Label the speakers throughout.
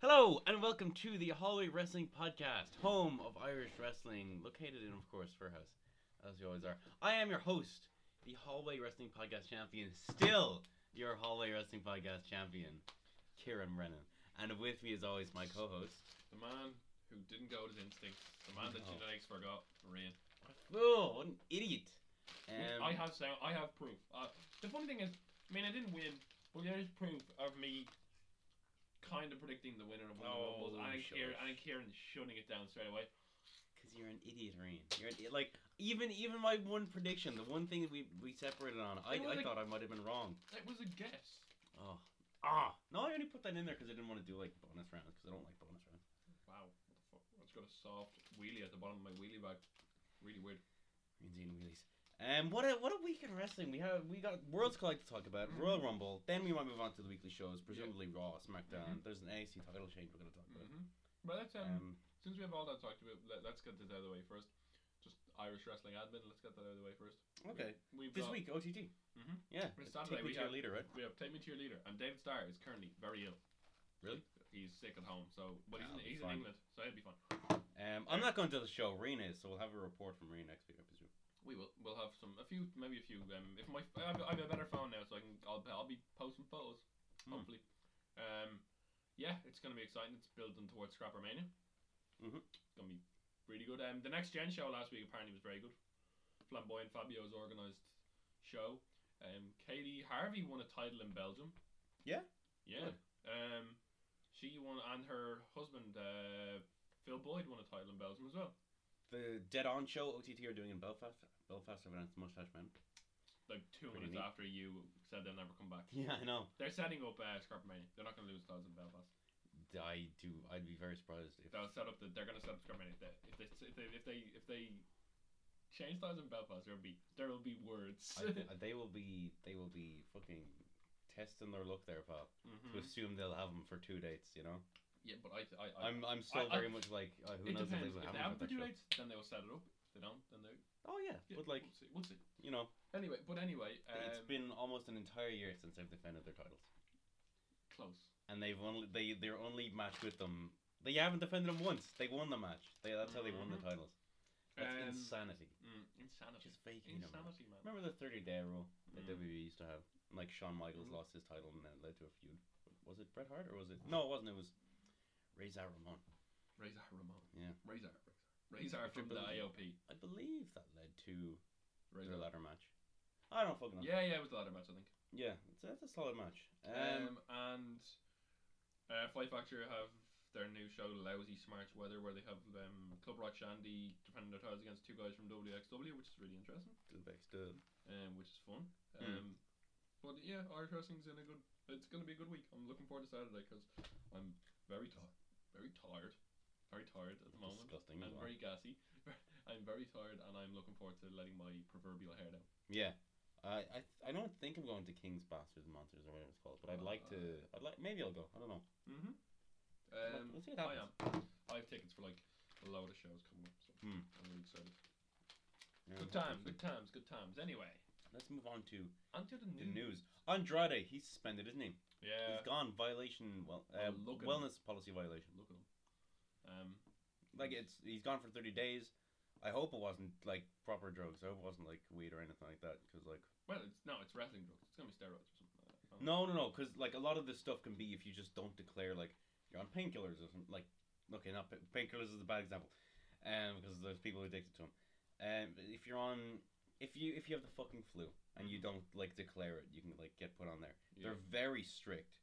Speaker 1: Hello and welcome to the Hallway Wrestling Podcast, home of Irish wrestling, located in, of course, Fairhouse, as we always are. I am your host, the Hallway Wrestling Podcast champion, still your Hallway Wrestling Podcast champion, Kieran Brennan. And with me, as always, my co-host.
Speaker 2: The man who didn't go with his instincts. The man that
Speaker 1: No.
Speaker 2: genetics forgot. Rain.
Speaker 1: Oh, what an idiot! Um,
Speaker 2: I have sound. I have proof. Uh, the funny thing is, I mean, I didn't win, but there is proof of me kind of predicting the winner of
Speaker 1: Oh,
Speaker 2: one of the Rumbles, and
Speaker 1: shush.
Speaker 2: Kieran, and Kieran shutting it down straight away.
Speaker 1: Because you're an idiot, Rain. You're an, i- like even even my one prediction, the one thing that we we separated on, I,
Speaker 2: It
Speaker 1: I
Speaker 2: was like-
Speaker 1: thought I might have been wrong.
Speaker 2: It was a guess.
Speaker 1: Oh. Ah, no! I only put that in there because I didn't want to do like bonus rounds because I don't like bonus rounds.
Speaker 2: Wow, what the fuck? It's got a soft wheelie at the bottom of my wheelie bag. Really weird.
Speaker 1: Means eating wheelies. Um, what a what a week in wrestling. We have we got Worlds Collide to talk about,
Speaker 2: Mhm.
Speaker 1: Royal Rumble. Then we might move on to the weekly shows, presumably Raw, SmackDown. There's an AFC title change we're going to talk about.
Speaker 2: hmm But let's Mm-hmm. um,
Speaker 1: Mm-hmm. Um,
Speaker 2: since we have all that talked about, let, let's get this out of the way first. Just Irish wrestling admin. Let's get that out of the way first.
Speaker 1: Um, okay,
Speaker 2: We've
Speaker 1: this
Speaker 2: got-
Speaker 1: week OTT.
Speaker 2: Mhm.
Speaker 1: Yeah,
Speaker 2: It's
Speaker 1: take
Speaker 2: Saturday,
Speaker 1: me to
Speaker 2: we
Speaker 1: your
Speaker 2: have-
Speaker 1: leader, right?
Speaker 2: We have Take Me to Your Leader, and David Starr is currently very ill.
Speaker 1: Really?
Speaker 2: He's sick at home, so but he's,
Speaker 1: That'll
Speaker 2: in,
Speaker 1: be
Speaker 2: he's
Speaker 1: fine.
Speaker 2: in England, so it'll be fine.
Speaker 1: Um, I'm not going to the show. Rena is, so we'll have a report from Rena next week, I presume.
Speaker 2: We will. We'll have some, a few, maybe a few. Um, if my, I have, I have a better phone now, so I can. I'll, I'll be posting photos,
Speaker 1: Hmm.
Speaker 2: hopefully. Um, yeah, it's gonna be exciting. It's building towards Scrapper Mania.
Speaker 1: Mhm.
Speaker 2: It's gonna be really good. Um, the next gen show last week apparently was very good. Flamboyant Fabio's organised show. Um, Katie Harvey won a title in Belgium.
Speaker 1: Yeah?
Speaker 2: Yeah. Um, she won, and her husband uh, Phil Boyd won a title in Belgium as well.
Speaker 1: The Dead On show OTT are doing in Belfast. Belfast have announced Mustache Man.
Speaker 2: Like two
Speaker 1: Pretty
Speaker 2: minutes
Speaker 1: neat.
Speaker 2: after you said they'll never come back.
Speaker 1: Yeah, I know.
Speaker 2: They're setting up uh, Scarpamania. They're not going to lose thousands in Belfast.
Speaker 1: I do. I'd be very surprised if.
Speaker 2: They'll set up the. They're going to set up Scarpamania. If they if they if they if they, if they change thousands in Belfast, there'll be there will be words.
Speaker 1: I, I- they will be. They will be fucking testing their luck there, pal. To
Speaker 2: Mhm.
Speaker 1: assume they'll have them for two dates, you know.
Speaker 2: Yeah, but I I, I
Speaker 1: I'm. I'm still
Speaker 2: I- I-
Speaker 1: very much like. Uh, who
Speaker 2: it
Speaker 1: knows if things
Speaker 2: depends.
Speaker 1: will
Speaker 2: If
Speaker 1: happen
Speaker 2: they have
Speaker 1: for
Speaker 2: the
Speaker 1: that show.
Speaker 2: two dates, then they will set it up. If they don't, then they.
Speaker 1: Oh yeah,
Speaker 2: Yeah,
Speaker 1: but like
Speaker 2: we'll see. We'll see.
Speaker 1: you know,
Speaker 2: Anyway, but anyway, um,
Speaker 1: it's been almost an entire year since they've defended their titles,
Speaker 2: close.
Speaker 1: and they've only they their only match with them. They haven't defended them once. They won the match. They, that's how they won the
Speaker 2: Mhm.
Speaker 1: titles. That's
Speaker 2: Um,
Speaker 1: insanity.
Speaker 2: Mm, insanity.
Speaker 1: Just faking them.
Speaker 2: Insanity, man.
Speaker 1: Remember the 30 day rule that
Speaker 2: Mm.
Speaker 1: WWE used to have? Like Shawn Michaels
Speaker 2: Mhm.
Speaker 1: lost his title and that led to a feud. Was it Bret Hart or was it? No, it wasn't. It was Razor Ramon.
Speaker 2: Razor Ramon.
Speaker 1: Yeah.
Speaker 2: Razor. Razor. Razor from the
Speaker 1: Triple H.
Speaker 2: IOP.
Speaker 1: I believe that led to their
Speaker 2: Razor.
Speaker 1: ladder match. I don't fucking know. Yeah,
Speaker 2: Yeah, yeah, it was the ladder match, I think.
Speaker 1: it's, that's a solid match. Um,
Speaker 2: Um, and uh, Fly Factory have their new show, Lousy Smart Weather, where they have um, Club Rock Shandy defending their titles against two guys from WXW, which is really interesting,
Speaker 1: the next, uh,
Speaker 2: um, which is fun.
Speaker 1: Hmm.
Speaker 2: Um, But yeah, Irish wrestling's in a good. It's going to be a good week. I'm looking forward to Saturday because I'm very tired, very tired, very tired at the moment.
Speaker 1: disgusting. as
Speaker 2: I'm
Speaker 1: well.
Speaker 2: very gassy. I'm very tired, and I'm looking forward to letting my proverbial hair down.
Speaker 1: Yeah. I, I I don't think I'm going to King's Bastards and Monsters or whatever it's called, but I'd like to. I'd like maybe I'll go. I don't know.
Speaker 2: Mm-hmm.
Speaker 1: We'll-
Speaker 2: Uh, Um,
Speaker 1: we'll see what
Speaker 2: I
Speaker 1: happens.
Speaker 2: am. I have tickets for like a load of shows coming up, so
Speaker 1: Hmm.
Speaker 2: I'm really excited.
Speaker 1: Yeah,
Speaker 2: Good
Speaker 1: that's
Speaker 2: times,
Speaker 1: good.
Speaker 2: good times, good times. Anyway,
Speaker 1: Let's move on to
Speaker 2: onto the
Speaker 1: the
Speaker 2: news.
Speaker 1: news. Andrade, he's suspended, isn't he?
Speaker 2: Mm-hmm. Yeah.
Speaker 1: He's gone. Violation. Well, uh,
Speaker 2: Oh, look at
Speaker 1: wellness policy violation.
Speaker 2: Look at him. Um,
Speaker 1: Like it's he's gone for thirty days. I hope it wasn't like proper drugs. I hope it wasn't like weed or anything like that. Because like
Speaker 2: well, it's no, it's wrestling drugs. It's gonna be steroids or something. Like that.
Speaker 1: no, no, no. Because like a lot of this stuff can be if you just don't declare like you're on painkillers or something. Like okay, not pa- painkillers is a bad example. Um, because there's people addicted to them. Um, but if you're on, if you if you have the fucking flu and you
Speaker 2: Mhm.
Speaker 1: don't like declare it, you can like get put on there.
Speaker 2: Yeah.
Speaker 1: They're very strict.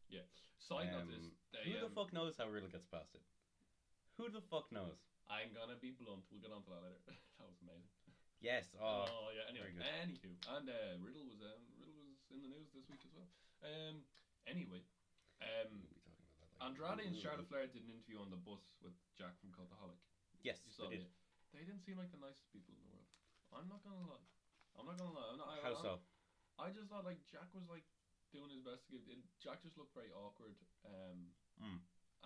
Speaker 2: Side note is
Speaker 1: um,
Speaker 2: they,
Speaker 1: Who the
Speaker 2: um,
Speaker 1: fuck knows how really gets past it? Who the fuck knows?
Speaker 2: I'm gonna be blunt. We'll get onto that later. that was amazing.
Speaker 1: Yes. Oh,
Speaker 2: oh yeah.
Speaker 1: very
Speaker 2: Anyway,
Speaker 1: good.
Speaker 2: anywho, and uh, Riddle was um, Riddle was in the news this week as well. Um, anyway, um,
Speaker 1: We'll be talking about that later.
Speaker 2: Andrade and Charlotte Flair did an interview on the bus with Jack from Cultaholic.
Speaker 1: Yes,
Speaker 2: You saw
Speaker 1: they did.
Speaker 2: it. They didn't seem like the nicest people in the world. I'm not gonna lie. I'm not gonna lie. I'm not, I,
Speaker 1: How
Speaker 2: I'm-
Speaker 1: so?
Speaker 2: I just thought like Jack was like doing his best to give. It, Jack just looked very awkward. Um,
Speaker 1: Mm.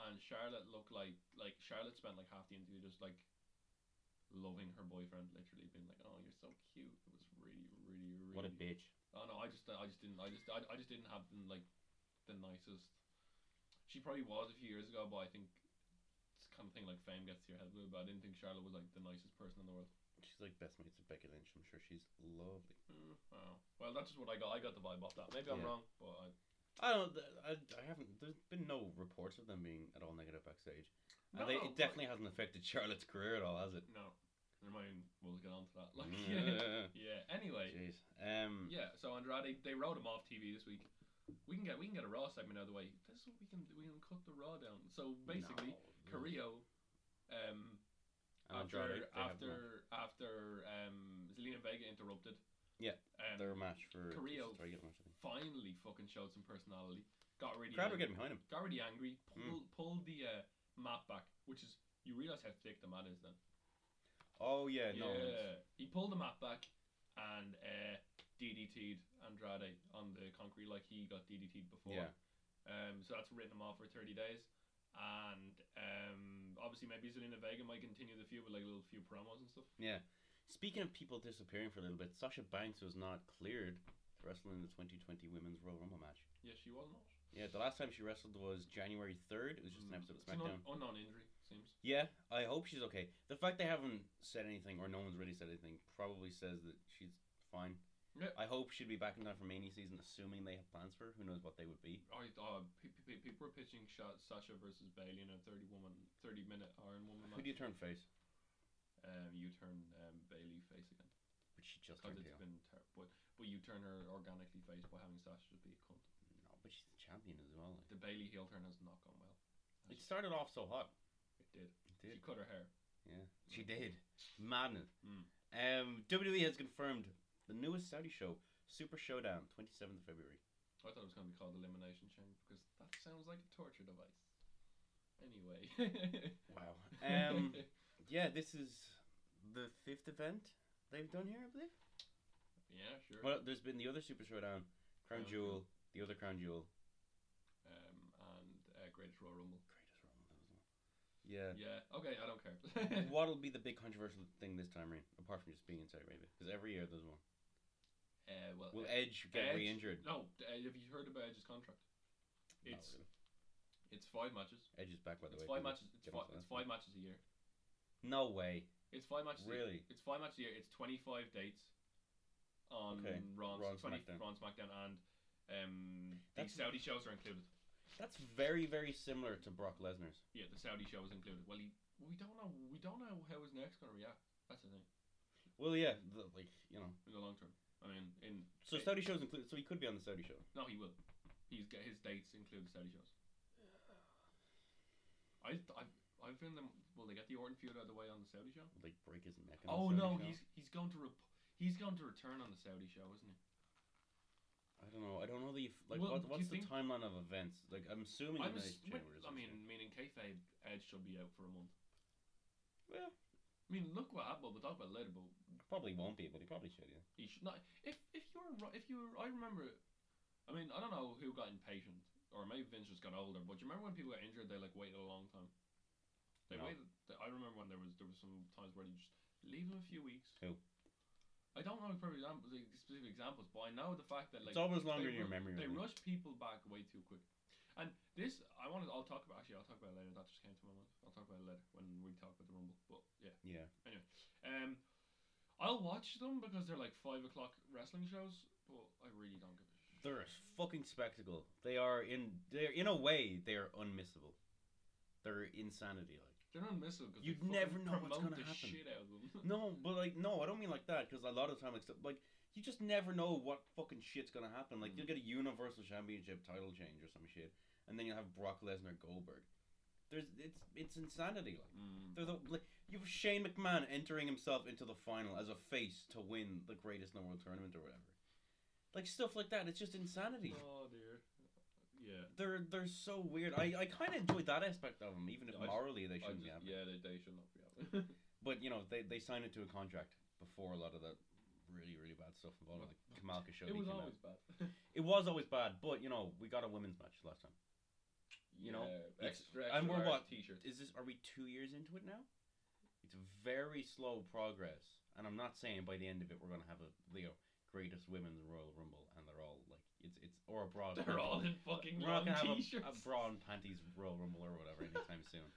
Speaker 2: and Charlotte looked like like Charlotte spent like half the interview just like loving her boyfriend, literally being like, "Oh, you're so cute." It was really, really, really.
Speaker 1: What a bitch.
Speaker 2: Oh no, I just, I just didn't, I just, I, I just didn't have them like the nicest. She probably was a few years ago, but I think it's kind of thing like fame gets to your head a little bit. I didn't think Charlotte was like the nicest person in the world.
Speaker 1: She's like best mates with Becky Lynch. I'm sure she's lovely.
Speaker 2: Mm, oh. Well, that's just what I got. I got the vibe off that. Maybe I'm
Speaker 1: Yeah.
Speaker 2: wrong, but I,
Speaker 1: I don't. th- I, I haven't. There's been no reports of them being at all negative backstage. And they,
Speaker 2: No,
Speaker 1: it
Speaker 2: but-
Speaker 1: definitely hasn't affected Charlotte's career at all, has it?
Speaker 2: no. Never mind. We'll get on to that. Like,
Speaker 1: Yeah.
Speaker 2: yeah. Anyway,
Speaker 1: Jeez. Um.
Speaker 2: Yeah, so Andrade they wrote him off TV this week. We can get we can get a Raw segment out of the way. This is what we can we can cut the Raw down. So basically,
Speaker 1: no.
Speaker 2: Carrillo, um,
Speaker 1: And
Speaker 2: after
Speaker 1: Andrade, they have
Speaker 2: after after um, Zelina Vega interrupted.
Speaker 1: Yeah,
Speaker 2: um,
Speaker 1: their match for
Speaker 2: Carrillo-
Speaker 1: Sorry, get a match, I think.
Speaker 2: finally fucking showed some personality. Got really
Speaker 1: Crowd were
Speaker 2: angry,
Speaker 1: getting behind him.
Speaker 2: got really angry.
Speaker 1: Mm.
Speaker 2: Pulled pulled the uh, mat back, which is you realize how thick the mat is then.
Speaker 1: Oh yeah, no. it's-
Speaker 2: Yeah, he pulled the mat back and uh, DDT'd Andrade on the concrete like he got DDT'd before.
Speaker 1: Yeah.
Speaker 2: Um, so that's written him off for 30 days. And um, obviously, maybe Zelina Vega might continue the feud with like a little few promos and stuff.
Speaker 1: Speaking of people disappearing for a little bit, Sasha Banks was not cleared to wrestle in the 2020 Women's Royal Rumble match.
Speaker 2: Yeah, she was not.
Speaker 1: Yeah, the last time she wrestled was January 3rd. It was just an
Speaker 2: Mm.
Speaker 1: episode of
Speaker 2: It's an
Speaker 1: SmackDown.
Speaker 2: un- unknown injury, seems.
Speaker 1: Yeah, I hope she's okay. The fact they haven't said anything or no one's really said anything probably says that she's fine.
Speaker 2: Yeah.
Speaker 1: I hope she'd be back in time for Mania season, assuming they have plans for her. Who knows what they would be?
Speaker 2: Oh, you thought- pe- pe- pe- people were pitching shot Sasha versus Bailey in a 30 woman, 30 minute Iron Woman
Speaker 1: Who do
Speaker 2: match.
Speaker 1: you turn face?
Speaker 2: Um, you turn um, Bailey face again.
Speaker 1: Which she just
Speaker 2: Because
Speaker 1: turned
Speaker 2: it's
Speaker 1: heel.
Speaker 2: been terrible. But, but you turn her organically face by having Sasha just be a cunt.
Speaker 1: No, but she's the champion as well. like.
Speaker 2: The Bailey heel turn has not gone well.
Speaker 1: It started off so hot.
Speaker 2: It did.
Speaker 1: It did.
Speaker 2: She cut her hair.
Speaker 1: Yeah, she did. Madness.
Speaker 2: Mm.
Speaker 1: Um, WWE has confirmed the newest Saudi show, Super Showdown, 27th of February.
Speaker 2: I thought it was going to be called Elimination Chamber because that sounds like a torture device. Anyway.
Speaker 1: Wow. Um, yeah, this is the fifth event they've done here, I believe.
Speaker 2: yeah, sure.
Speaker 1: Well, there's been the other Super Showdown, Crown
Speaker 2: Crown
Speaker 1: Jewel, the other Crown Jewel.
Speaker 2: Um, and uh, Greatest Royal Rumble.
Speaker 1: Greatest Rumble, that was the one. Yeah.
Speaker 2: Yeah, okay, I don't care.
Speaker 1: What'll be the big controversial thing this time, Rain? Apart from just being in Saudi Arabia, because every year there's one.
Speaker 2: uh, well,
Speaker 1: Will
Speaker 2: uh,
Speaker 1: Edge get
Speaker 2: Edge?
Speaker 1: re-injured?
Speaker 2: no, uh, have you heard about Edge's contract?
Speaker 1: Not
Speaker 2: It's
Speaker 1: really.
Speaker 2: it's five matches.
Speaker 1: Edge is back by the
Speaker 2: It's
Speaker 1: way.
Speaker 2: five
Speaker 1: didn't he?
Speaker 2: matches. It's
Speaker 1: Get on
Speaker 2: five,
Speaker 1: to
Speaker 2: it's
Speaker 1: that.
Speaker 2: five matches a year.
Speaker 1: No way.
Speaker 2: It's five matches. a-
Speaker 1: Really?
Speaker 2: It's five matches a year. It's twenty five dates on
Speaker 1: Okay,
Speaker 2: Raw,
Speaker 1: Raw
Speaker 2: and
Speaker 1: and
Speaker 2: 20,
Speaker 1: SmackDown.
Speaker 2: Raw and SmackDown, and um, the
Speaker 1: That's-
Speaker 2: Saudi shows are included.
Speaker 1: That's very, very similar to Brock Lesnar's.
Speaker 2: Yeah, the Saudi show is included. Well, he, we don't know. We don't know how his neck's gonna react. That's the thing
Speaker 1: Well, yeah, the, like you know.
Speaker 2: in the long term. I mean, in
Speaker 1: So
Speaker 2: eh,
Speaker 1: Saudi shows included. So he could be on the Saudi show.
Speaker 2: no, he will. He's get his dates include the Saudi shows. I I I've been them. Will they get the Orton feud out of the way on the Saudi show?
Speaker 1: Like break his neck. on the
Speaker 2: Oh
Speaker 1: Saudi
Speaker 2: no,
Speaker 1: show.
Speaker 2: he's he's going to rep- he's going to return on the Saudi show, isn't he?
Speaker 1: I don't know. I don't know the like.
Speaker 2: Well,
Speaker 1: what,
Speaker 2: do you
Speaker 1: what's the
Speaker 2: think-
Speaker 1: timeline of events? Like I'm assuming.
Speaker 2: I'm
Speaker 1: the
Speaker 2: ass-
Speaker 1: Night
Speaker 2: wait,
Speaker 1: Chamber is
Speaker 2: I
Speaker 1: this
Speaker 2: mean,
Speaker 1: year.
Speaker 2: meaning kayfabe, Edge should be out for a month.
Speaker 1: Well.
Speaker 2: I mean, look what happened. We'll talk about it later, but
Speaker 1: probably won't be, but he probably should. Yeah.
Speaker 2: he should not. If if you were ri- if you were, I remember. I mean, I don't know who got impatient, or maybe Vince just got older. But do you remember when people got injured, they like waited a long time. They
Speaker 1: No.
Speaker 2: waited. I remember when there was there was some times where you just leave them a few weeks.
Speaker 1: Who?
Speaker 2: I don't know for example the specific examples, but I know the fact that like
Speaker 1: it's always
Speaker 2: they
Speaker 1: longer in your
Speaker 2: ru-
Speaker 1: memory.
Speaker 2: They
Speaker 1: than-
Speaker 2: rush people back way too quick. And this, I wanted. I'll talk about. Actually, I'll talk about it later. That just came to my mind. I'll talk about it later when we talk about the rumble. But yeah,
Speaker 1: yeah.
Speaker 2: um, I'll watch them because they're like five o'clock wrestling shows. But I really don't give a shit.
Speaker 1: They're a fucking spectacle. They are in. They're in a way. They are unmissable. They're insanity. Like.
Speaker 2: They're not missing because
Speaker 1: You'd
Speaker 2: they fucking
Speaker 1: never know what's
Speaker 2: promote
Speaker 1: gonna
Speaker 2: the
Speaker 1: happen.
Speaker 2: Shit out of them.
Speaker 1: No, but like no, I don't mean like that because a lot of time like stuff like you just never know what fucking shit's gonna happen. Like
Speaker 2: Mm.
Speaker 1: you'll get a Universal Championship title change or some shit, and then you'll have Brock Lesnar Goldberg. There's it's it's insanity. Like
Speaker 2: Mm.
Speaker 1: they're the like you have Shane McMahon entering himself into the final as a face to win the greatest in the world tournament or whatever. Like stuff like that. It's just insanity.
Speaker 2: Oh dear. Yeah.
Speaker 1: They're they're so weird. I, I kind of enjoy that aspect of them, even if
Speaker 2: Yeah, I just-
Speaker 1: morally they
Speaker 2: I
Speaker 1: shouldn't
Speaker 2: just-
Speaker 1: be happening.
Speaker 2: yeah, they, they should not be out.
Speaker 1: But you know, they they signed it to a contract before a lot of that really really bad stuff involved.
Speaker 2: Well,
Speaker 1: Like Kamal Khashoggi.
Speaker 2: it was
Speaker 1: came
Speaker 2: always
Speaker 1: out.
Speaker 2: bad.
Speaker 1: it was always bad, but you know, we got a women's match last time. You know,
Speaker 2: Yeah,
Speaker 1: it's-
Speaker 2: extra, extra
Speaker 1: and we're
Speaker 2: large
Speaker 1: what-
Speaker 2: t-shirts.
Speaker 1: Is this? Are we two years into it now? It's very slow progress, and I'm not saying by the end of it we're gonna have a Leo greatest women's Royal Rumble, and they're all like it's it's or a broad.
Speaker 2: They're all in fucking
Speaker 1: We're
Speaker 2: wrong
Speaker 1: not gonna have
Speaker 2: t-shirts.
Speaker 1: a, a bra and panties Royal Rumble or whatever anytime soon.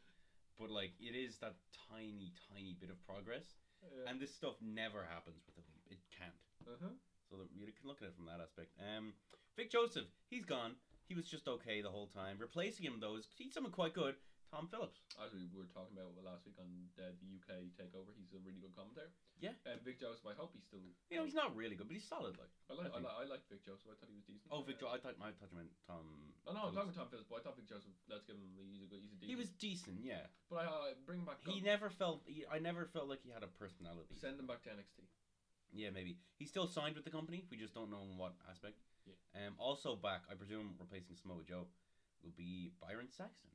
Speaker 1: But like it is that tiny, tiny bit of progress,
Speaker 2: Yeah.
Speaker 1: and this stuff never happens with the Leap. It can't.
Speaker 2: uh-huh.
Speaker 1: So that you can look at it from that aspect. Um, Vic Joseph, he's gone. He was just okay the whole time. Replacing him though is he's someone quite good. Tom Phillips.
Speaker 2: as we were talking about last week on uh, the UK Takeover, he's a really good commentator.
Speaker 1: Yeah.
Speaker 2: And Vic Joseph, I hope he's still.
Speaker 1: You know he's not really good, but he's solid. Like
Speaker 2: I
Speaker 1: I
Speaker 2: like I,
Speaker 1: think-
Speaker 2: like I like Vic Joseph. I thought he was decent.
Speaker 1: oh, Vic, Jo-
Speaker 2: Uh,
Speaker 1: I thought I thought you meant Tom.
Speaker 2: Oh, No, no, I'm
Speaker 1: Phillips.
Speaker 2: talking Tom Phillips, but I thought Vic Joseph. Let's give him. He's a good. He's a decent.
Speaker 1: He was decent, yeah.
Speaker 2: But I uh, bring back.
Speaker 1: He
Speaker 2: Gun-
Speaker 1: never felt. He, I never felt like he had a personality.
Speaker 2: Send him back to NXT.
Speaker 1: Yeah, maybe he's still signed with the company. We just don't know in what aspect.
Speaker 2: Yeah.
Speaker 1: Um. Also back, I presume replacing Samoa Joe will be Byron Saxton.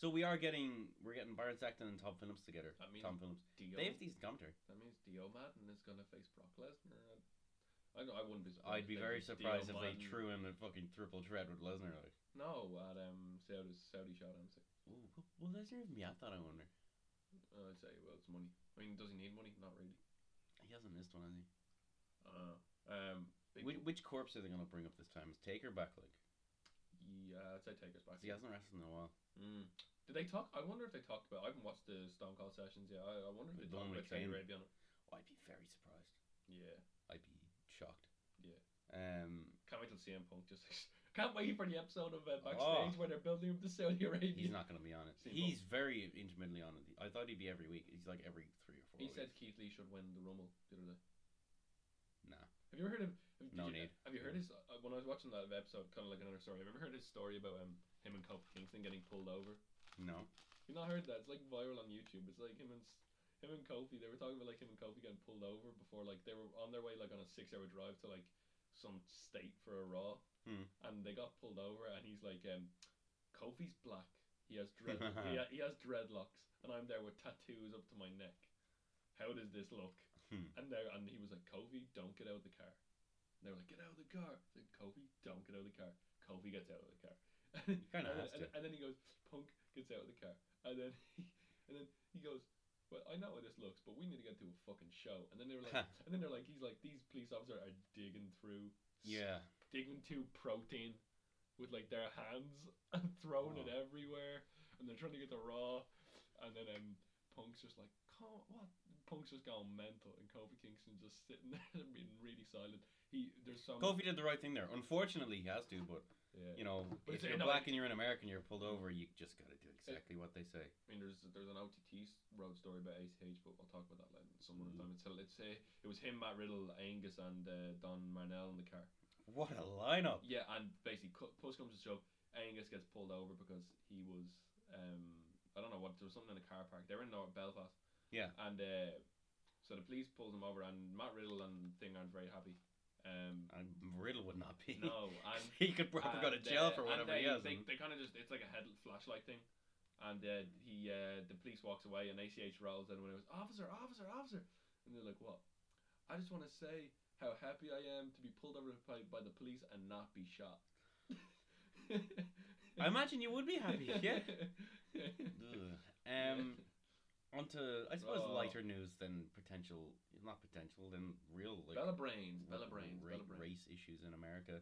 Speaker 1: So we are getting we're getting Byron Saxton and Tom Phillips together.
Speaker 2: That means
Speaker 1: Tom Phillips.
Speaker 2: Dio.
Speaker 1: They have decent commentary.
Speaker 2: That means Dio Madden is gonna face Brock Lesnar. I, I wouldn't be. surprised
Speaker 1: I'd
Speaker 2: if
Speaker 1: be
Speaker 2: they
Speaker 1: very
Speaker 2: did Dio
Speaker 1: surprised if they
Speaker 2: Madden.
Speaker 1: threw him a fucking triple threat with Lesnar. Like,
Speaker 2: No, at um Saudi Saudi Showdown. so-
Speaker 1: ooh, will- will Lesnar even be at that? I wonder.
Speaker 2: Uh, I'd say well, it's money. I mean, does he need money? Not really.
Speaker 1: He hasn't missed one, has he?
Speaker 2: Uh, um, big-
Speaker 1: Which, which corpse are they gonna bring up this time? Is Taker back? Like,
Speaker 2: yeah, I'd say take us back.
Speaker 1: 'Cause he hasn't wrestled in a while.
Speaker 2: Mm. Did they talk? I wonder if they talked about. I haven't watched the Stone Cold sessions yet. I, I wonder if
Speaker 1: The
Speaker 2: they
Speaker 1: one
Speaker 2: talked
Speaker 1: with
Speaker 2: about Saudi
Speaker 1: Kane.
Speaker 2: Arabia. On it.
Speaker 1: Oh, I'd be very surprised.
Speaker 2: Yeah,
Speaker 1: I'd be shocked.
Speaker 2: Yeah.
Speaker 1: Um,
Speaker 2: can't wait till CM Punk just. Can't wait for the episode of uh,
Speaker 1: Oh.
Speaker 2: backstage where they're building up the Saudi Arabia.
Speaker 1: he's not gonna be on it.
Speaker 2: Same
Speaker 1: He's very intimately on it. I thought he'd be every week. He's like every three or four.
Speaker 2: He
Speaker 1: weeks.
Speaker 2: said Keith Lee should win the Rumble the other day.
Speaker 1: nah.
Speaker 2: Have you ever heard of? Have, did
Speaker 1: No
Speaker 2: you,
Speaker 1: need.
Speaker 2: Have you heard his? Uh, when I was watching that episode, kind of like another story. Have you ever heard his story about um, him and Kofi Kingston getting pulled over?
Speaker 1: No.
Speaker 2: You not heard that? It's like viral on YouTube. It's like him and s- him and Kofi. They were talking about like him and Kofi getting pulled over before like they were on their way like on a six hour drive to like some state for a raw,
Speaker 1: Hmm.
Speaker 2: and they got pulled over, and he's like, um, Kofi's black. He has dread. he, ha- he has dreadlocks, and I'm there with tattoos up to my neck. How does this look?
Speaker 1: Hmm.
Speaker 2: And there, and he was like, Kofi, don't get out of the car. And they were like, get out of the car. I said, Kofi, don't get out of the car. Kofi gets out of the car. And,
Speaker 1: kinda
Speaker 2: then-
Speaker 1: has
Speaker 2: and,
Speaker 1: to.
Speaker 2: and then he goes, Punk gets out of the car. And then, he, and then he goes, well, I know how this looks, but we need to get to a fucking show. And then they were like, and then they're like, he's like, these police officers are digging through,
Speaker 1: Yeah.
Speaker 2: digging through protein with like their hands and throwing it
Speaker 1: Wow.
Speaker 2: everywhere. And they're trying to get the raw. And then um, Punk's just like, "Co- what? Punk's just going mental, and Kofi Kingston's just sitting there and being really silent. He there's some
Speaker 1: Kofi did the right thing there. Unfortunately, he has to, but
Speaker 2: Yeah.
Speaker 1: you know,
Speaker 2: But
Speaker 1: if
Speaker 2: it's-
Speaker 1: you're
Speaker 2: no,
Speaker 1: black and
Speaker 2: it-
Speaker 1: you're an American, you're pulled over. You just got to do exactly what they say.
Speaker 2: I mean, there's there's an OTT s- road story about ACH, but I'll talk about that later. Some other
Speaker 1: Mm.
Speaker 2: time. It's a- it's a, it was him, Matt Riddle, Angus, and uh, Don Marnell in the car.
Speaker 1: What a lineup!
Speaker 2: Yeah, and basically, cu- push comes to shove, Angus gets pulled over because he was um I don't know what there was something in a car park. They were in North Belfast.
Speaker 1: Yeah.
Speaker 2: And uh, so the police pulled him over, and Matt Riddle and thing aren't very happy. Um,
Speaker 1: And Riddle would not be.
Speaker 2: no, and
Speaker 1: he could probably go to
Speaker 2: and,
Speaker 1: jail
Speaker 2: uh,
Speaker 1: for
Speaker 2: and
Speaker 1: whatever
Speaker 2: they,
Speaker 1: he has.
Speaker 2: They,
Speaker 1: and-
Speaker 2: they kind of just it's like a head flashlight thing, and uh, he uh, the police walks away and ACH rolls in when it was officer, officer, officer, and they're like, what? I just want to say how happy I am to be pulled over by, by the police and not be shot.
Speaker 1: I imagine you would be happy. Yeah. Ugh. Um. Onto I suppose
Speaker 2: Oh.
Speaker 1: lighter news than potential, not potential, than real like
Speaker 2: Bella Brains,
Speaker 1: ra-
Speaker 2: Bella Brains,
Speaker 1: ra-
Speaker 2: Bella Brains.
Speaker 1: race issues in America.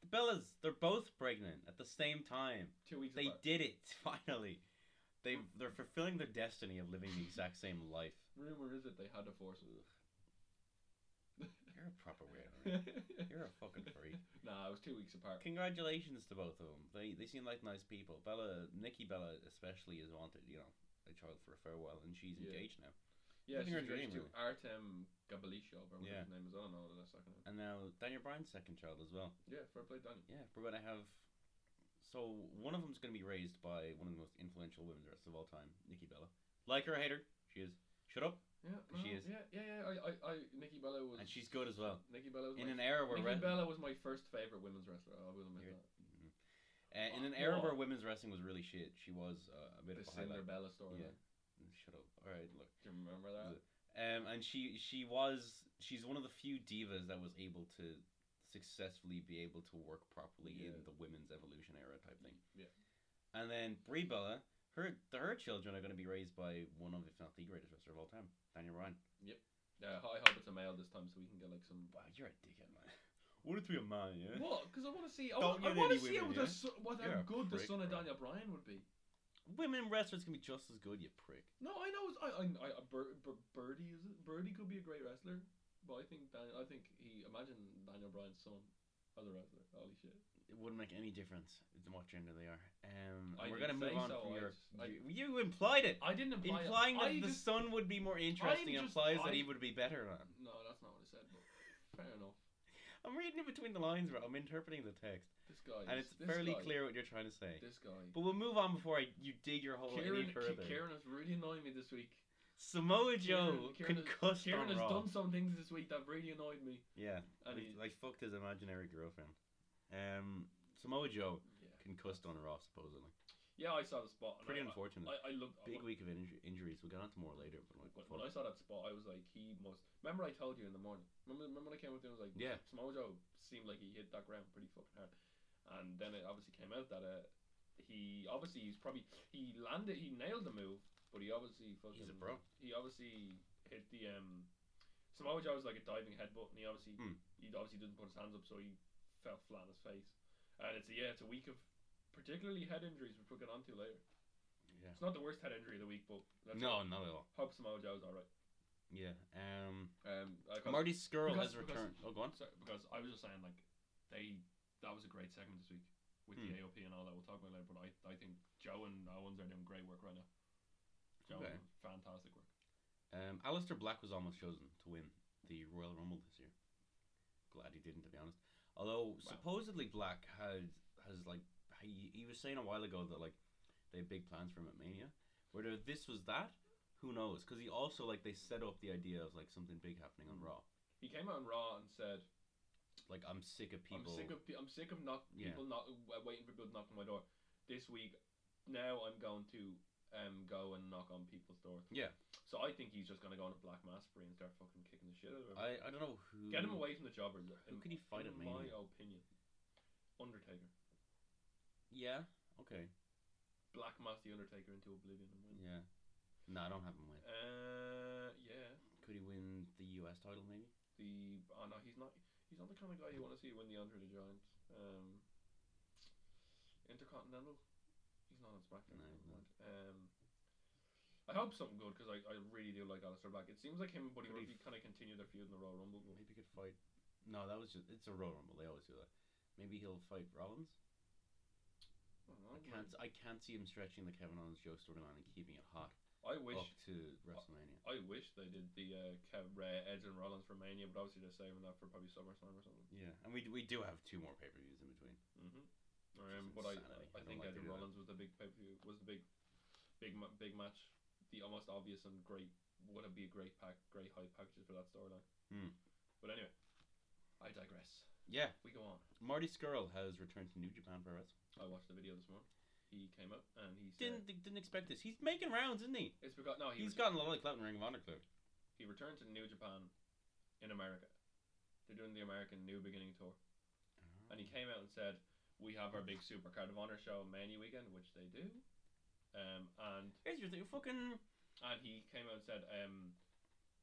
Speaker 1: The Bellas, they're both pregnant at the same time.
Speaker 2: Two weeks
Speaker 1: They
Speaker 2: apart.
Speaker 1: did it finally. They they're fulfilling their destiny of living the exact same life.
Speaker 2: Rumor is that they had to force it.
Speaker 1: You're a proper weirdo. man. You're a fucking freak.
Speaker 2: nah, it was two weeks apart.
Speaker 1: Congratulations to both of them. They they seem like nice people. Bella, Nikki Bella especially is wanted, you know, a child for a farewell, and she's
Speaker 2: Yeah.
Speaker 1: engaged now.
Speaker 2: Yeah,
Speaker 1: Living
Speaker 2: she's
Speaker 1: her
Speaker 2: engaged
Speaker 1: dream,
Speaker 2: to Artem Gabalishov or whatever
Speaker 1: Yeah.
Speaker 2: his name is. I don't know the second name.
Speaker 1: And now Daniel Bryan's second child as well.
Speaker 2: Yeah, fair play, Daniel.
Speaker 1: Yeah, we're gonna have. So one of them's gonna be raised by one of the most influential women the rest of all time, Nikki Bella. Like her, or hate her, she is. Shut up,
Speaker 2: Yeah,
Speaker 1: Because she
Speaker 2: no,
Speaker 1: is.
Speaker 2: Yeah, yeah, yeah. I, I, I Nikki Bella was.
Speaker 1: and she's good as well.
Speaker 2: Nikki Bella was
Speaker 1: In an
Speaker 2: my,
Speaker 1: era where
Speaker 2: Nikki
Speaker 1: wrestling,
Speaker 2: Bella was my first favorite women's wrestler. I will admit
Speaker 1: You're uh,
Speaker 2: that.
Speaker 1: in an era
Speaker 2: Whoa.
Speaker 1: where women's wrestling was really shit, she was uh, a bit of
Speaker 2: The
Speaker 1: a highlight.
Speaker 2: Cinderbella story.
Speaker 1: Yeah. Shut up. All right, look.
Speaker 2: Do you remember that?
Speaker 1: Um, and she she was she's one of the few divas that was able to successfully be able to work properly in
Speaker 2: Yeah.
Speaker 1: the women's evolution era type thing.
Speaker 2: Yeah.
Speaker 1: And then Brie Bella, her her children are going to be raised by one of if not the greatest wrestler of all time, Daniel Bryan.
Speaker 2: Yep. Yeah, I hope it's a male this time so we can get like some.
Speaker 1: Wow, you're a dickhead, man. What if we a man, yeah?
Speaker 2: What? Because I want to see. I,
Speaker 1: Don't
Speaker 2: I
Speaker 1: get
Speaker 2: want
Speaker 1: any
Speaker 2: to see how,
Speaker 1: women,
Speaker 2: the
Speaker 1: yeah?
Speaker 2: so- what,
Speaker 1: You're
Speaker 2: how
Speaker 1: a
Speaker 2: good the
Speaker 1: prick,
Speaker 2: son of
Speaker 1: bro.
Speaker 2: Daniel Bryan would be.
Speaker 1: Women wrestlers can be just as good, you prick.
Speaker 2: No, I know. It's, I, I, I, I- Bir- Bir- Birdie is it? Birdie could be a great wrestler, but I think Dan, I think he imagine Daniel Bryan's son as a wrestler. Holy shit!
Speaker 1: It wouldn't make any difference in what gender they are. Um,
Speaker 2: I
Speaker 1: and we're gonna move
Speaker 2: didn't say
Speaker 1: on
Speaker 2: so,
Speaker 1: from
Speaker 2: I
Speaker 1: your.
Speaker 2: just- I-
Speaker 1: you, you implied it,
Speaker 2: I didn't imply it.
Speaker 1: implying that
Speaker 2: I
Speaker 1: the
Speaker 2: just-
Speaker 1: son would be more interesting
Speaker 2: just-
Speaker 1: implies that
Speaker 2: I-
Speaker 1: he would be better on.
Speaker 2: No, that's not what I said. But fair enough.
Speaker 1: I'm reading it between the lines, bro. I'm interpreting the text,
Speaker 2: This guy.
Speaker 1: and
Speaker 2: is-
Speaker 1: it's
Speaker 2: this
Speaker 1: fairly
Speaker 2: guy-
Speaker 1: clear what you're trying to say.
Speaker 2: This guy.
Speaker 1: But we'll move on before I, you dig your hole
Speaker 2: Kieran,
Speaker 1: any further.
Speaker 2: Kieran has really annoyed me this week.
Speaker 1: Samoa Joe
Speaker 2: Kieran- Kieran has-
Speaker 1: concussed
Speaker 2: Kieran
Speaker 1: on
Speaker 2: has
Speaker 1: Raw.
Speaker 2: done some things this week that really annoyed me.
Speaker 1: Yeah,
Speaker 2: And
Speaker 1: like,
Speaker 2: he-
Speaker 1: like fucked his imaginary girlfriend. Um, Samoa Joe
Speaker 2: Yeah,
Speaker 1: concussed on Raw supposedly.
Speaker 2: yeah I saw the spot. and
Speaker 1: Pretty
Speaker 2: I,
Speaker 1: unfortunate.
Speaker 2: I, I looked.
Speaker 1: Big week of inju- injuries. We'll get on to more later, but like,
Speaker 2: When, when I
Speaker 1: fuck.
Speaker 2: saw that spot, I was like, he must. Remember, I told you in the morning. Remember, remember when I came up there and was like,
Speaker 1: yeah,
Speaker 2: Samoa Joe seemed like he hit that ground pretty fucking hard, and then it obviously came out that uh, he obviously he's probably he landed he nailed the move, but he obviously fucking
Speaker 1: he's a bro.
Speaker 2: he obviously hit the um Samoa Joe was like a diving headbutt and he obviously
Speaker 1: Hmm.
Speaker 2: he obviously didn't put his hands up so he fell flat on his face. And it's a, yeah, it's a week of particularly head injuries which we'll get onto later.
Speaker 1: Yeah.
Speaker 2: It's not the worst head injury of the week, but let's
Speaker 1: No, not at all.
Speaker 2: hope Samoa Joe's alright.
Speaker 1: Yeah. Um,
Speaker 2: Um I got-
Speaker 1: Marty Skrull
Speaker 2: because-
Speaker 1: has
Speaker 2: because-
Speaker 1: returned. Oh, go on.
Speaker 2: sorry, because I was just saying like they that was a great segment this week with
Speaker 1: Hmm.
Speaker 2: the AOP and all that we'll talk about it later, but I, I think Joe and Owens are doing great work right now. Joe
Speaker 1: Okay.
Speaker 2: fantastic work.
Speaker 1: Um, Alistair Black was almost chosen to win the Royal Rumble this year. Glad he didn't, to be honest. Although supposedly Black had has like he, he was saying a while ago that like they had big plans for him at Mania. Whether this was that, who knows? Because he also like they set up the idea of like something big happening on Raw.
Speaker 2: He came out on Raw and said
Speaker 1: Like I'm sick of people.
Speaker 2: I'm sick of pe- I'm sick of not
Speaker 1: Yeah.
Speaker 2: people not uh, waiting for people to knock on my door. This week, now I'm going to um go and knock on people's doors.
Speaker 1: Yeah.
Speaker 2: So I think he's just gonna go on a black mass spree and start fucking kicking the shit out of him.
Speaker 1: I I don't know who.
Speaker 2: Get him away from the jobber.
Speaker 1: who
Speaker 2: in-
Speaker 1: could he fight
Speaker 2: in
Speaker 1: at
Speaker 2: my
Speaker 1: Mania?
Speaker 2: opinion, Undertaker.
Speaker 1: Yeah. Okay.
Speaker 2: Black mass the Undertaker into oblivion and win.
Speaker 1: Yeah. No, I don't have him win.
Speaker 2: Uh, yeah.
Speaker 1: Could he win the U.S. title maybe?
Speaker 2: The oh no, he's not. He's not the kind of guy you want to see win the Andre the Giant. Um, Intercontinental. He's not on
Speaker 1: No,
Speaker 2: SmackDown. never
Speaker 1: no.
Speaker 2: mind. Um, I hope something good because I, I really do like Alistair Black. It seems like him and Buddy
Speaker 1: Pretty
Speaker 2: Murphy kind of continue their feud in the Royal Rumble. but-
Speaker 1: Maybe he could fight. No, that was just it's a Royal Rumble. They always do that. Maybe he'll fight Rollins.
Speaker 2: I, don't know,
Speaker 1: I can't. I can't see him stretching the Kevin Owens Joe storyline and keeping it hot
Speaker 2: I wish.
Speaker 1: up to WrestleMania.
Speaker 2: I wish they did the uh, Kev, uh, Edge and Rollins for Mania, but obviously they're saving that for probably SummerSlam or something.
Speaker 1: Yeah, and we we do have two more pay per views in between.
Speaker 2: Mm-hmm.
Speaker 1: is
Speaker 2: Um, but I,
Speaker 1: insanity. I
Speaker 2: I
Speaker 1: don't
Speaker 2: think
Speaker 1: like to
Speaker 2: Edge
Speaker 1: do
Speaker 2: and
Speaker 1: that.
Speaker 2: Rollins was the big pay per view was the big, big ma- big match, the almost obvious and great would have be a great pack, great hype packages for that storyline.
Speaker 1: Hmm.
Speaker 2: But anyway, I digress.
Speaker 1: Yeah,
Speaker 2: We go on.
Speaker 1: Marty Skrull has returned to New Japan Pro Wrestling.
Speaker 2: I watched the video this morning. He came up and he said,
Speaker 1: Didn't didn't expect this. He's making rounds, isn't he?
Speaker 2: "It's because no, he
Speaker 1: He's
Speaker 2: ret-
Speaker 1: gotten a lot of clout in Ring of Honor clearly.
Speaker 2: he returned to New Japan, in America. They're doing the American New Beginning tour,
Speaker 1: Oh.
Speaker 2: and he
Speaker 1: Hmm.
Speaker 2: came out and said, "We have our big Super Card of Honor show Mania weekend, which they do." Um, and
Speaker 1: Here's your thing, fucking.
Speaker 2: and he came out and said, um,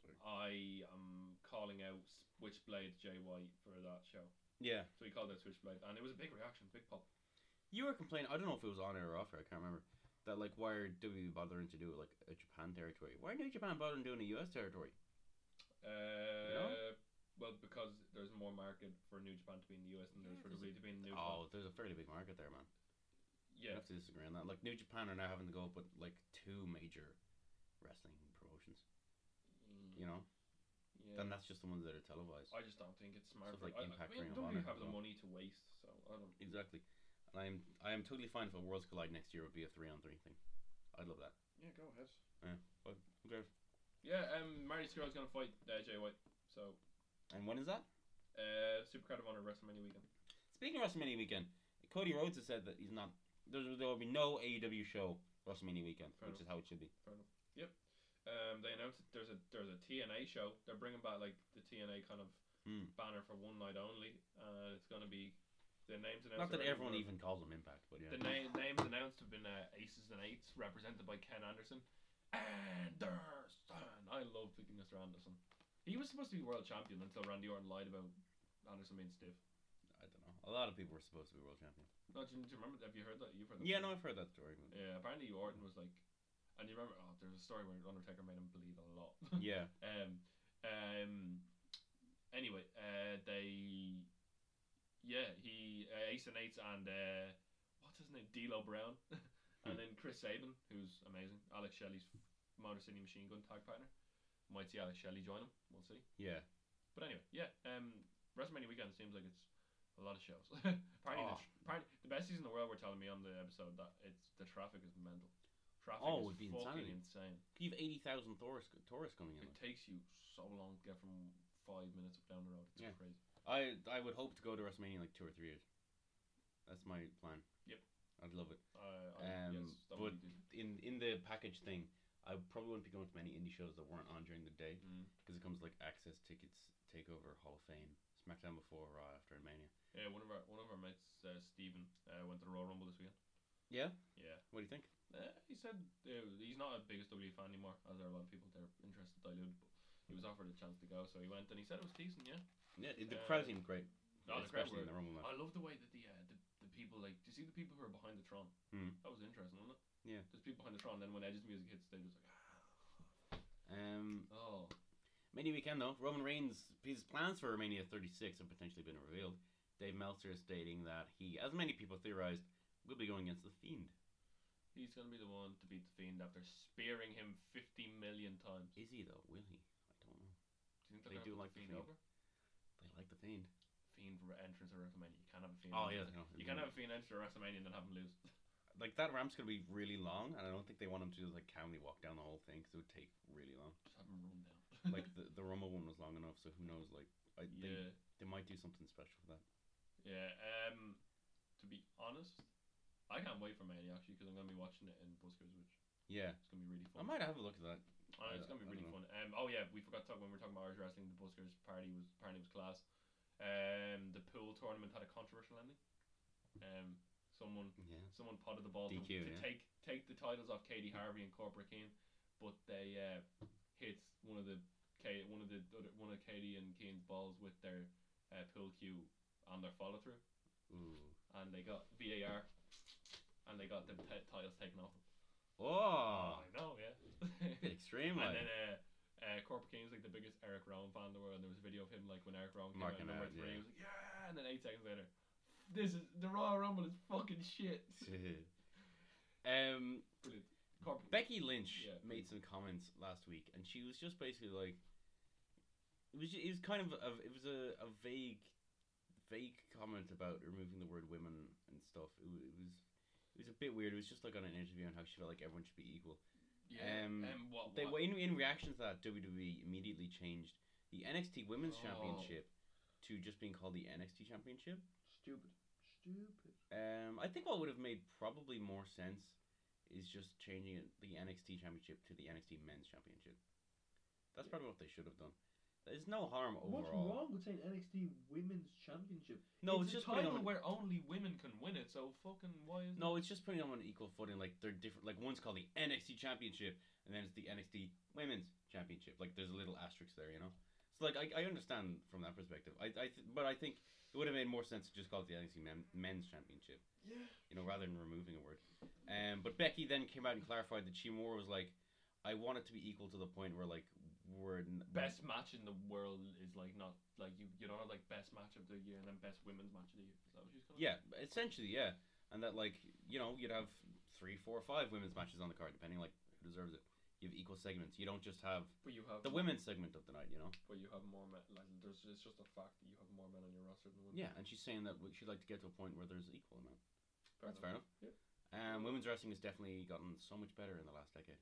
Speaker 1: Sorry.
Speaker 2: "I am calling out Switchblade Jay White for that show."
Speaker 1: Yeah,
Speaker 2: So he called out Switchblade, and it was a big reaction, big pop.
Speaker 1: you were complaining. I don't know if it was on air or off air. I can't remember. That like why are WWE bothering to do like a Japan territory? Why are New Japan bothering doing a US territory?
Speaker 2: Uh,
Speaker 1: Yeah.
Speaker 2: Well, because there's more market for New Japan to be in the US than there's
Speaker 1: Yeah,
Speaker 2: for
Speaker 1: there's
Speaker 2: WWE to be in New Japan.
Speaker 1: Oh, there's a fairly big market there, man. You
Speaker 2: Yeah,
Speaker 1: have to disagree on that. Like New Japan are now having to go up with like two major wrestling promotions.
Speaker 2: Mm,
Speaker 1: You know,
Speaker 2: yeah.
Speaker 1: and that's just the ones that are televised.
Speaker 2: I just don't think it's smart.
Speaker 1: Stuff
Speaker 2: for-
Speaker 1: like
Speaker 2: I, I
Speaker 1: Impact,
Speaker 2: mean,
Speaker 1: Ring of
Speaker 2: don't really
Speaker 1: Honor
Speaker 2: have the
Speaker 1: as well.
Speaker 2: money to waste, so I don't.
Speaker 1: Exactly, and I'm I am totally fine if a Worlds Collide next year would be a three on three thing. I'd love that.
Speaker 2: Yeah, go ahead.
Speaker 1: Okay.
Speaker 2: Yeah, um, Marty Skrull's gonna fight uh, Jay White, so
Speaker 1: And when is that?
Speaker 2: uh, Super Card of Honor WrestleMania weekend.
Speaker 1: Speaking of WrestleMania weekend, Cody Rhodes has said that he's not. There, there will be no AEW show WrestleMania weekend,
Speaker 2: Fair
Speaker 1: which is how it should be.
Speaker 2: Um, they announced that there's a there's a TNA show. They're bringing back like the TNA kind of
Speaker 1: Hmm.
Speaker 2: banner for one night only, and it's gonna be the names
Speaker 1: Not
Speaker 2: announced.
Speaker 1: that
Speaker 2: already
Speaker 1: everyone
Speaker 2: were-
Speaker 1: even calls them Impact, but yeah.
Speaker 2: the na- names announced have been uh, Aces and Eights, represented by Ken Anderson. Anderson, I love picking Mr. Anderson. He was supposed to be world champion until Randy Orton lied about Anderson being stiff.
Speaker 1: I don't know. A lot of people were supposed to be world champion.
Speaker 2: No, do you, do you remember? Have you heard that? You've heard that
Speaker 1: Yeah, no,
Speaker 2: story.
Speaker 1: I've heard that story. but-
Speaker 2: Yeah, apparently Orton was like, and you remember? Oh, there's a story where Undertaker made him bleed a lot.
Speaker 1: Yeah.
Speaker 2: Um, um, anyway, uh, they, yeah, he uh, Ace and Eights and uh, what's his name, D'Lo Brown,
Speaker 1: Hmm.
Speaker 2: and then Chris Sabin, who's amazing. Alex Shelley's Motor City Machine Gun tag partner. Might see Alex Shelley join him. We'll see.
Speaker 1: Yeah.
Speaker 2: But anyway, yeah. Um, WrestleMania weekend seems like it's a lot of shows. apparently,
Speaker 1: Oh.
Speaker 2: the, tr- apparently, the best season in the world. Were telling me on the episode that it's the traffic is mental. Traffic
Speaker 1: Oh,
Speaker 2: is
Speaker 1: it'd be
Speaker 2: fucking
Speaker 1: insanity.
Speaker 2: insane.
Speaker 1: You have 80,000 tourists, tourists coming in.
Speaker 2: It takes you so long to get from five minutes up down the road. It's
Speaker 1: Yeah.
Speaker 2: crazy.
Speaker 1: I I would hope to go to WrestleMania in like two or three years. That's my plan.
Speaker 2: Yep.
Speaker 1: I'd love it.
Speaker 2: Uh, I,
Speaker 1: Um,
Speaker 2: yes, that would
Speaker 1: but-
Speaker 2: be good.
Speaker 1: In in the package thing, I probably wouldn't be going to many indie shows that weren't on during the day
Speaker 2: Mm.
Speaker 1: because it comes with, like access tickets, Takeover, Hall of Fame, SmackDown before Raw after and Mania.
Speaker 2: Yeah, one of our one of our mates, uh, Stephen, uh, went to the Royal Rumble this weekend.
Speaker 1: Yeah.
Speaker 2: Yeah,
Speaker 1: What do you think?
Speaker 2: uh, he said uh, he's not a biggest WWE fan anymore, as are a lot of people. Their interest is diluted. But he was offered a chance to go, so he went, and he said it was decent. Yeah,
Speaker 1: Yeah, the
Speaker 2: Uh,
Speaker 1: crowd seemed great,
Speaker 2: oh, the crowd
Speaker 1: especially in
Speaker 2: were-
Speaker 1: the Rumble match.
Speaker 2: I love the way that the, uh, the the people like. Do you see the people who are behind the Tron?
Speaker 1: Hmm.
Speaker 2: That was interesting, wasn't it?
Speaker 1: Yeah.
Speaker 2: There's people behind the Tron. Then when Edge's music hits, they're just like,
Speaker 1: Um,
Speaker 2: oh,
Speaker 1: Mania weekend though, Roman Reigns his plans for Mania 36 have potentially been revealed. Dave Meltzer is stating that he, as many people theorized, will be going against the Fiend.
Speaker 2: he's gonna be the one to beat the Fiend after spearing him 50 million times.
Speaker 1: Is he though? Will he? I don't know.
Speaker 2: Do you think
Speaker 1: They
Speaker 2: they're
Speaker 1: do
Speaker 2: gonna
Speaker 1: like
Speaker 2: put
Speaker 1: the
Speaker 2: Fiend
Speaker 1: Fiend.
Speaker 2: over?
Speaker 1: They like the Fiend.
Speaker 2: Fiend re- entrance at WrestleMania. You can't have a Fiend.
Speaker 1: Oh
Speaker 2: entrance.
Speaker 1: yeah, no,
Speaker 2: You can't have a Fiend entrance at WrestleMania and then have him lose.
Speaker 1: like that ramp's gonna be really long, and I don't think they want him to like calmly walk down the whole thing because it would take really long.
Speaker 2: Just have him run down.
Speaker 1: Like the the Rumble one was long enough, so who knows? Like I think
Speaker 2: yeah,
Speaker 1: they might do something special for that.
Speaker 2: yeah. Um, to be honest, I can't wait for Mania actually because I'm gonna be watching it in Buskers, which
Speaker 1: Yeah,
Speaker 2: it's gonna be really
Speaker 1: I
Speaker 2: fun.
Speaker 1: might have a look at that.
Speaker 2: I know, it's
Speaker 1: I-
Speaker 2: gonna be
Speaker 1: I
Speaker 2: really fun.
Speaker 1: dunno.
Speaker 2: Um, oh yeah, we forgot to talk when we were talking about Irish wrestling. The Buskers party was party was class. Um, the pool tournament had a controversial ending. Um, someone
Speaker 1: Yeah,
Speaker 2: someone potted the ball to,
Speaker 1: DQ,
Speaker 2: to
Speaker 1: yeah.
Speaker 2: take take the titles off Katie Harvey and Corporate Kane, but they uh, hit one of the K one of the other, one of Katie and Kane's balls with their uh, pool cue on their follow through,
Speaker 1: ooh,
Speaker 2: and they got VAR, and they got the t- titles taken off. them.
Speaker 1: oh,
Speaker 2: I know, yeah.
Speaker 1: bit extreme.
Speaker 2: and
Speaker 1: like.
Speaker 2: then. Uh, uh, Corporate Kane's like the biggest Eric Rowan fan in the world, and there was a video of him like when Eric Rowan came
Speaker 1: Marking
Speaker 2: out at number
Speaker 1: out, yeah.
Speaker 2: three, he was like, yeah, and then eight seconds later, this is the Royal Rumble is fucking shit.
Speaker 1: um,
Speaker 2: Brilliant. Corporate
Speaker 1: Becky Lynch
Speaker 2: Yeah.
Speaker 1: made some comments last week, and she was just basically like, it was, ju- it was kind of a, it was a, a vague, vague comment about removing the word women and stuff. It, wa- it was, it was a bit weird. It was just like on an interview on how she felt like everyone should be equal.
Speaker 2: Yeah.
Speaker 1: Um,
Speaker 2: um, what,
Speaker 1: They
Speaker 2: what?
Speaker 1: in in reaction to that, WWE immediately changed the NXT Women's
Speaker 2: Oh.
Speaker 1: Championship to just being called the NXT Championship.
Speaker 2: Stupid. Stupid.
Speaker 1: Um, I think what would have made probably more sense is just changing it, the NXT Championship to the NXT Men's Championship. That's probably what they should have done. There's no harm
Speaker 2: What's
Speaker 1: overall.
Speaker 2: wrong with saying NXT Women's Championship?
Speaker 1: No, it's,
Speaker 2: a
Speaker 1: just putting them.
Speaker 2: title
Speaker 1: on-
Speaker 2: where only women can win it. So fucking why is
Speaker 1: No, it's just putting them on an equal footing. Like they're different. Like one's called the NXT Championship, and then it's the NXT Women's Championship. Like there's a little asterisk there, you know. So like I, I understand from that perspective. I, I th- but I think it would have made more sense to just call it the NXT Men- Men's Championship.
Speaker 2: Yeah.
Speaker 1: you know, rather than removing a word. Um, but Becky then came out and clarified that she more was like, I want it to be equal to the point where like we're n-
Speaker 2: Best match in the world is like not like you. You don't have like best match of the year and then best women's match of the year. Is that what she's calling? it?
Speaker 1: Yeah, essentially, yeah, and that like you know you'd have three, four, five women's matches on the card depending like who deserves it. You have equal segments. You don't just have
Speaker 2: But you have
Speaker 1: the
Speaker 2: more-
Speaker 1: women's segment of the night, you know.
Speaker 2: But you have more men. Like there's it's just a fact that you have more men on your roster than women.
Speaker 1: Yeah, and she's saying that w- she'd like to get to a point where there's equal amount. That's fair enough.
Speaker 2: Yeah.
Speaker 1: Um, women's wrestling has definitely gotten so much better in the last decade.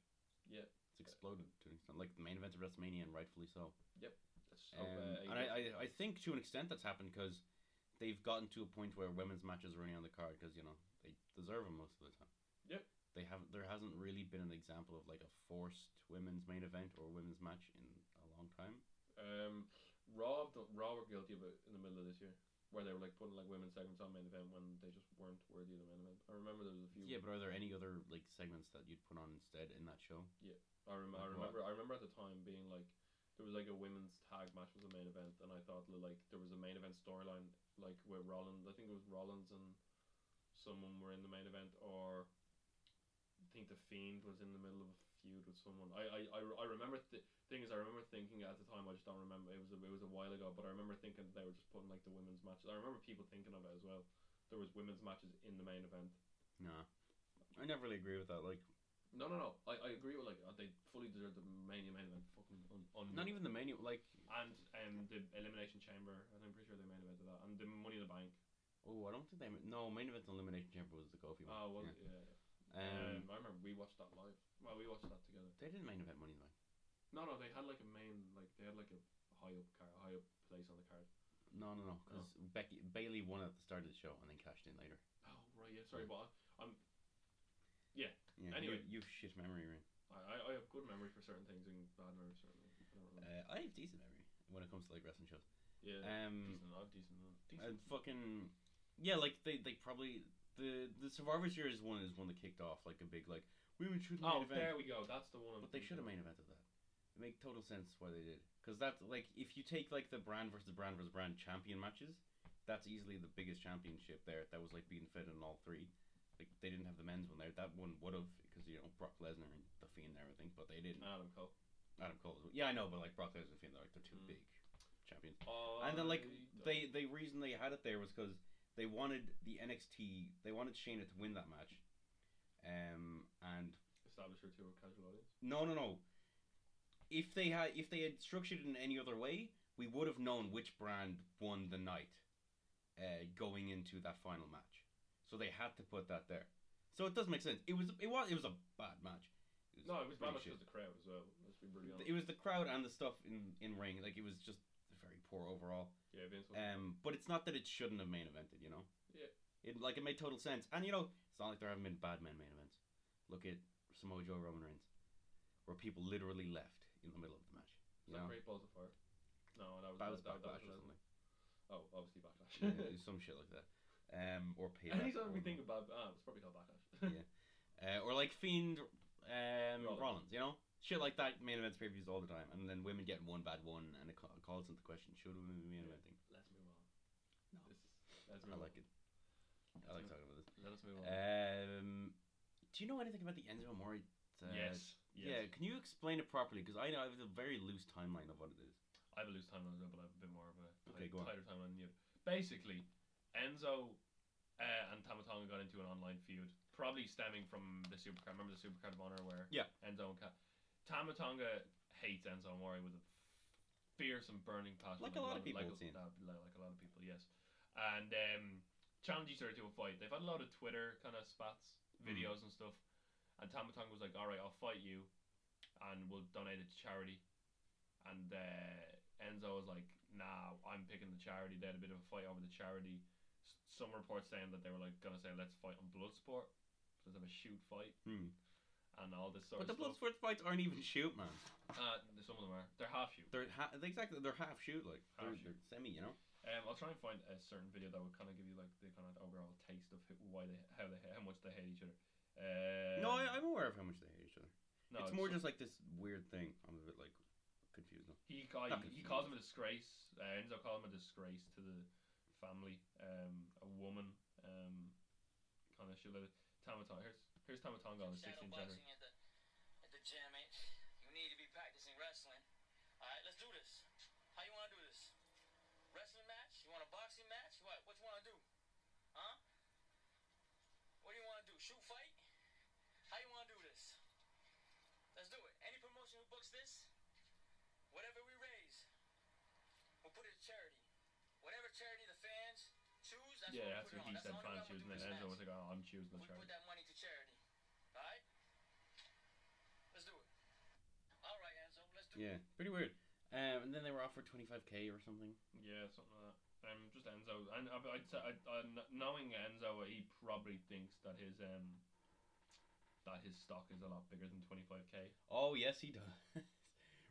Speaker 2: Yeah.
Speaker 1: It's exploded to an extent, like the main event of WrestleMania, and rightfully so.
Speaker 2: That's so,
Speaker 1: Um,
Speaker 2: uh,
Speaker 1: and I, I, I think to an extent that's happened because they've gotten to a point where women's matches are only on the card because you know they deserve them most of the time.
Speaker 2: Yep.
Speaker 1: They have there hasn't really been an example of like a forced women's main event or women's match in a long time.
Speaker 2: Um, Raw, the, Raw were guilty of it in the middle of this year, where they were like putting like women's segments on main event when they just weren't worthy of the main event. I remember there was a few.
Speaker 1: Yeah, but are there any other like segments that you'd put on instead in that show?
Speaker 2: I, rem-
Speaker 1: Like
Speaker 2: I
Speaker 1: what?
Speaker 2: remember. I remember at the time being like, there was like a women's tag match was the main event, and I thought li- like there was a main event storyline like where Rollins, I think it was Rollins and someone were in the main event, or I think the Fiend was in the middle of a feud with someone. I I, I, re- I remember the thing is I remember thinking at the time I just don't remember it was a, it was a while ago, but I remember thinking they were just putting like the women's matches. I remember people thinking of it as well. There was women's matches in the main event.
Speaker 1: No. I never really agree with that. Like,
Speaker 2: No, no, no. I, I agree with like uh, they fully deserve the Mania main event. Fucking on, on
Speaker 1: not even the menu. Like,
Speaker 2: and um the Elimination Chamber. And I'm pretty sure they main evented that. And the Money in the Bank.
Speaker 1: oh, I don't think they. ma- No, main event and elimination chamber was the Kofi one.
Speaker 2: Oh, was
Speaker 1: yeah.
Speaker 2: it? Yeah. yeah.
Speaker 1: Um,
Speaker 2: Um, I remember we watched that live. Well, we watched that together.
Speaker 1: they didn't main event money in the Bank.
Speaker 2: No, no, they had like a main like they had like a high up car, high up place on the card.
Speaker 1: No, no, no. Because Becky Bailey won at the start of the show and then cashed in later.
Speaker 2: Oh right, yeah. Sorry, but I- I'm. Yeah,
Speaker 1: Yeah,
Speaker 2: Anyway.
Speaker 1: you, you've shit memory, Rin.
Speaker 2: I, I, I have good memory for certain things and bad memory for certain things. I don't remember.
Speaker 1: Uh, I have decent memory when it comes to like wrestling shows.
Speaker 2: yeah,
Speaker 1: Um,
Speaker 2: decent, not decent, not
Speaker 1: and
Speaker 2: decent.
Speaker 1: fucking yeah, like they they probably the the Survivor Series one is one that kicked off like a big like women should main
Speaker 2: oh,
Speaker 1: event,
Speaker 2: there we go. That's the one. I'm
Speaker 1: but they should have
Speaker 2: thinking
Speaker 1: main evented that. It make total sense why they did because that's like if you take like the brand versus brand versus brand champion matches, that's easily the biggest championship there. That was like being fed in all three. Like they didn't have the men's one there. That one would have because you know Brock Lesnar and the Fiend and everything, but they
Speaker 2: of.
Speaker 1: didn't.
Speaker 2: Adam Cole.
Speaker 1: Adam Cole. as well. Yeah, I know, but like Brock Lesnar and Fiend, like they're two
Speaker 2: Mm.
Speaker 1: big champions.
Speaker 2: Oh,
Speaker 1: And then like they the reason they had it there was because they wanted the NXT they wanted Shayna to win that match, um and
Speaker 2: establish her to a casual audience.
Speaker 1: no no no, if they had if they had structured it in any other way we would have known which brand won the night, uh going into that final match, so they had to put that there, so it does make sense. It was it was it was a bad match.
Speaker 2: No, it was
Speaker 1: pretty
Speaker 2: bad much
Speaker 1: shit.
Speaker 2: because the crowd as well. Let's be brutally honest.
Speaker 1: It was the crowd and the stuff in in ring like it was just very poor overall.
Speaker 2: yeah, Vince. was-
Speaker 1: Um, but it's not that it shouldn't have main evented, you know.
Speaker 2: Yeah.
Speaker 1: It like it made total sense, and you know, it's not like there haven't been bad men main events. Look at Samoa Joe Roman Reigns, where people literally left in the middle of the match.
Speaker 2: was
Speaker 1: You
Speaker 2: that
Speaker 1: know,
Speaker 2: Great Balls of Fire? No, that was
Speaker 1: that was
Speaker 2: that, that,
Speaker 1: backlash or
Speaker 2: was
Speaker 1: something,
Speaker 2: Oh, obviously backlash.
Speaker 1: Yeah, some shit like that. Um, or payback.
Speaker 2: Anytime
Speaker 1: or-
Speaker 2: we think about ah, it's probably called backlash.
Speaker 1: uh, or like Fiend, um,
Speaker 2: Rollins.
Speaker 1: Rollins. you know, shit like that. Main events pay per views all the time, and then women getting one bad one, and it ca- calls into question: should women be main
Speaker 2: Yeah.
Speaker 1: eventing?
Speaker 2: Let's move on.
Speaker 1: No.
Speaker 2: This, let's move
Speaker 1: I like it. I like
Speaker 2: Let's
Speaker 1: talking about this.
Speaker 2: on. Let us move on.
Speaker 1: Um, do you know anything about the Enzo Amore? Uh,
Speaker 2: yes.
Speaker 1: Yeah,
Speaker 2: Yes.
Speaker 1: can you explain it properly? Because I know I have a very loose timeline of what it is.
Speaker 2: I have a loose timeline as well, but I have a bit more of a
Speaker 1: Okay,
Speaker 2: tight-
Speaker 1: go on.
Speaker 2: tighter timeline than you. Basically, Enzo uh, and Tamatonga got into an online feud, probably stemming from the Supercard. Remember the Supercard of Honor where
Speaker 1: Yeah.
Speaker 2: Enzo and Ka- Tamatonga hates Enzo Amore with a fierce and burning passion.
Speaker 1: Like a lot of people,
Speaker 2: like,
Speaker 1: it seems.
Speaker 2: uh, like, like a lot of people, yes. And um, challenges her to a fight. They've had a lot of Twitter kind of spats,
Speaker 1: Mm.
Speaker 2: videos and stuff. And Tamatanga was like, "All right, I'll fight you, and we'll donate it to charity." And uh, Enzo was like, "Nah, I'm picking the charity." They had a bit of a fight over the charity. S- some reports saying that they were like gonna say, "Let's fight on blood sport." So Let's have a shoot fight
Speaker 1: Hmm.
Speaker 2: and all this sort
Speaker 1: But the
Speaker 2: of stuff.
Speaker 1: Bloodsport fights aren't even shoot, man.
Speaker 2: Uh, some of them are. They're half shoot.
Speaker 1: They're ha- they- exactly they're half shoot, like
Speaker 2: Half
Speaker 1: they're,
Speaker 2: shoot.
Speaker 1: they're semi, you know.
Speaker 2: Um, I'll try and find a certain video that would kind of give you like the kind of overall taste of who, why they how they how much they hate each other. Um,
Speaker 1: no, I, I'm aware of how much they hate each other.
Speaker 2: no,
Speaker 1: it's more just like this weird thing. I'm a bit like confused. Now.
Speaker 2: he ca-
Speaker 1: Not
Speaker 2: he, he
Speaker 1: confused.
Speaker 2: calls him a disgrace. Uh, Enzo called him a disgrace to the family. Um, a woman. Um, kind of shit. Tamatanga. Here's here's Tamatonga on the
Speaker 3: Shadow
Speaker 2: 16th January.
Speaker 3: boxing at the, at the gym, mate. You need to be practicing wrestling. All right, let's do this. How you want to do this? Wrestling match? You want a boxing match? What? What you want to do? Huh? What do you want to do? Shoot fight? How you want to do this? Let's do it. Any promotion who books this, whatever we raise, we'll put it to charity. Whatever charity the fans choose, that's
Speaker 2: Yeah,
Speaker 3: what
Speaker 2: that's
Speaker 3: we
Speaker 2: what
Speaker 3: put
Speaker 2: he
Speaker 3: it on. That's
Speaker 2: said.
Speaker 3: the only way
Speaker 2: Fans choosing and
Speaker 3: I'm gonna do this
Speaker 2: Enzo
Speaker 3: match.
Speaker 2: was like, oh, I'm choosing the
Speaker 3: We
Speaker 2: charity.
Speaker 3: put that money to charity. Alright? Let's do it. Alright, Enzo, let's do
Speaker 1: Yeah,
Speaker 3: it.
Speaker 1: pretty weird. Um, and then they were offered 25k or something.
Speaker 2: Yeah, something like that. Um, just Enzo, and I, I'd say, I, I, kn- knowing Enzo, he probably thinks that his um, that his stock is a lot bigger than twenty five k.
Speaker 1: Oh yes, he does.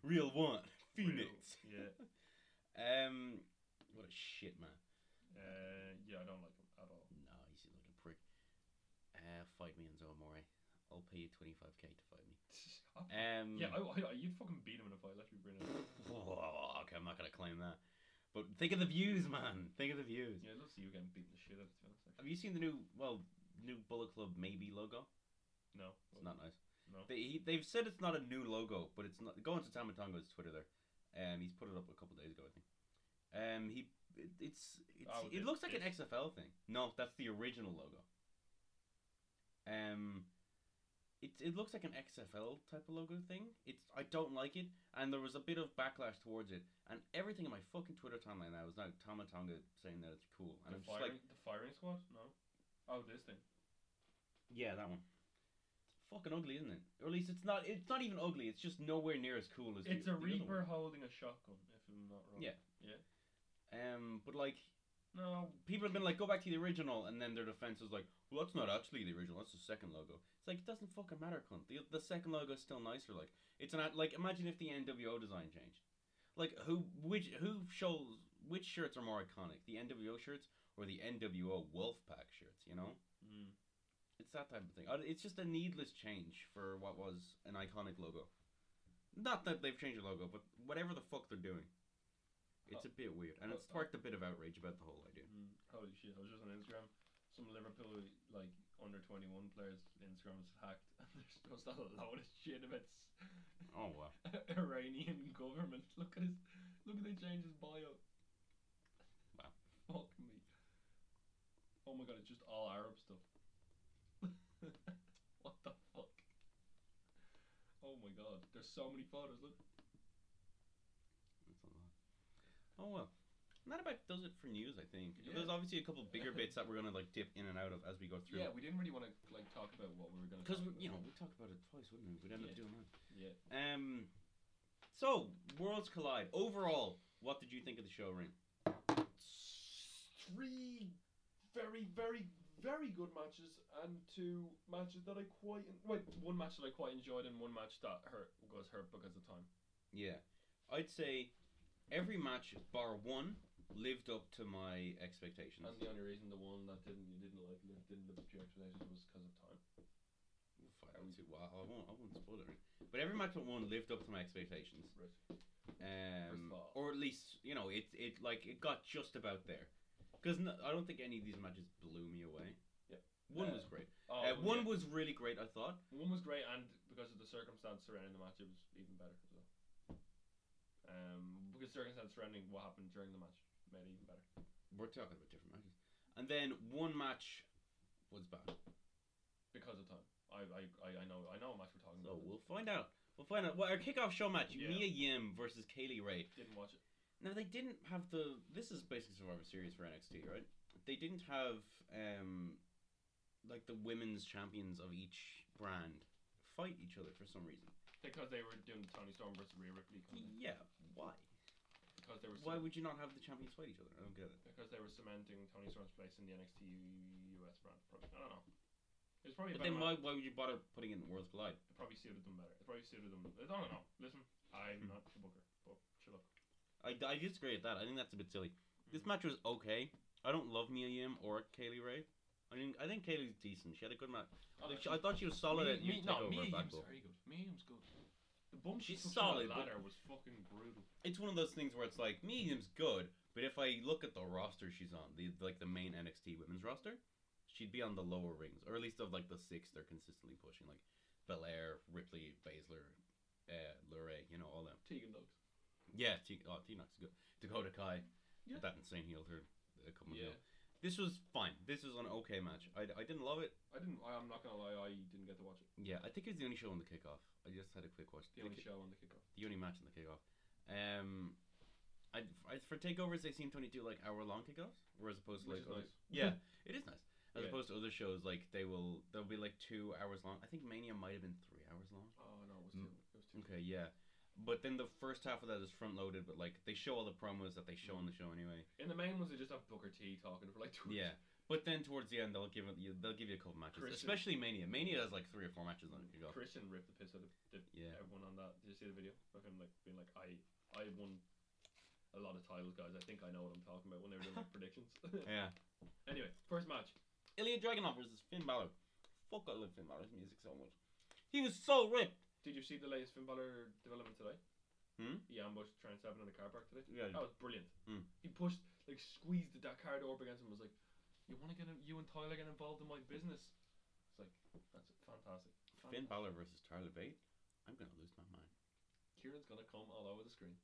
Speaker 1: Real one, Phoenix.
Speaker 2: Yeah.
Speaker 1: Um, what a shit man.
Speaker 2: Uh, yeah, I don't like him at all.
Speaker 1: No, he's a little prick. Uh, fight me, Enzo Amore. I'll pay you 25k to fight me. Um, Mm.
Speaker 2: yeah, I, I, you'd fucking beat him in a fight. Let's be brilliant.
Speaker 1: claim that. But think of the views, man. Think of the views.
Speaker 2: Yeah, I'd love to see you getting beaten the shit out of, to be honest.
Speaker 1: Have you seen the new well new Bullet Club maybe logo?
Speaker 2: No.
Speaker 1: It's not nice.
Speaker 2: No.
Speaker 1: They he, they've said it's not a new logo, but it's not. Go into Tamatongo's Twitter there, um, he's put it up a couple days ago, I think. Um, he it, it's, it's
Speaker 2: Oh,
Speaker 1: it
Speaker 2: the-
Speaker 1: looks like an
Speaker 2: this?
Speaker 1: XFL thing. No, that's the original logo. Um, it it looks like an XFL type of logo thing. It's I don't like it, and there was a bit of backlash towards it, and everything in my fucking Twitter timeline now is now Tamatonga saying that it's cool, and
Speaker 2: The
Speaker 1: I'm just like,
Speaker 2: firing, the firing squad? No. Oh, this thing.
Speaker 1: Yeah, that one. It's fucking ugly, isn't it? Or at least it's not. It's not even ugly. It's just nowhere near as cool as. the-
Speaker 2: It's
Speaker 1: the
Speaker 2: a
Speaker 1: other
Speaker 2: reaper
Speaker 1: one.
Speaker 2: holding a shotgun, if I'm not wrong.
Speaker 1: Yeah.
Speaker 2: Yeah.
Speaker 1: Um, but like
Speaker 2: No.
Speaker 1: people have been like, go back to the original, and then their defense is like, well, that's not actually the original. That's the second logo. It's like it doesn't fucking matter, cunt. The the second logo is still nicer. Like it's an like imagine if the NWO design changed. Like who which who shows which shirts are more iconic, the NWO shirts or the NWO Wolfpack shirts? You know.
Speaker 2: Mm.
Speaker 1: It's that type of thing. Uh, It's just a needless change for what was an iconic logo. Not that they've changed the logo, but whatever the fuck they're doing, it's a bit weird, and it's sparked a bit of outrage about the whole idea.
Speaker 2: Mm, holy shit! I was just on Instagram. Some Liverpool like under twenty one players Instagram was hacked, and there's just a load of shit about s-
Speaker 1: Oh wow!
Speaker 2: Iranian government. Look at his, look at they changed his bio.
Speaker 1: Wow.
Speaker 2: Fuck me. Oh my god! It's just all Arab stuff. what the fuck? Oh my god! There's so many photos. Look.
Speaker 1: That's a lot. Oh well. And that about does it for news, I think.
Speaker 2: Yeah.
Speaker 1: There's obviously a couple bigger bits that we're gonna like dip in and out of as we go through.
Speaker 2: Yeah, we didn't really want to like talk about what we were gonna.
Speaker 1: Because
Speaker 2: talk
Speaker 1: we, you know
Speaker 2: about.
Speaker 1: we talked about it twice, wouldn't we? We'd end up
Speaker 2: Yeah.
Speaker 1: doing that.
Speaker 2: Yeah.
Speaker 1: Um. So worlds collide. Overall, what did you think of the show, Ring?
Speaker 2: three very, very, very good matches, and two matches that I quite en- wait. One match that I quite enjoyed, and one match that hurt was hurt because of time.
Speaker 1: Yeah, I'd say every match bar one lived up to my expectations.
Speaker 2: And the only reason the one that didn't you didn't like lived didn't live up to your expectations was because of time.
Speaker 1: Fuck, I won't say- well, I won't. I won't spoil it. But every match but one lived up to my expectations.
Speaker 2: Right.
Speaker 1: Um,
Speaker 2: of all.
Speaker 1: or at least you know it. It like it got just about there. Because no, I don't think any of these matches blew me away.
Speaker 2: Yeah.
Speaker 1: One
Speaker 2: Uh,
Speaker 1: was great.
Speaker 2: Oh,
Speaker 1: Uh, one
Speaker 2: yeah.
Speaker 1: was really great. I thought.
Speaker 2: one was great, and because of the circumstance surrounding the match, it was even better as well. Um, because circumstance surrounding what happened during the match made it even better.
Speaker 1: We're talking about different matches. And then one match was bad.
Speaker 2: Because of time, I I, I, I know I know what match we're talking
Speaker 1: So
Speaker 2: about.
Speaker 1: we'll find out. We'll find out. Well, our kickoff show match:
Speaker 2: Yeah.
Speaker 1: Mia Yim versus Kaylee Ray.
Speaker 2: Didn't watch it.
Speaker 1: No, they didn't have the. This is basically Survivor Series for NXT, right? They didn't have um, like the women's champions of each brand fight each other for some reason.
Speaker 2: Because they were doing Tony Storm versus Rhea Ripley. kind of thing.
Speaker 1: Yeah, why?
Speaker 2: Because they were
Speaker 1: Mm. Why
Speaker 2: cement-
Speaker 1: would you not have the champions fight each other? I don't get it.
Speaker 2: because they were cementing Tony Storm's place in the NXT US brand. Probably. I don't know. It was probably a
Speaker 1: But
Speaker 2: better
Speaker 1: then why,
Speaker 2: match.
Speaker 1: why would you bother putting it in Worlds Collide?
Speaker 2: It probably suited them better. It probably suited them. I don't know. Listen, I'm not the booker, but shut up.
Speaker 1: I, I disagree with that. I think that's a bit silly.
Speaker 2: Mm-hmm.
Speaker 1: This match was okay. I don't love Mia Yim or Kaylee Ray. I mean, I think Kaylee's decent. She had a good match.
Speaker 2: Oh,
Speaker 1: Like, she- I thought she was Oh, solid at New
Speaker 2: no,
Speaker 1: Takeover
Speaker 2: Mia
Speaker 1: Bad
Speaker 2: Yim's
Speaker 1: Blood.
Speaker 2: very good. Mia Yim's good. The bump she
Speaker 1: She's
Speaker 2: took from
Speaker 1: solid,
Speaker 2: the
Speaker 1: but-
Speaker 2: ladder was fucking brutal.
Speaker 1: it's one of those things where it's like medium's good, but if I look at the roster she's on, the like the main NXT women's roster, she'd be on the lower rings, or at least of like the six they're consistently pushing, like Belair, Ripley, Baszler, uh, Lure, you know all them.
Speaker 2: Tegan Knox.
Speaker 1: Yeah, T- oh, T-Nox is good. Dakota Kai,
Speaker 2: Yeah.
Speaker 1: with that insane heel turn a couple of
Speaker 2: Yeah.
Speaker 1: This was fine. This was an okay match. I, I didn't love it.
Speaker 2: I didn't. I, I'm not gonna lie. I didn't get to watch it.
Speaker 1: Yeah, I think it was the only show on the kickoff. I just had a quick watch.
Speaker 2: The only
Speaker 1: ki-
Speaker 2: show on the kickoff.
Speaker 1: the only match in the kickoff. Um, I, I for takeovers they seem to only do like hour long kickoffs, or as opposed to
Speaker 2: Which
Speaker 1: like
Speaker 2: is
Speaker 1: other-
Speaker 2: nice.
Speaker 1: yeah, it is nice. As
Speaker 2: Yeah.
Speaker 1: opposed to other shows, like they will they'll be like two hours long. I think Mania might have been three hours long.
Speaker 2: Oh no, it was
Speaker 1: Mm.
Speaker 2: too. It was too.
Speaker 1: Okay, yeah, but then the first half of that is front loaded, but like they show all the promos that they show on the show anyway.
Speaker 2: In the main ones, they just have Booker T talking for like two.
Speaker 1: Yeah, but then towards the end they'll give it, you- they'll give you a couple matches,
Speaker 2: Christian-
Speaker 1: especially Mania. Mania has like three or four matches on the kickoff.
Speaker 2: Christian ripped the piss out of the,
Speaker 1: Yeah.
Speaker 2: everyone on that. Did you see the video of him like being like, I I won a lot of titles, guys. I think I know what I'm talking about when they were doing like, predictions.
Speaker 1: Yeah,
Speaker 2: anyway, first match.
Speaker 1: Ilya Dragunov versus Finn Balor. Fuck, I love Finn Balor's music so much. He was so ripped.
Speaker 2: Did you see the latest Finn Balor development today?
Speaker 1: Hmm?
Speaker 2: He ambushed Trent Seven in a car park today.
Speaker 1: Yeah.
Speaker 2: That was brilliant.
Speaker 1: Hmm.
Speaker 2: He pushed, like, squeezed that car door up against him. and Was like, "You want to get in, you and Tyler get involved in my business?" It's like that's fantastic.
Speaker 1: Finn
Speaker 2: fantastic.
Speaker 1: Balor versus Charlotte Bate. I'm gonna lose my mind.
Speaker 2: Kieran's gonna come all over the screen.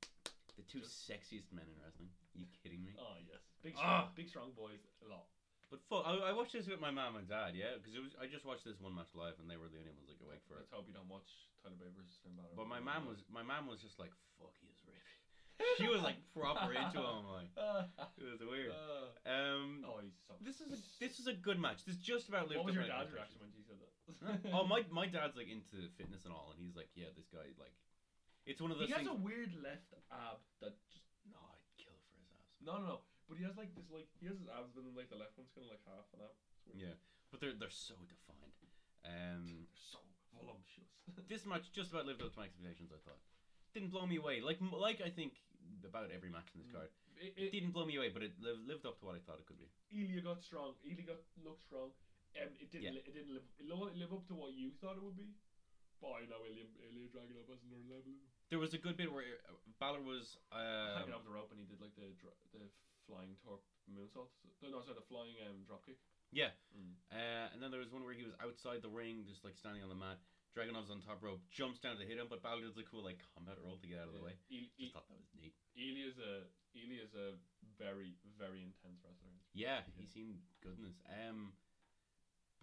Speaker 1: The two
Speaker 2: Just-
Speaker 1: sexiest men in wrestling. you kidding me?
Speaker 2: Oh yes, big,
Speaker 1: Ah!
Speaker 2: strong, big strong boys a lot.
Speaker 1: But fuck, I, I watched this with my mom and dad, yeah, because it was I just watched this one match live, and they were the only ones like awake for it.
Speaker 2: Let's hope you don't watch Tyler Bay versus Finn Balor.
Speaker 1: But my mom was my mom was just like, "Fuck, he is ripping." She was like proper into him, like it was weird.
Speaker 2: Uh,
Speaker 1: Um,
Speaker 2: oh, he's so.
Speaker 1: this is a this is a good match. This just about lived
Speaker 2: What was
Speaker 1: up to
Speaker 2: your
Speaker 1: my
Speaker 2: dad's
Speaker 1: expectations.
Speaker 2: reaction when she said that?
Speaker 1: oh my my dad's like into fitness and all, and he's like, "Yeah, this guy like." It's one of those
Speaker 2: He has
Speaker 1: things.
Speaker 2: a weird left ab that just
Speaker 1: No, I'd kill for his abs.
Speaker 2: no, no, no. But he has like this, like he has his abs, but then like the left one's kind of like half an ab. It's weird.
Speaker 1: Yeah, but they're they're so defined. Um,
Speaker 2: They're so voluptuous.
Speaker 1: this match just about lived up to my expectations. I thought didn't blow me away. Like m- like I think about every match in this
Speaker 2: Mm.
Speaker 1: card.
Speaker 2: it,
Speaker 1: It
Speaker 2: it,
Speaker 1: didn't blow me away, but it li- lived up to what I thought it could be.
Speaker 2: Ilya got strong. Ilya got looked strong. Um, it didn't.
Speaker 1: Yeah.
Speaker 2: Li- it didn't live. It lo- live up to what you thought it would be. But I know Ilya, Ilya dragging up as another level.
Speaker 1: There was a good bit where uh, Balor was
Speaker 2: Hanging
Speaker 1: um,
Speaker 2: off the rope and he did like the dr- the flying torp moonsault. No, no, sorry, the flying um drop kick.
Speaker 1: uh, and then there was one where he was outside the ring, just like standing on the mat. Dragunov's on top rope, jumps down to hit him, but Balor does a cool like combat roll to get out of the way.
Speaker 2: Il-
Speaker 1: Just
Speaker 2: Il-
Speaker 1: thought that was neat.
Speaker 2: Ilya's a Ilya's a very very intense wrestler.
Speaker 1: Yeah, he
Speaker 2: Yeah.
Speaker 1: seemed goodness. Um,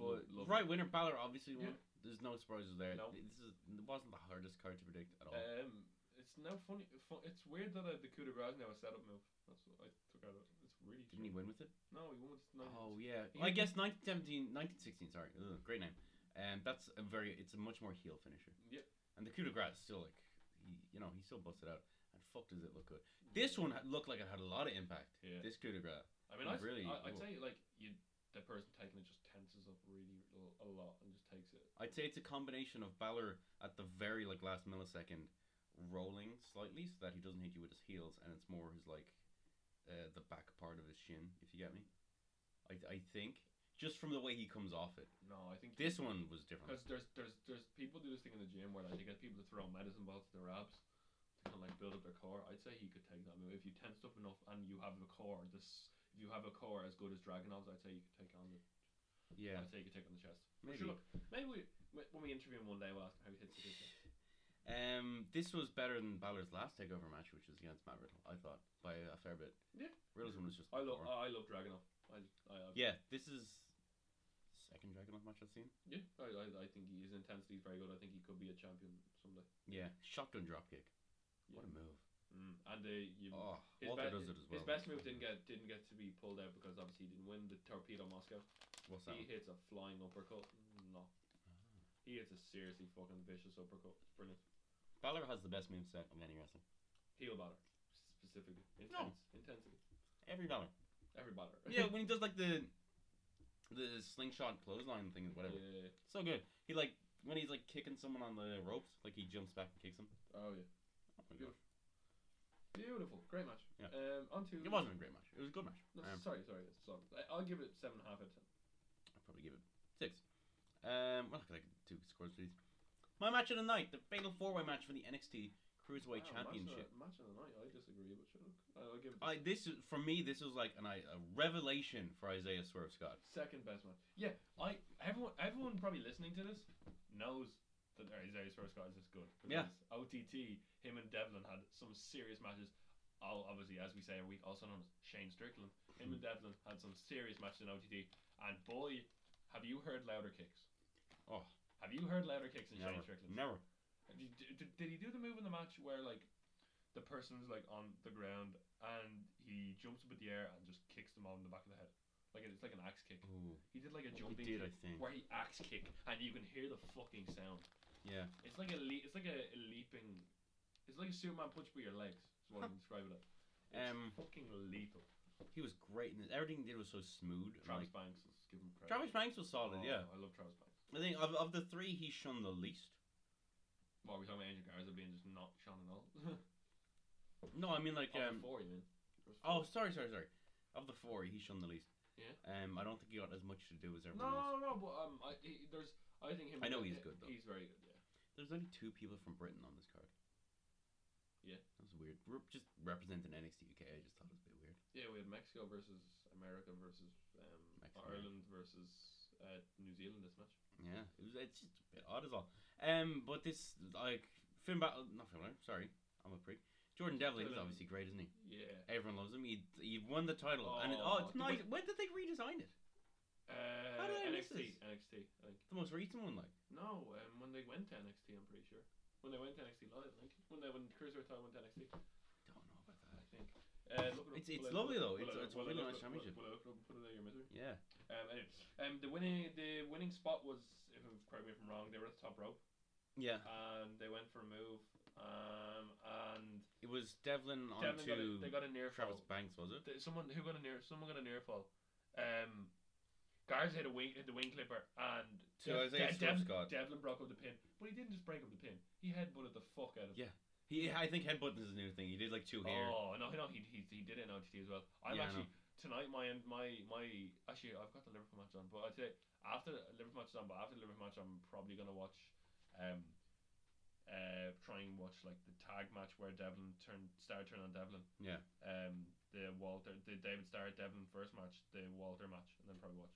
Speaker 2: Lo-
Speaker 1: but
Speaker 2: love
Speaker 1: right
Speaker 2: it.
Speaker 1: winner Balor obviously won.
Speaker 2: Yeah.
Speaker 1: There's no surprises there.
Speaker 2: No.
Speaker 1: This is it wasn't the hardest card to predict at all.
Speaker 2: Um, it's now funny. fu- It's weird that uh, the coup de grace now a setup move. That's what I took out. Of. It's really
Speaker 1: Didn't he win with it?
Speaker 2: No, he won with nine.
Speaker 1: Oh
Speaker 2: hits.
Speaker 1: yeah.
Speaker 2: He
Speaker 1: I
Speaker 2: did.
Speaker 1: guess 1917, 1916. Sorry, Ugh, great name. Um, that's a very. It's a much more heel finisher.
Speaker 2: Yep.
Speaker 1: And the coup de grace still like, he, you know, he still busted out. And fuck, does it look good? This one had- looked like it had a lot of impact.
Speaker 2: Yeah.
Speaker 1: This coup de grace.
Speaker 2: I mean, I
Speaker 1: really
Speaker 2: really. I, I'd
Speaker 1: cool.
Speaker 2: say like you, the person taking it just tenses up really l- a lot and just takes it.
Speaker 1: I'd say it's a combination of Balor at the very like last millisecond rolling slightly so that he doesn't hit you with his heels and it's more his like uh, the back part of his shin if you get me. I, I think just from the way he comes off it.
Speaker 2: No, I think
Speaker 1: This one was different.
Speaker 2: because there's there's there's people do this thing in the gym where like they get people to throw medicine balls to their abs to kind of like build up their core. I'd say he could take that move if you tensed up enough and you have a core. This if you have a core as good as Dragunov's, I'd say you could take on the.
Speaker 1: Yeah.
Speaker 2: I'd say you could take on the chest. For
Speaker 1: Maybe.
Speaker 2: Sure. Maybe we, wh- when we interview him one day, we'll ask him how he hits the chest.
Speaker 1: Um this was better than Balor's last takeover match which was against Matt Riddle, I thought, by a fair bit.
Speaker 2: Yeah.
Speaker 1: Riddle's one was just
Speaker 2: I love
Speaker 1: poor.
Speaker 2: I, I love Dragunov. I, I, I
Speaker 1: Yeah, this is second Dragon match I've seen.
Speaker 2: yeah. I, I, I think he, his intensity is very good. I think he could be a champion someday.
Speaker 1: Yeah. Shotgun dropkick. What a move.
Speaker 2: Mm. And uh, you,
Speaker 1: Oh,
Speaker 2: His,
Speaker 1: Walter
Speaker 2: best,
Speaker 1: does it as well.
Speaker 2: his best move didn't get didn't get to be pulled out because obviously he didn't win the torpedo Moscow.
Speaker 1: What's that?
Speaker 2: He hits a flying uppercut. No,
Speaker 1: Ah.
Speaker 2: he hits a seriously fucking vicious uppercut. It's brilliant.
Speaker 1: Balor has the best move set of any wrestler.
Speaker 2: Heel batter specifically. Intense intensity.
Speaker 1: Every Balor.
Speaker 2: Every batter.
Speaker 1: Yeah, when he does like the the slingshot clothesline thing, whatever.
Speaker 2: Yeah.
Speaker 1: So good. He like when he's like kicking someone on the ropes, like he jumps back and kicks him.
Speaker 2: Oh yeah.
Speaker 1: Oh my god.
Speaker 2: Beautiful. Great match.
Speaker 1: Yeah.
Speaker 2: Um. On to
Speaker 1: It wasn't a great match. It was a good match.
Speaker 2: No,
Speaker 1: Um,
Speaker 2: sorry, sorry. it's long. I- I'll give it seven and a half out of ten.
Speaker 1: I'd probably give it six. Um, we're not gonna do scores please. My match of the night, the fatal four way match for the NXT Cruiserweight
Speaker 2: Wow,
Speaker 1: Championship.
Speaker 2: Match of the, match of the night. I disagree, but sure. I'll give it.
Speaker 1: I this is for me. This was like an, I- a revelation for Isaiah Swerve Scott.
Speaker 2: Second best one. Yeah, I everyone everyone probably listening to this knows that Isaiah Swerve Scott is just good.
Speaker 1: Yeah.
Speaker 2: because OTT, him and Devlin had some serious matches. All obviously, as we say every week, also known as Shane Strickland. Him and Devlin had some serious matches in OTT, and boy, have you heard louder kicks?
Speaker 1: Oh.
Speaker 2: have you heard louder kicks than
Speaker 1: Never,
Speaker 2: Shane Strickland?
Speaker 1: never.
Speaker 2: Did, did, did he do the move in the match where like the person is like on the ground and he jumps up in the air and just kicks them on the back of the head? Like it's like an axe kick.
Speaker 1: Ooh,
Speaker 2: He did like a
Speaker 1: we
Speaker 2: jumping
Speaker 1: did I
Speaker 2: kick
Speaker 1: think?
Speaker 2: where he axe kick and you can hear the fucking sound.
Speaker 1: Yeah.
Speaker 2: It's like a le- it's like a, a leaping it's like a Superman punch with your legs, is what I can describe it as. It's
Speaker 1: Um,
Speaker 2: fucking lethal.
Speaker 1: He was great, and everything he did was so smooth. and,
Speaker 2: Travis
Speaker 1: like-
Speaker 2: Banks let's give him credit.
Speaker 1: Travis Banks was solid.
Speaker 2: Oh,
Speaker 1: Yeah,
Speaker 2: I love Travis Banks.
Speaker 1: I think of, of the three, he shone the least.
Speaker 2: What are we talking about Angel Garza being just not shone at all?
Speaker 1: No, I mean like
Speaker 2: Oh,
Speaker 1: um.
Speaker 2: four, you mean? There was
Speaker 1: Oh,
Speaker 2: four.
Speaker 1: sorry, sorry, sorry. Of the four, he shone the least.
Speaker 2: Yeah.
Speaker 1: Um, I don't think he got as much to do as everyone else.
Speaker 2: No, no, no, but um, I, he, there's, I think him.
Speaker 1: I know
Speaker 2: he-
Speaker 1: he's good, though.
Speaker 2: He's very good. Yeah.
Speaker 1: There's only two people from Britain on this card.
Speaker 2: Yeah.
Speaker 1: That was weird. Re- just representing NXT UK, I just thought it was a bit weird.
Speaker 2: Yeah, we had Mexico versus America versus um,
Speaker 1: Mexico.
Speaker 2: Ireland versus uh, New Zealand this match.
Speaker 1: Yeah, it was. It's just a bit odd as all. Um, but this like Finn Balor, not Finn Balor. Sorry, I'm a prick. Jordan Devlin is
Speaker 2: Jordan.
Speaker 1: obviously great, isn't he?
Speaker 2: Yeah.
Speaker 1: Everyone loves him. He he won the title, and it,
Speaker 2: Oh,
Speaker 1: oh, it's
Speaker 2: the
Speaker 1: nice.
Speaker 2: way-
Speaker 1: When did they redesign it?
Speaker 2: Uh,
Speaker 1: How did I miss this?
Speaker 2: NXT, NXT. I think.
Speaker 1: The most recent one, like.
Speaker 2: No, um, when they went to NXT, I'm pretty sure. When they went to NXT live, I think. When they when Cruiserweight title went to NXT,
Speaker 1: Don't know about
Speaker 2: I
Speaker 1: that.
Speaker 2: think. Uh, look it up.
Speaker 1: It's-
Speaker 2: Will
Speaker 1: it's
Speaker 2: I-
Speaker 1: lovely, though.
Speaker 2: will
Speaker 1: It's-
Speaker 2: I-
Speaker 1: it's a
Speaker 2: will I
Speaker 1: really
Speaker 2: look
Speaker 1: nice
Speaker 2: it up- will-
Speaker 1: championship.
Speaker 2: will I look it up and put it out of your misery?
Speaker 1: Yeah.
Speaker 2: Um, anyway, um, the winning the winning spot was if I'm correct me if I'm wrong. They were at the top rope
Speaker 1: Yeah.
Speaker 2: and they went for a move. Um, and
Speaker 1: It was Devlin
Speaker 2: Devlin got a,
Speaker 1: onto
Speaker 2: they got a near
Speaker 1: Travis
Speaker 2: fall.
Speaker 1: Banks, was it?
Speaker 2: Th- Someone who got a near someone got a near fall. Um, Garza hit a wing hit the wing clipper and
Speaker 1: To
Speaker 2: Dev-
Speaker 1: Isaiah
Speaker 2: Dev-
Speaker 1: Swerve
Speaker 2: Dev-
Speaker 1: Scott.
Speaker 2: Devlin broke up the pin, but he didn't just break up the pin. He headbutted the fuck out of.
Speaker 1: Yeah, He, I think headbutting is a new thing. He did like two here.
Speaker 2: Oh no, no, he, he, he did it in OTT as well. I'm
Speaker 1: Yeah, I
Speaker 2: actually tonight my my my actually I've got the Liverpool match on, but I'd say after the Liverpool match is on, but after the Liverpool match I'm probably gonna watch, um, uh, try and watch like the tag match where Devlin turned started turning on Devlin.
Speaker 1: Yeah.
Speaker 2: Um, the Walter, the David Starr Devlin first match, the Walter match, and then probably watch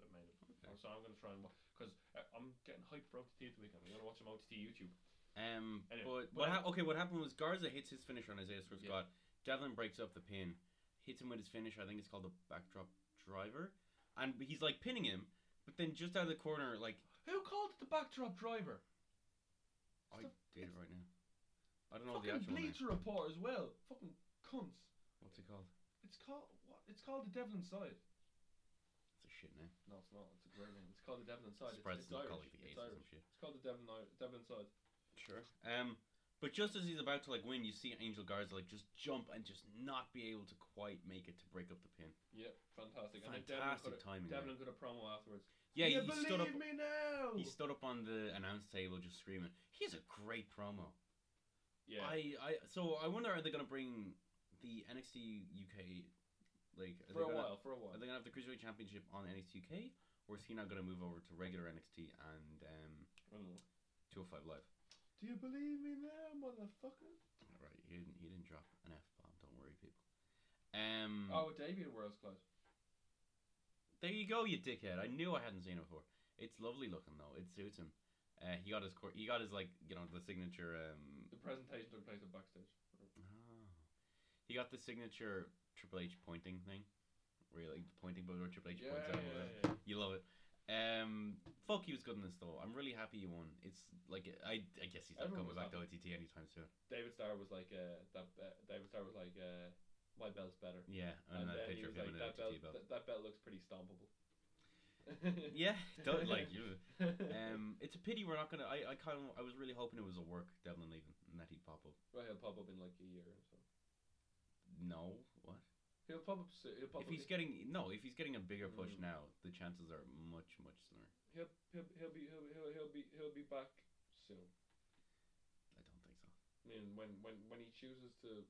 Speaker 2: the main.
Speaker 1: Okay.
Speaker 2: So I'm gonna try and watch because I'm getting hyped for OTT at the weekend. I'm gonna watch some OTT YouTube.
Speaker 1: Um,
Speaker 2: Anyway,
Speaker 1: but
Speaker 2: what
Speaker 1: what hap- okay, what happened was Garza hits his finisher on Isaiah Swift
Speaker 2: Yeah.
Speaker 1: Scott. Devlin breaks up the pin, hits him with his finisher. I think it's called a backdrop driver, and he's like pinning him. But then just out of the corner, like
Speaker 2: Who called it the backdrop driver?
Speaker 1: I
Speaker 2: It's
Speaker 1: did it right now. I don't know what the
Speaker 2: Fucking
Speaker 1: actual name.
Speaker 2: Bleacher Report as well. Fucking cunts.
Speaker 1: What's it called?
Speaker 2: It's called what? It's called the Devlin Side.
Speaker 1: It's a shit name.
Speaker 2: No, it's not. It's a great name. It's called the Devlin Side. It's,
Speaker 1: Surprised
Speaker 2: it's
Speaker 1: it's not
Speaker 2: Irish.
Speaker 1: called like the
Speaker 2: it's
Speaker 1: Ace or some
Speaker 2: Irish.
Speaker 1: shit.
Speaker 2: It's called the Devlin I- Devlin Side.
Speaker 1: Sure. Um, but just as he's about to like win, you see Angel Garza like just jump and just not be able to quite make it to break up the pin.
Speaker 2: Yep, fantastic. And then
Speaker 1: Fantastic
Speaker 2: Devlin cut
Speaker 1: timing.
Speaker 2: a,
Speaker 1: there.
Speaker 2: Devlin got a promo afterwards.
Speaker 1: Yeah,
Speaker 2: you
Speaker 1: he, he
Speaker 2: believe
Speaker 1: stood up.
Speaker 2: me now.
Speaker 1: He stood up on the announce table just screaming. He's a great promo.
Speaker 2: yeah,
Speaker 1: I, I so I wonder are they gonna bring the NXT UK like are
Speaker 2: for
Speaker 1: they
Speaker 2: a
Speaker 1: gonna,
Speaker 2: while. For a
Speaker 1: Are
Speaker 2: while.
Speaker 1: they gonna have the Cruiserweight Championship on NXT UK or is he not gonna move over to regular NXT and um,
Speaker 2: I don't know.
Speaker 1: 205 Live?
Speaker 2: Do you believe me now, motherfucker?
Speaker 1: Right, he didn't he didn't drop an F bomb. Don't worry, people. Um,
Speaker 2: Oh, with Davey at World's Class.
Speaker 1: there you go, you dickhead. I knew I hadn't seen it before. It's lovely looking though. It suits him. Uh, he got his cor- he got his like you know the signature um
Speaker 2: The presentation took place at backstage.
Speaker 1: Oh. He got the signature Triple H pointing thing. Where you like pointing but where Triple H
Speaker 2: Yeah,
Speaker 1: points out.
Speaker 2: yeah,
Speaker 1: whatever.
Speaker 2: yeah.
Speaker 1: You love it. Um fuck he was good in this though. I'm really happy he won. It's like I I guess he's not
Speaker 2: Everyone
Speaker 1: coming
Speaker 2: was
Speaker 1: back to OTT anytime soon.
Speaker 2: David Starr was like, uh, that. Uh, David Starr was like, uh, my belt's better.
Speaker 1: Yeah, and,
Speaker 2: And
Speaker 1: that
Speaker 2: then he
Speaker 1: picture
Speaker 2: was
Speaker 1: of him
Speaker 2: like,
Speaker 1: in an
Speaker 2: that, belt,
Speaker 1: OTT belt.
Speaker 2: That, that belt looks pretty stompable.
Speaker 1: Yeah, don't like you. Um, it's a pity we're not gonna. I I kind of I was really hoping it was a work Devlin leaving and that he'd pop up.
Speaker 2: right, he'll pop up in like a year or so.
Speaker 1: No, what?
Speaker 2: He'll pop up. so- He'll pop
Speaker 1: If
Speaker 2: up.
Speaker 1: he's getting no, if he's getting a bigger push
Speaker 2: Mm.
Speaker 1: now, the chances are much much slimmer.
Speaker 2: he'll, he'll, he'll be he'll, he'll, he'll be he'll be back soon.
Speaker 1: I don't think so.
Speaker 2: I mean, when when when he chooses to,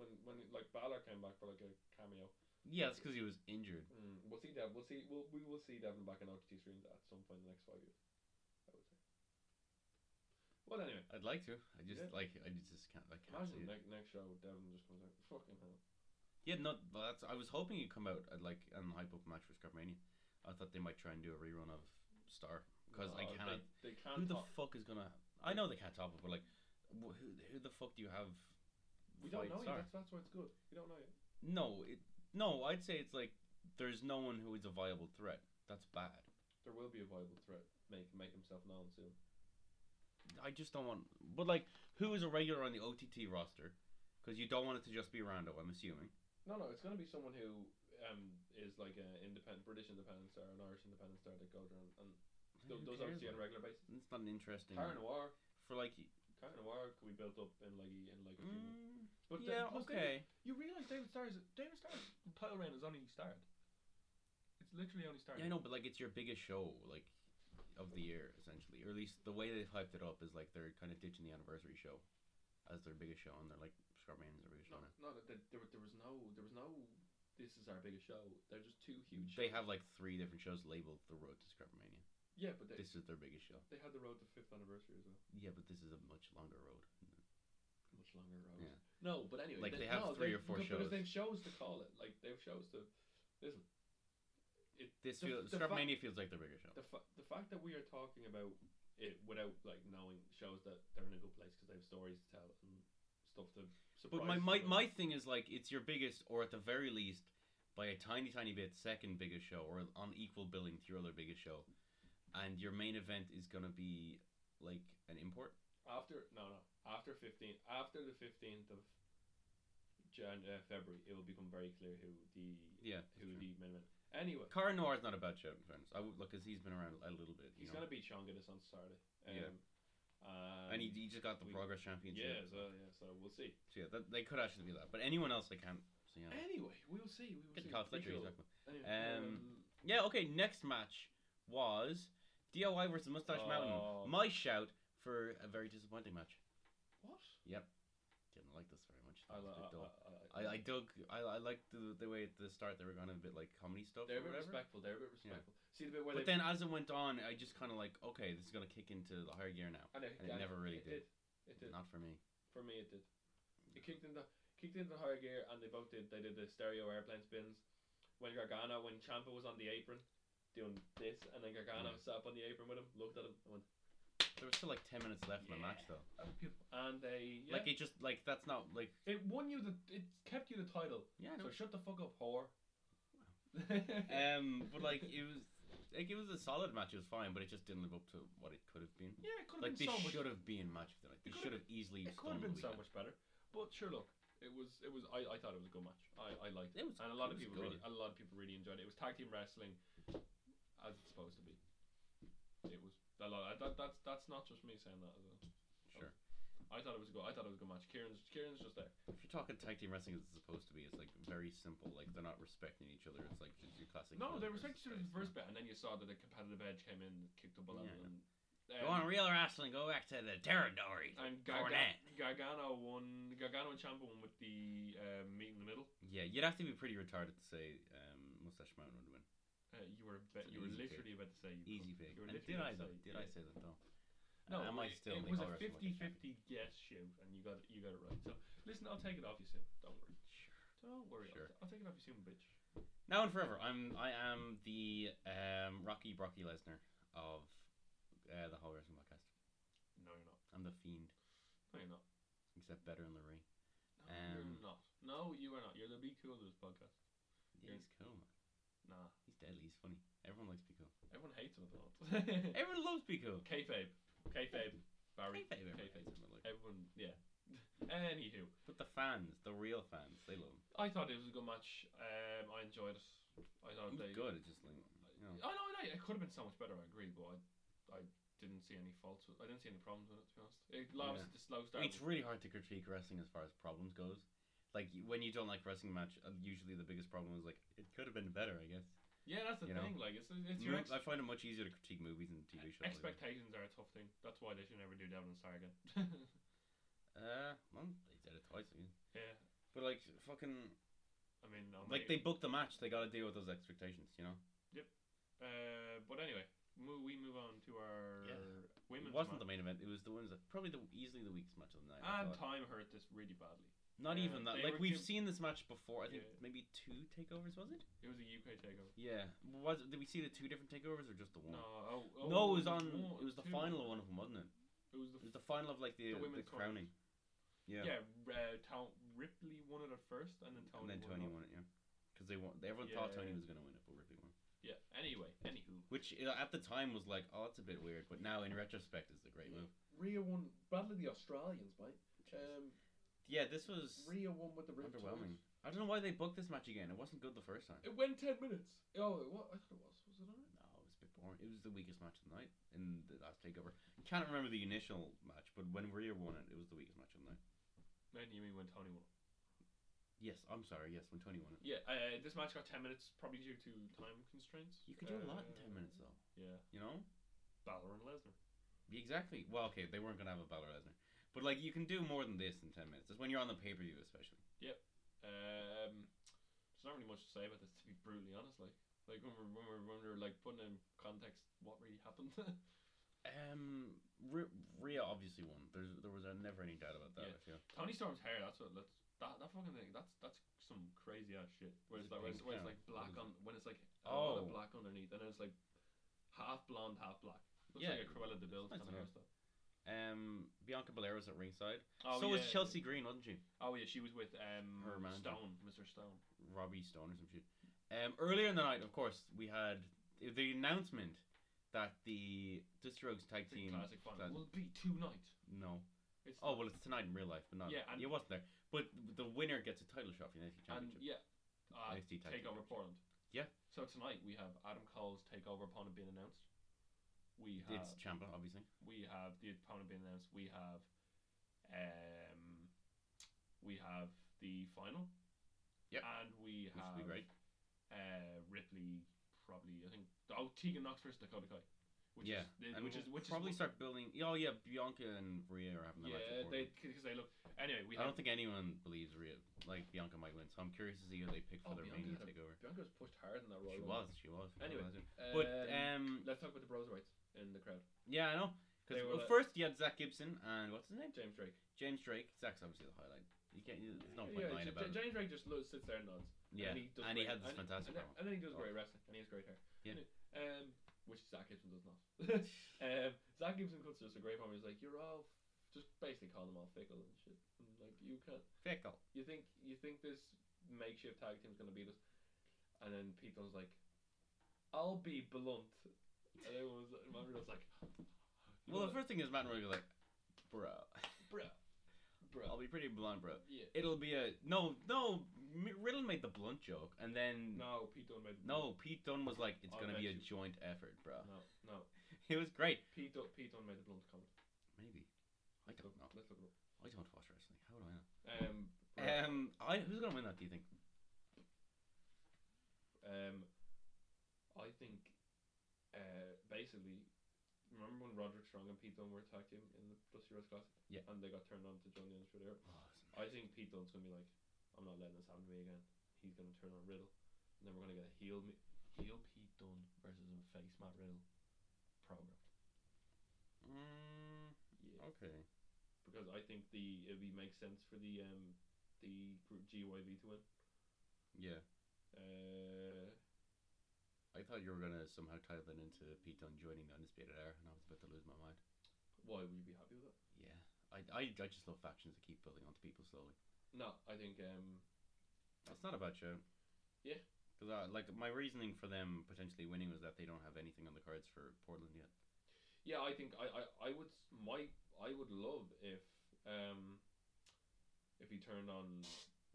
Speaker 2: when when like Balor came back for like a cameo.
Speaker 1: Yeah, it's because he was injured.
Speaker 2: Mm, we'll see Dev. We'll see. We'll, we will see Devin back in OTT screens at some point in the next five years. I would say. Well, anyway,
Speaker 1: I'd like to. I just
Speaker 2: Yeah.
Speaker 1: like I just can't. I can't see
Speaker 2: imagine
Speaker 1: it.
Speaker 2: next next show Devin just comes out. Fucking hell.
Speaker 1: Yeah, no. but That's. I was hoping you'd come out at like and hype up a match for Scarmania. I thought they might try and do a rerun of Star because I
Speaker 2: No, they-
Speaker 1: cannot.
Speaker 2: They, can't.
Speaker 1: Who the
Speaker 2: top-
Speaker 1: fuck is gonna? I know they can't top it, but like, wh- who who the fuck do you have?
Speaker 2: we don't
Speaker 1: fight
Speaker 2: know
Speaker 1: Star?
Speaker 2: yet. That's, that's why it's good. We don't know yet.
Speaker 1: No, it. No, I'd say it's like there's no one who is a viable threat. That's bad.
Speaker 2: There will be a viable threat. Make make himself known soon.
Speaker 1: I just don't want. But like, who is a regular on the OTT roster? Because you don't want it to just be Rondo. I'm assuming.
Speaker 2: No, no, it's going to be someone who um, is like an independent British independent star, an Irish independent star that goes around and th-
Speaker 1: Who
Speaker 2: those
Speaker 1: cares,
Speaker 2: obviously on a
Speaker 1: like?
Speaker 2: regular basis.
Speaker 1: It's not an interesting
Speaker 2: Cara Noir,
Speaker 1: for like.
Speaker 2: Cara Noir could be built up in like a- in like a few months.
Speaker 1: Mm,
Speaker 2: But the-
Speaker 1: yeah.
Speaker 2: plus
Speaker 1: Okay.
Speaker 2: David, you realize David Starr's David Starr's title reign is only started. It's literally only started.
Speaker 1: Yeah, I know, but like it's your biggest show, like of the year, essentially, or at least the way they've hyped it up is like they're kind of ditching the anniversary show as their biggest show, and they're like Scorpion's their biggest
Speaker 2: No,
Speaker 1: show. now.
Speaker 2: no, there, there, was- there was no, there was no. This is our biggest show. They're just two huge.
Speaker 1: They
Speaker 2: shows.
Speaker 1: have like three different shows labeled the road to Scorpion.
Speaker 2: yeah, but they
Speaker 1: This is their biggest show.
Speaker 2: they had the road to fifth anniversary as well.
Speaker 1: Yeah, but this is a much longer road.
Speaker 2: Much longer road.
Speaker 1: Yeah.
Speaker 2: No, but anyway,
Speaker 1: Like, they have
Speaker 2: no,
Speaker 1: three or four
Speaker 2: but- But
Speaker 1: shows.
Speaker 2: they have shows to call it. Like they have shows to. Listen, it,
Speaker 1: This
Speaker 2: the-
Speaker 1: feels
Speaker 2: the
Speaker 1: Scrub
Speaker 2: fa-
Speaker 1: Mania feels like the bigger show.
Speaker 2: the, fa- the fact that we are talking about it without like knowing shows that they're in a good place because they have stories to tell and stuff to surprise.
Speaker 1: But my, my
Speaker 2: people.
Speaker 1: my thing is like it's your biggest, or at the very least, by a tiny tiny bit, second biggest show, or on equal billing to your other biggest show, and your main event is gonna be like an import.
Speaker 2: after no no after fifteen after the fifteenth of Jan uh, February it will become very clear who the
Speaker 1: Yeah,
Speaker 2: who the main event. Anyway,
Speaker 1: Cara Noir is not a bad show, in fairness. I would look because he's been around a little bit. You
Speaker 2: he's
Speaker 1: know?
Speaker 2: gonna beat Sean Giddis on Saturday. Um,
Speaker 1: Yeah.
Speaker 2: Um,
Speaker 1: and he, he just got the
Speaker 2: we-
Speaker 1: Progress Championship.
Speaker 2: yeah, so yeah, so we'll see.
Speaker 1: So yeah, that, they could actually be that. But anyone else, they can't. So yeah.
Speaker 2: Anyway, we'll see. We will
Speaker 1: Get
Speaker 2: see.
Speaker 1: Kyle
Speaker 2: We
Speaker 1: Fletcher. he's
Speaker 2: shall-
Speaker 1: not-
Speaker 2: anyway,
Speaker 1: Um, Yeah. Okay. Next match was DIY versus Mustache
Speaker 2: Oh.
Speaker 1: Mountain. My shout for a very disappointing match.
Speaker 2: what?
Speaker 1: Didn't like this very much.
Speaker 2: I,
Speaker 1: Thought it was a bit dull.
Speaker 2: I, I,
Speaker 1: I, I dug. I, I liked the, the way at the start they were going a bit like comedy stuff.
Speaker 2: they're a
Speaker 1: or
Speaker 2: bit
Speaker 1: whatever.
Speaker 2: respectful. They're a bit respectful. See the bit where
Speaker 1: But
Speaker 2: they
Speaker 1: then as it went on, I just kind of like, okay, this is gonna kick into the higher gear now.
Speaker 2: I know,
Speaker 1: and it
Speaker 2: yeah,
Speaker 1: never really
Speaker 2: it
Speaker 1: did.
Speaker 2: It did.
Speaker 1: Not for me.
Speaker 2: For me, it did. It kicked into kicked into higher gear, and they both did. They did the stereo airplane spins. When Gargano, when Champa was on the apron, doing this, and then Gargano
Speaker 1: Yeah.
Speaker 2: sat up on the apron with him, looked at him, and went,
Speaker 1: There was still like ten minutes left in the match
Speaker 2: Yeah.
Speaker 1: though.
Speaker 2: "Oh, beautiful." and they yeah.
Speaker 1: Like it just like that's not like
Speaker 2: it won you the it kept you the title.
Speaker 1: yeah. I know.
Speaker 2: So shut the fuck up, whore.
Speaker 1: Um, but like it was like it was a solid match. It was fine, but it just didn't live up to what it could have been.
Speaker 2: yeah, it could have
Speaker 1: Like
Speaker 2: been
Speaker 1: this
Speaker 2: so much.
Speaker 1: should have been match of the night.
Speaker 2: It
Speaker 1: This
Speaker 2: could
Speaker 1: should
Speaker 2: have-
Speaker 1: have easily.
Speaker 2: It could
Speaker 1: stolen
Speaker 2: have
Speaker 1: the
Speaker 2: been so
Speaker 1: weekend.
Speaker 2: much better. But sure, look, it was it was. I, I thought it was a good match. I, I liked it.
Speaker 1: It was-
Speaker 2: and a lot
Speaker 1: it
Speaker 2: of
Speaker 1: was
Speaker 2: people
Speaker 1: good.
Speaker 2: really a lot of people really enjoyed it. It was tag team wrestling, as it's supposed to be. It was a lot. I, that, that's that's not just me saying that. As well.
Speaker 1: Sure.
Speaker 2: I thought it was a good. I thought it was a good match. Kieran's Kieran's just there.
Speaker 1: If you're talking tag team wrestling as it's supposed to be, it's like very simple. Like they're not respecting each other. It's like just your classic.
Speaker 2: No,
Speaker 1: heel
Speaker 2: they were
Speaker 1: versus
Speaker 2: respected to the
Speaker 1: face,
Speaker 2: first bit, and then you saw that the competitive edge came in, kicked up a level,
Speaker 1: Yeah, I know.
Speaker 2: and
Speaker 1: you know. Go on, real wrestling. Go back to the territory.
Speaker 2: and
Speaker 1: Garnet.
Speaker 2: Gargano, Gargano won. Gargano and Ciampa won with the uh, meet in the middle.
Speaker 1: Yeah, you'd have to be pretty retarded to say um, Mustache Mountain would win.
Speaker 2: Uh, you were
Speaker 1: It's
Speaker 2: about,
Speaker 1: an
Speaker 2: you were
Speaker 1: easy pick.
Speaker 2: literally about to say you
Speaker 1: Easy pick.
Speaker 2: You were
Speaker 1: And did I
Speaker 2: literally gonna
Speaker 1: though?
Speaker 2: say-
Speaker 1: Did I
Speaker 2: yeah.
Speaker 1: say that though?
Speaker 2: No,
Speaker 1: Am I
Speaker 2: it-
Speaker 1: still
Speaker 2: It
Speaker 1: the
Speaker 2: was a
Speaker 1: Colorado
Speaker 2: 50-50 guess shoot, and you got it, you got it right. So listen, I'll take it off you soon. Don't worry. Don't worry. I'll
Speaker 1: Sure.
Speaker 2: t- I'll, take it off you soon, bitch.
Speaker 1: Now and forever, I'm I am the um, Rocky Brocky Lesnar of uh, the Hall Wrestling Podcast.
Speaker 2: No, you're not.
Speaker 1: I'm the fiend,
Speaker 2: No, you're not.
Speaker 1: except better in the ring.
Speaker 2: No,
Speaker 1: Um,
Speaker 2: you're not. No, you are not. You're the be cool of this podcast.
Speaker 1: Yeah,
Speaker 2: You're-
Speaker 1: he's cool. Man.
Speaker 2: Nah,
Speaker 1: He's deadly. He's funny. Everyone likes Be Cool.
Speaker 2: everyone hates him at the moment.
Speaker 1: Everyone loves Be Cool.
Speaker 2: Kayfabe, kayfabe, Barry,
Speaker 1: Kayfabe, everyone hates
Speaker 2: kayfabe.
Speaker 1: him, but, like-
Speaker 2: Everyone, yeah. Anywho,
Speaker 1: But the fans, the real fans, they love him.
Speaker 2: I thought it was a good match. Um, I enjoyed it.
Speaker 1: It
Speaker 2: I thought
Speaker 1: was
Speaker 2: they
Speaker 1: good. It's just like you know.
Speaker 2: I know, I know. It could have been so much better. I agree, but I, I didn't see any faults. With, I didn't see any problems with it. To be honest, it loves
Speaker 1: Yeah.
Speaker 2: the slow
Speaker 1: I
Speaker 2: start.
Speaker 1: mean, it's really hard to critique wrestling as far as problems goes. Like y- when you don't like wrestling match, uh, usually the biggest problem is like it could have been better. I guess.
Speaker 2: yeah, that's the
Speaker 1: you know,
Speaker 2: thing. Like, it's it's your
Speaker 1: Mo-
Speaker 2: ex-
Speaker 1: I find it much easier to critique movies and TV shows. like that.
Speaker 2: expectations are a tough thing. That's why they should never do Devil and Star again.
Speaker 1: Uh, well, they did it twice. I mean.
Speaker 2: yeah,
Speaker 1: But like fucking,
Speaker 2: I mean, I'm
Speaker 1: like they booked the match. They got to deal with those expectations. You know.
Speaker 2: Uh, but anyway, mo- we move on to our
Speaker 1: Yeah. it
Speaker 2: women's
Speaker 1: wasn't the main
Speaker 2: match.
Speaker 1: event. It was the ones that probably the easily the weakest match of the night. I
Speaker 2: and
Speaker 1: thought.
Speaker 2: time hurt this really badly.
Speaker 1: Not
Speaker 2: Yeah,
Speaker 1: even that.
Speaker 2: they
Speaker 1: Like
Speaker 2: were
Speaker 1: we've
Speaker 2: giv-
Speaker 1: seen this match before. I think
Speaker 2: Yeah.
Speaker 1: maybe two takeovers was it?
Speaker 2: It was a UK takeover.
Speaker 1: Yeah. Was did we see the two different takeovers or just the one?
Speaker 2: No, oh, oh,
Speaker 1: No, it was on.
Speaker 2: one-
Speaker 1: It was the
Speaker 2: two.
Speaker 1: final one of them, wasn't it?
Speaker 2: It was the
Speaker 1: It was the final of like the, uh,
Speaker 2: The
Speaker 1: the,
Speaker 2: women's
Speaker 1: crowning.
Speaker 2: tournament.
Speaker 1: Yeah.
Speaker 2: yeah. uh, Town Ripley won it at first, and then Tony.
Speaker 1: And then Tony won it. Yeah. Because they won. Everyone thought Tony
Speaker 2: Yeah.
Speaker 1: was gonna win it, but Ripley won.
Speaker 2: Yeah. Anyway, anywho,
Speaker 1: Which you know, at the time was like, oh, it's a bit weird, but now in retrospect, is the great move.
Speaker 2: Rhea won. Badly the Australians, mate. Um,
Speaker 1: Yeah, this was
Speaker 2: Rhea won with the rib
Speaker 1: underwhelming. I don't know why they booked this match again. It wasn't good the first time.
Speaker 2: It went ten minutes. Oh, it wa- I thought it was. Was it on it?
Speaker 1: No, it was a bit boring. It was the weakest match of the night in the last takeover. Can't remember the initial match, but when Rhea won it, it was the weakest match of the night.
Speaker 2: No, you mean when Tony won? it.
Speaker 1: Yes, I'm sorry. Yes, when Tony won it.
Speaker 2: Yeah. Uh, this match got ten minutes, probably due to time constraints.
Speaker 1: You could do a lot in ten
Speaker 2: Uh,
Speaker 1: minutes, though.
Speaker 2: Yeah.
Speaker 1: You know.
Speaker 2: Balor and Lesnar.
Speaker 1: Exactly. Well, okay, they weren't gonna have a Balor Lesnar, but like you can do more than this in ten minutes. It's when you're on the pay per view, especially.
Speaker 2: Um, there's not really much to say about this, to be brutally honest. Like, like when we're, when we're, when we're like putting in context what really happened.
Speaker 1: Um, R- Rhea obviously won. There's there was uh, never any doubt about that.
Speaker 2: Yeah.
Speaker 1: I feel.
Speaker 2: Tony Storm's hair. That's what. That's that, that fucking thing. That's that's some crazy ass shit. Where
Speaker 1: Is
Speaker 2: it's
Speaker 1: it
Speaker 2: like where it's,
Speaker 1: pink?
Speaker 2: where it's
Speaker 1: Yeah.
Speaker 2: like
Speaker 1: What
Speaker 2: black
Speaker 1: is
Speaker 2: on when it's like a lot
Speaker 1: Oh.
Speaker 2: of black underneath, and then it's like half blonde, half black. Looks
Speaker 1: Yeah.
Speaker 2: like a Cruella de Vil
Speaker 1: That's
Speaker 2: kind of
Speaker 1: nice.
Speaker 2: hairstyle.
Speaker 1: Um, Bianca Belair was at ringside.
Speaker 2: Oh,
Speaker 1: so
Speaker 2: yeah.
Speaker 1: was Chelsea Green, wasn't she?
Speaker 2: Oh yeah, she was with um
Speaker 1: Her man.
Speaker 2: Stone, Mr. Stone.
Speaker 1: Robbie Stone or some shit. Um, earlier in the night, of course, we had the announcement that the Dusty Rogues tag
Speaker 2: It's a
Speaker 1: team.
Speaker 2: classic fun.
Speaker 1: that-
Speaker 2: Will be tonight.
Speaker 1: No.
Speaker 2: It's
Speaker 1: Oh
Speaker 2: not-
Speaker 1: well, it's tonight in real life, but not.
Speaker 2: Yeah, and-
Speaker 1: it wasn't there. But the winner gets a title shot for the NXT
Speaker 2: and
Speaker 1: Championship.
Speaker 2: yeah, uh,
Speaker 1: NXT tag team
Speaker 2: Takeover Portland.
Speaker 1: Yeah.
Speaker 2: So tonight we have Adam Cole's Takeover opponent being announced. We have
Speaker 1: It's Champa, obviously.
Speaker 2: we have the opponent being announced. We have, um, we have the final.
Speaker 1: Yep.
Speaker 2: And we
Speaker 1: Which
Speaker 2: have
Speaker 1: would be great.
Speaker 2: Uh, Ripley probably I think oh Tegan Knox versus Dakota Kai, which
Speaker 1: yeah,
Speaker 2: is the-
Speaker 1: and
Speaker 2: which
Speaker 1: we'll
Speaker 2: is which
Speaker 1: probably
Speaker 2: is
Speaker 1: start building. Oh yeah, Bianca and Rhea are having the match.
Speaker 2: yeah
Speaker 1: before
Speaker 2: they
Speaker 1: them.
Speaker 2: because they look anyway we
Speaker 1: I
Speaker 2: have
Speaker 1: don't think anyone believes Rhea like Bianca might win, so I'm curious to see who they pick for
Speaker 2: Oh,
Speaker 1: their Mania
Speaker 2: Bianca had a-
Speaker 1: takeover.
Speaker 2: Bianca was pushed hard in that Royal
Speaker 1: She was,
Speaker 2: Rumble.
Speaker 1: she was.
Speaker 2: Anyway,
Speaker 1: but
Speaker 2: um,
Speaker 1: um,
Speaker 2: let's talk about the Bros rights in the crowd.
Speaker 1: yeah, I know. Because
Speaker 2: They were
Speaker 1: well,
Speaker 2: like-
Speaker 1: first you had Zach Gibson and what's his name?
Speaker 2: James Drake.
Speaker 1: James Drake. Zach's obviously the highlight. You can't. you- There's no point
Speaker 2: yeah,
Speaker 1: lying
Speaker 2: J-
Speaker 1: about
Speaker 2: J-
Speaker 1: it.
Speaker 2: James Drake just lo- sits there and nods.
Speaker 1: Yeah,
Speaker 2: and he, does
Speaker 1: and he
Speaker 2: great-
Speaker 1: had this
Speaker 2: and-
Speaker 1: fantastic
Speaker 2: and, then-
Speaker 1: promo.
Speaker 2: and then he does
Speaker 1: Oh.
Speaker 2: great wrestling, and he has great hair.
Speaker 1: Yeah.
Speaker 2: Anyway, Um, which Zach Gibson does not. um, Zach Gibson cuts just a great promo. He's like, "You're all," just basically call them all fickle and shit. And like, you can't.
Speaker 1: Fickle.
Speaker 2: You think you think this makeshift tag team's gonna beat us? And then Pete Dunne's like, "I'll be blunt." And everyone was, and everyone was like,
Speaker 1: Well, the first thing is Matt Roy was like, bro,
Speaker 2: bro, bro,
Speaker 1: I'll be pretty blunt, bro.
Speaker 2: yeah."
Speaker 1: It'll be a no, no. M- Riddle made the blunt joke, and then no,
Speaker 2: No, Pete Dunne made
Speaker 1: Pete Dunne was like, it's
Speaker 2: I
Speaker 1: gonna
Speaker 2: bet
Speaker 1: be a
Speaker 2: you-
Speaker 1: joint effort, bro.
Speaker 2: No, no.
Speaker 1: It was great.
Speaker 2: Pete Dunne, Pete Dunne made the blunt comment.
Speaker 1: Maybe I don't know.
Speaker 2: Let's look it up.
Speaker 1: I don't watch wrestling. How do I know?
Speaker 2: Um, right.
Speaker 1: Um, I, who's gonna win that? Do you think?
Speaker 2: Um, I think, uh, basically, remember when Roderick Strong and Pete Dunne were tag team in the Dusty Rose Classic?
Speaker 1: Yeah.
Speaker 2: And they got turned on to Johnny and Shredder.
Speaker 1: Oh,
Speaker 2: I think Pete Dunne's gonna be like, I'm not letting this happen to me again. He's gonna turn on Riddle, and then we're gonna get a heel, me- heel Pete Dunne versus a face Matt Riddle program.
Speaker 1: Mm,
Speaker 2: Yeah.
Speaker 1: okay.
Speaker 2: Because I think the it would make sense for the um the group GYV to win.
Speaker 1: Yeah,
Speaker 2: Uh,
Speaker 1: I thought you were gonna somehow tie that into Pete Dunne joining the Undisputed Era, and I was about to lose my mind.
Speaker 2: why would you be happy with that?
Speaker 1: Yeah, I, I, I just love factions that keep building onto people slowly.
Speaker 2: No, I think um
Speaker 1: That's not a bad show.
Speaker 2: Yeah.
Speaker 1: Because I like my reasoning for them potentially winning was that they don't have anything on the cards for Portland yet.
Speaker 2: Yeah, I think I, I, I would s- my I would love if um if he turned on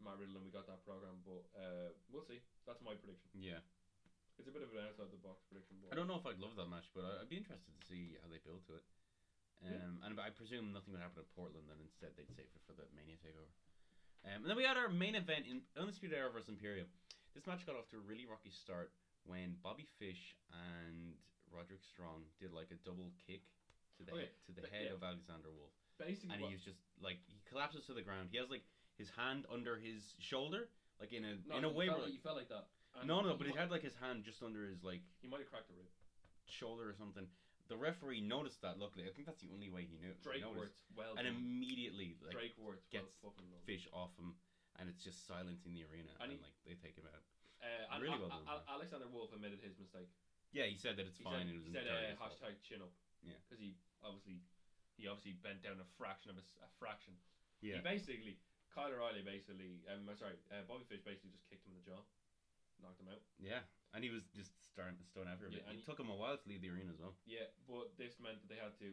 Speaker 2: Matt Riddle and we got that program, but uh, we'll see. That's my prediction.
Speaker 1: Yeah.
Speaker 2: It's a bit of an outside the box prediction, but
Speaker 1: I don't know if I'd love that match, but I- I'd be interested to see how they build to it.
Speaker 2: Yeah.
Speaker 1: Um, And I presume nothing would happen in Portland, and instead they'd save it for the Mania takeover. Um, and then we had our main event in Undisputed Era versus Imperium. This match got off to a really rocky start when Bobby Fish and Roderick Strong did like a double kick to the
Speaker 2: Okay,
Speaker 1: he- to the
Speaker 2: but
Speaker 1: head
Speaker 2: yeah.
Speaker 1: of Alexander Wolf.
Speaker 2: basically
Speaker 1: and
Speaker 2: what,
Speaker 1: he's just like he collapses to the ground. He has like his hand under his shoulder, like in a
Speaker 2: no,
Speaker 1: in a
Speaker 2: he
Speaker 1: way.
Speaker 2: felt
Speaker 1: Where,
Speaker 2: like,
Speaker 1: like,
Speaker 2: he felt like that. And
Speaker 1: no, no, but
Speaker 2: he
Speaker 1: he
Speaker 2: might,
Speaker 1: had like his hand just under his like
Speaker 2: he might have cracked a rib.
Speaker 1: shoulder or something. The referee noticed that. Luckily, I think that's the only way he knew.
Speaker 2: Drake
Speaker 1: noticed.
Speaker 2: Wirtz, well
Speaker 1: and
Speaker 2: done.
Speaker 1: immediately like
Speaker 2: Drake Wirtz, well
Speaker 1: gets
Speaker 2: fucking done.
Speaker 1: fish off him, and it's just silence in the arena, and,
Speaker 2: And he-
Speaker 1: like they take him out.
Speaker 2: Uh, and
Speaker 1: really
Speaker 2: A-
Speaker 1: well
Speaker 2: A-
Speaker 1: done,
Speaker 2: A-
Speaker 1: man.
Speaker 2: Alexander Wolf admitted his mistake.
Speaker 1: Yeah, he said that it's
Speaker 2: he
Speaker 1: fine.
Speaker 2: said,
Speaker 1: it was
Speaker 2: he said
Speaker 1: entirely
Speaker 2: uh,
Speaker 1: his fault.
Speaker 2: hashtag chin up.
Speaker 1: Yeah.
Speaker 2: Because he obviously he obviously bent down a fraction of a, s- a fraction.
Speaker 1: Yeah,
Speaker 2: He basically, Kyle O'Reilly basically, um, I'm sorry, uh, Bobby Fish basically just kicked him in the jaw, knocked him out.
Speaker 1: yeah, and he was just starting stone after him.
Speaker 2: Yeah,
Speaker 1: it
Speaker 2: and he-
Speaker 1: took him a while to leave the arena as well.
Speaker 2: Yeah, but this meant that they had to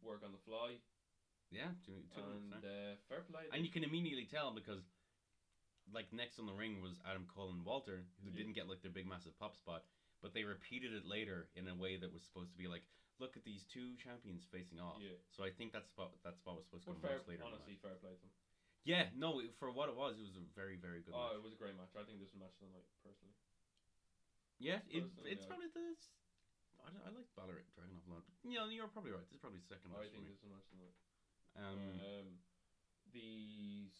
Speaker 2: work on the fly.
Speaker 1: Yeah, to, to
Speaker 2: and uh, fair play.
Speaker 1: And you can immediately tell because, like, next on the ring was Adam Cole and Walter, who
Speaker 2: Yeah.
Speaker 1: didn't get like their big massive pop spot, but they repeated it later in a way that was supposed to be like, look at these two champions facing off.
Speaker 2: Yeah.
Speaker 1: So I think that spot that spot was supposed to
Speaker 2: But
Speaker 1: come
Speaker 2: fair,
Speaker 1: much later. in the
Speaker 2: honestly,
Speaker 1: match.
Speaker 2: fair play to them.
Speaker 1: Yeah, no, it- for what it was, it was a very very good.
Speaker 2: Oh,
Speaker 1: match.
Speaker 2: it was a great match. I think this was match of the night, personally.
Speaker 1: Yeah, it,
Speaker 2: personally,
Speaker 1: it's
Speaker 2: I-
Speaker 1: probably the. s- I, don't- I like Valeric Dragunov a lot. but, You know, you're probably right. This is probably the second
Speaker 2: I
Speaker 1: match for
Speaker 2: think
Speaker 1: me.
Speaker 2: this was match of the night.
Speaker 1: Um,
Speaker 2: Um, the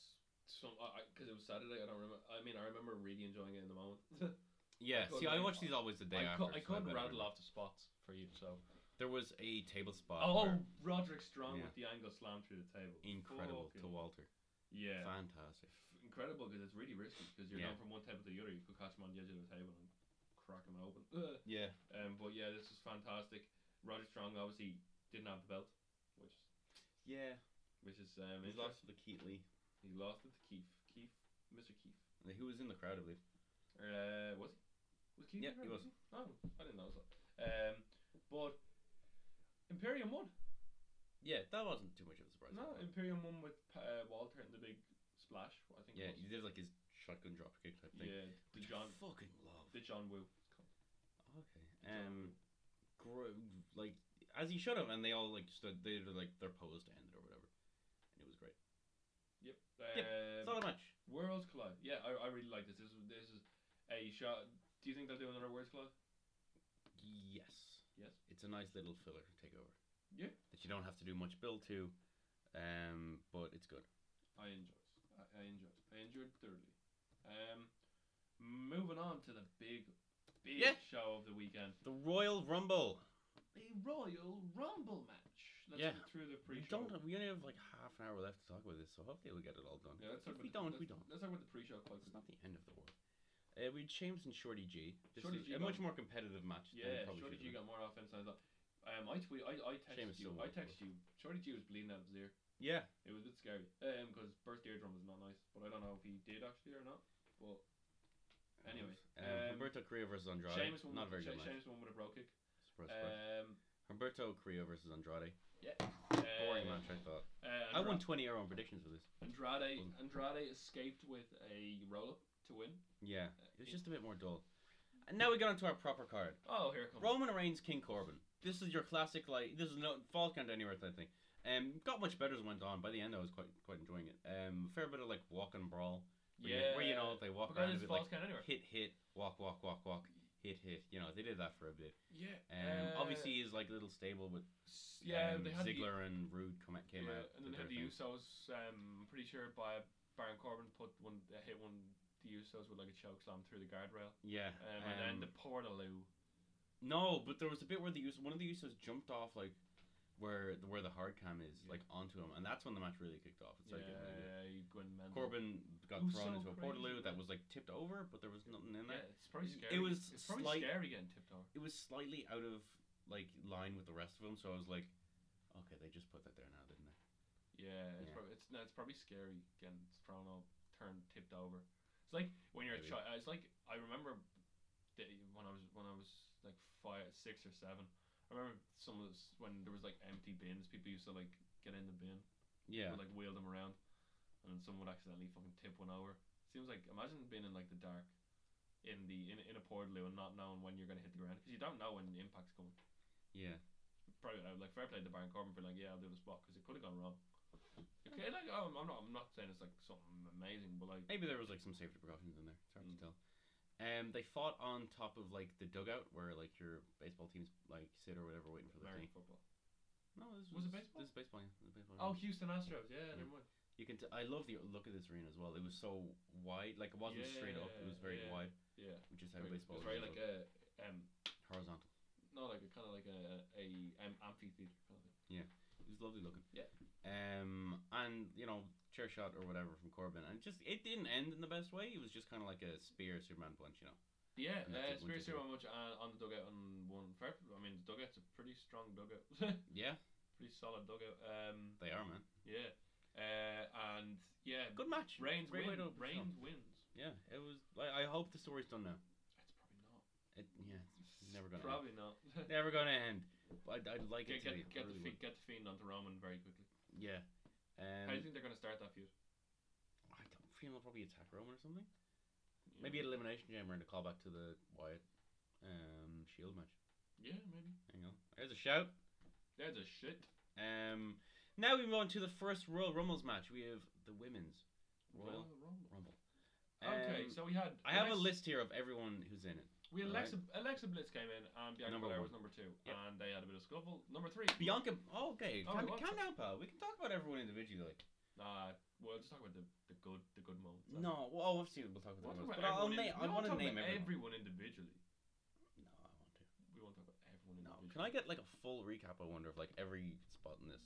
Speaker 2: some because it was Saturday. I don't remember. I mean, I remember really enjoying it in the moment.
Speaker 1: yeah,
Speaker 2: I could-
Speaker 1: see, I
Speaker 2: I-
Speaker 1: watch these always the day
Speaker 2: I,
Speaker 1: after.
Speaker 2: cou- I
Speaker 1: so
Speaker 2: couldn't
Speaker 1: better
Speaker 2: rattle
Speaker 1: remember.
Speaker 2: off the spots for you, so.
Speaker 1: There was a table spot.
Speaker 2: Oh,
Speaker 1: where-
Speaker 2: Roderick Strong
Speaker 1: Yeah.
Speaker 2: with the angle slam through the table.
Speaker 1: incredible to
Speaker 2: Fucking-
Speaker 1: Walter.
Speaker 2: Yeah.
Speaker 1: Fantastic.
Speaker 2: F- Incredible because it's really risky because you're
Speaker 1: Yeah.
Speaker 2: going from one table to the other. You could catch them on the edge of the table and crack them open. Ugh.
Speaker 1: Yeah.
Speaker 2: Um, but yeah, this was fantastic. Roger Strong obviously didn't have the belt, which
Speaker 1: Yeah.
Speaker 2: which is um,
Speaker 1: He
Speaker 2: interesting.
Speaker 1: lost to the Keatley.
Speaker 2: He lost it to Keith. Keith, Mr. Keith.
Speaker 1: Who was in the crowd, I believe.
Speaker 2: Uh, was he? Was Keith?
Speaker 1: Yeah,
Speaker 2: in
Speaker 1: he
Speaker 2: there?
Speaker 1: was.
Speaker 2: Oh, I didn't know that. Um, but Imperium won.
Speaker 1: Yeah, that wasn't too much of a surprise.
Speaker 2: No, Imperium won with uh, Walter and the big splash. I think.
Speaker 1: yeah,
Speaker 2: it
Speaker 1: he
Speaker 2: was.
Speaker 1: did like his shotgun dropkick type thing.
Speaker 2: yeah. The
Speaker 1: Which
Speaker 2: John,
Speaker 1: I fucking love.
Speaker 2: the John Woo.
Speaker 1: Okay. Um, gro- like as he should have, and they all like stood. They were like their pose to end it or whatever, and it was great.
Speaker 2: Yep.
Speaker 1: It's
Speaker 2: Um,
Speaker 1: not a match.
Speaker 2: Worlds Collide. Yeah, I, I really like this. This is this is a shot. Do you think they'll do another Worlds Collide?
Speaker 1: Yes,
Speaker 2: Yes.
Speaker 1: it's a nice little filler takeover.
Speaker 2: Yeah.
Speaker 1: That you don't have to do much build to, um, but it's good.
Speaker 2: I enjoyed. I, I enjoyed. I enjoyed thoroughly. Um, moving on to the big, big
Speaker 1: Yeah.
Speaker 2: show of the weekend.
Speaker 1: The Royal Rumble.
Speaker 2: a Royal Rumble match. Let's
Speaker 1: Yeah.
Speaker 2: get through the
Speaker 1: We
Speaker 2: pre-show.
Speaker 1: don't. We only have like half an hour left to talk about this, so hopefully we'll get it all done.
Speaker 2: yeah, let's talk
Speaker 1: if we
Speaker 2: about
Speaker 1: don't,
Speaker 2: the,
Speaker 1: we
Speaker 2: let's-
Speaker 1: don't.
Speaker 2: Let's talk about the pre-show quite
Speaker 1: It's
Speaker 2: quickly.
Speaker 1: not the end of the world. Uh, we had James and Shorty G. This
Speaker 2: Shorty
Speaker 1: is
Speaker 2: G
Speaker 1: a
Speaker 2: got-
Speaker 1: much more competitive match. than it
Speaker 2: Yeah,
Speaker 1: probably
Speaker 2: Shorty
Speaker 1: should
Speaker 2: G
Speaker 1: have
Speaker 2: got more offense than I thought. Um, I tweet, I, I texted
Speaker 1: Sheamus
Speaker 2: you,
Speaker 1: still
Speaker 2: I
Speaker 1: won, of
Speaker 2: texted you. Shorty G was bleeding out of his ear.
Speaker 1: been. Yeah,
Speaker 2: It was a bit scary. Um, because burst eardrum is not nice, but I don't know if he did actually or not. But Anyway, um,
Speaker 1: um, Humberto Carrillo versus Andrade.
Speaker 2: Sheamus won.
Speaker 1: not a
Speaker 2: with-
Speaker 1: very
Speaker 2: She-
Speaker 1: good match.
Speaker 2: Sheamus won with a bro kick.
Speaker 1: Surprise, surprise.
Speaker 2: Um,
Speaker 1: Humberto Carrillo versus Andrade. Boring
Speaker 2: uh,
Speaker 1: match, I thought.
Speaker 2: Uh,
Speaker 1: I won
Speaker 2: Andra-
Speaker 1: twenty euro on predictions for this.
Speaker 2: Andrade.
Speaker 1: Wasn't-
Speaker 2: Andrade escaped with a roll up to win. Uh,
Speaker 1: Yeah, it was
Speaker 2: it-
Speaker 1: just a bit more dull. And now we get onto our proper card.
Speaker 2: Oh, here it comes.
Speaker 1: Roman Reigns, King Corbin. This is your classic, like this is no fall count anywhere type thing. Um, got much better as it went on. By the end, I was quite quite enjoying it. Um, fair bit of like walk and brawl. Where
Speaker 2: yeah.
Speaker 1: you, where you know they walk
Speaker 2: Forgot
Speaker 1: around a
Speaker 2: his
Speaker 1: bit,
Speaker 2: false
Speaker 1: like
Speaker 2: count anywhere.
Speaker 1: hit hit walk walk walk walk hit hit. You know they did that for a bit.
Speaker 2: Yeah.
Speaker 1: Um,
Speaker 2: uh,
Speaker 1: obviously he's like a little stable with
Speaker 2: s- Yeah,
Speaker 1: um,
Speaker 2: they had the,
Speaker 1: Ziggler and Rude come out, came
Speaker 2: yeah,
Speaker 1: out.
Speaker 2: and
Speaker 1: did
Speaker 2: then they
Speaker 1: their
Speaker 2: had the
Speaker 1: thing.
Speaker 2: Usos. Um, I'm pretty sure by Baron Corbin put one uh, hit one the Usos with like a choke slam through the guardrail.
Speaker 1: Yeah.
Speaker 2: Um, and then
Speaker 1: um,
Speaker 2: the Portaloo.
Speaker 1: No, but there was a bit where the use one of the users jumped off like where the where the hard cam is,
Speaker 2: Yeah.
Speaker 1: like onto him, and that's when the match really kicked off. It's
Speaker 2: Yeah,
Speaker 1: like it really did.
Speaker 2: he went mental.
Speaker 1: Corbin got
Speaker 2: It was
Speaker 1: thrown
Speaker 2: so
Speaker 1: into a
Speaker 2: crazy,
Speaker 1: portaloo that
Speaker 2: like-
Speaker 1: was like tipped over, but there was nothing in there.
Speaker 2: Yeah, it's probably
Speaker 1: It
Speaker 2: scary.
Speaker 1: was
Speaker 2: it's probably
Speaker 1: slight-
Speaker 2: scary getting tipped over.
Speaker 1: It was slightly out of like line with the rest of them, so I was like, okay, they just put that there now, didn't they?
Speaker 2: Yeah, it's
Speaker 1: Yeah.
Speaker 2: probably it's no, it's probably scary getting thrown up, turned, tipped over. It's like when you're a
Speaker 1: Maybe.
Speaker 2: child. It's like I remember the, when I was when I was like five, six or seven. I remember some of this when there was like empty bins. People used to like get in the bin,
Speaker 1: Yeah.
Speaker 2: would, like wheel them around, and then someone would accidentally fucking tip one over. Seems like imagine being in like the dark, in the in, in a portaloo and not knowing when you're gonna hit the ground because you don't know when the impact's coming.
Speaker 1: Yeah.
Speaker 2: Probably I would, like fair play to Baron Corbin for like yeah I'll do the spot because it could have gone wrong. Okay, like I'm, I'm not I'm not saying it's like something amazing, but like
Speaker 1: Maybe there was like some safety precautions in there. It's
Speaker 2: Mm.
Speaker 1: hard to tell. Um, they fought on top of like the dugout where like your baseball teams like sit or whatever waiting for the
Speaker 2: American
Speaker 1: thing. Mm-hmm.
Speaker 2: football.
Speaker 1: No, this was,
Speaker 2: Was it baseball?
Speaker 1: This is baseball. Yeah. This is baseball.
Speaker 2: Oh, Houston Astros. Yeah,
Speaker 1: Yeah.
Speaker 2: never mind.
Speaker 1: You can. T- I love the look of this arena as well. It was so wide. Like it wasn't straight up. It was very
Speaker 2: Yeah, yeah.
Speaker 1: wide,
Speaker 2: Yeah,
Speaker 1: which is how
Speaker 2: very,
Speaker 1: baseball.
Speaker 2: it's
Speaker 1: is
Speaker 2: very
Speaker 1: built.
Speaker 2: like a um
Speaker 1: horizontal.
Speaker 2: no like a kind of like a a um, amphitheater kind of thing.
Speaker 1: It was lovely looking.
Speaker 2: Yeah.
Speaker 1: Um, and you know, chair shot or whatever from Corbin, and just it didn't end in the best way. It was just kind of like a spear Superman punch, you know.
Speaker 2: Yeah,
Speaker 1: And that's
Speaker 2: uh,
Speaker 1: it,
Speaker 2: Spirit
Speaker 1: winter
Speaker 2: Zero much uh, on the dugout on one. Fair, I mean, the dugout's a pretty strong dugout.
Speaker 1: Yeah,
Speaker 2: pretty solid dugout. Um,
Speaker 1: they are man.
Speaker 2: yeah, uh, and yeah,
Speaker 1: Good match.
Speaker 2: Reigns
Speaker 1: Great way
Speaker 2: win.
Speaker 1: to open the show.
Speaker 2: Reigns wins.
Speaker 1: Yeah, it was. I, I hope the story's done now.
Speaker 2: It's probably not.
Speaker 1: It, yeah, it's never gonna.
Speaker 2: Probably not.
Speaker 1: End. Never gonna end. But I'd, I'd like it to
Speaker 2: get
Speaker 1: be.
Speaker 2: get,
Speaker 1: I
Speaker 2: get, the
Speaker 1: really
Speaker 2: fe- get the fiend onto Roman very quickly.
Speaker 1: would. Yeah. Um,
Speaker 2: How do you think they're gonna start that feud?
Speaker 1: I don't feel they'll probably attack Roman or something.
Speaker 2: Yeah.
Speaker 1: Maybe an elimination chamber and a callback to the Wyatt um, Shield match.
Speaker 2: Yeah, maybe.
Speaker 1: Hang on. There's a shout.
Speaker 2: That's a shit.
Speaker 1: Um, now we move on to the first Royal Rumbles match. We have the women's Royal
Speaker 2: Royal Rumble.
Speaker 1: Rumble.
Speaker 2: Okay,
Speaker 1: Um,
Speaker 2: so we had.
Speaker 1: I have a
Speaker 2: Alexa-
Speaker 1: list here of everyone who's in it.
Speaker 2: We had
Speaker 1: alright.
Speaker 2: Alexa Alexa Blitz came in and Bianca
Speaker 1: Number
Speaker 2: Belair
Speaker 1: one.
Speaker 2: was number two,
Speaker 1: Yep.
Speaker 2: and they had a bit of scuffle. Number three.
Speaker 1: Bianca. Oh, okay,
Speaker 2: Oh,
Speaker 1: calm,
Speaker 2: what's
Speaker 1: calm
Speaker 2: up?
Speaker 1: down, pal. We can talk about everyone individually. Like,
Speaker 2: Nah, Uh, well, just talk about the, the good the good moments.
Speaker 1: no, well, obviously we'll talk about
Speaker 2: We'll talk
Speaker 1: the
Speaker 2: about
Speaker 1: But I'll
Speaker 2: everyone
Speaker 1: name.
Speaker 2: indi-
Speaker 1: I
Speaker 2: we
Speaker 1: want
Speaker 2: won't
Speaker 1: to
Speaker 2: talk about
Speaker 1: name everyone.
Speaker 2: everyone individually.
Speaker 1: No, I want to.
Speaker 2: We won't talk about everyone
Speaker 1: No,
Speaker 2: individually.
Speaker 1: can I get like a full recap? I wonder of like every spot in this.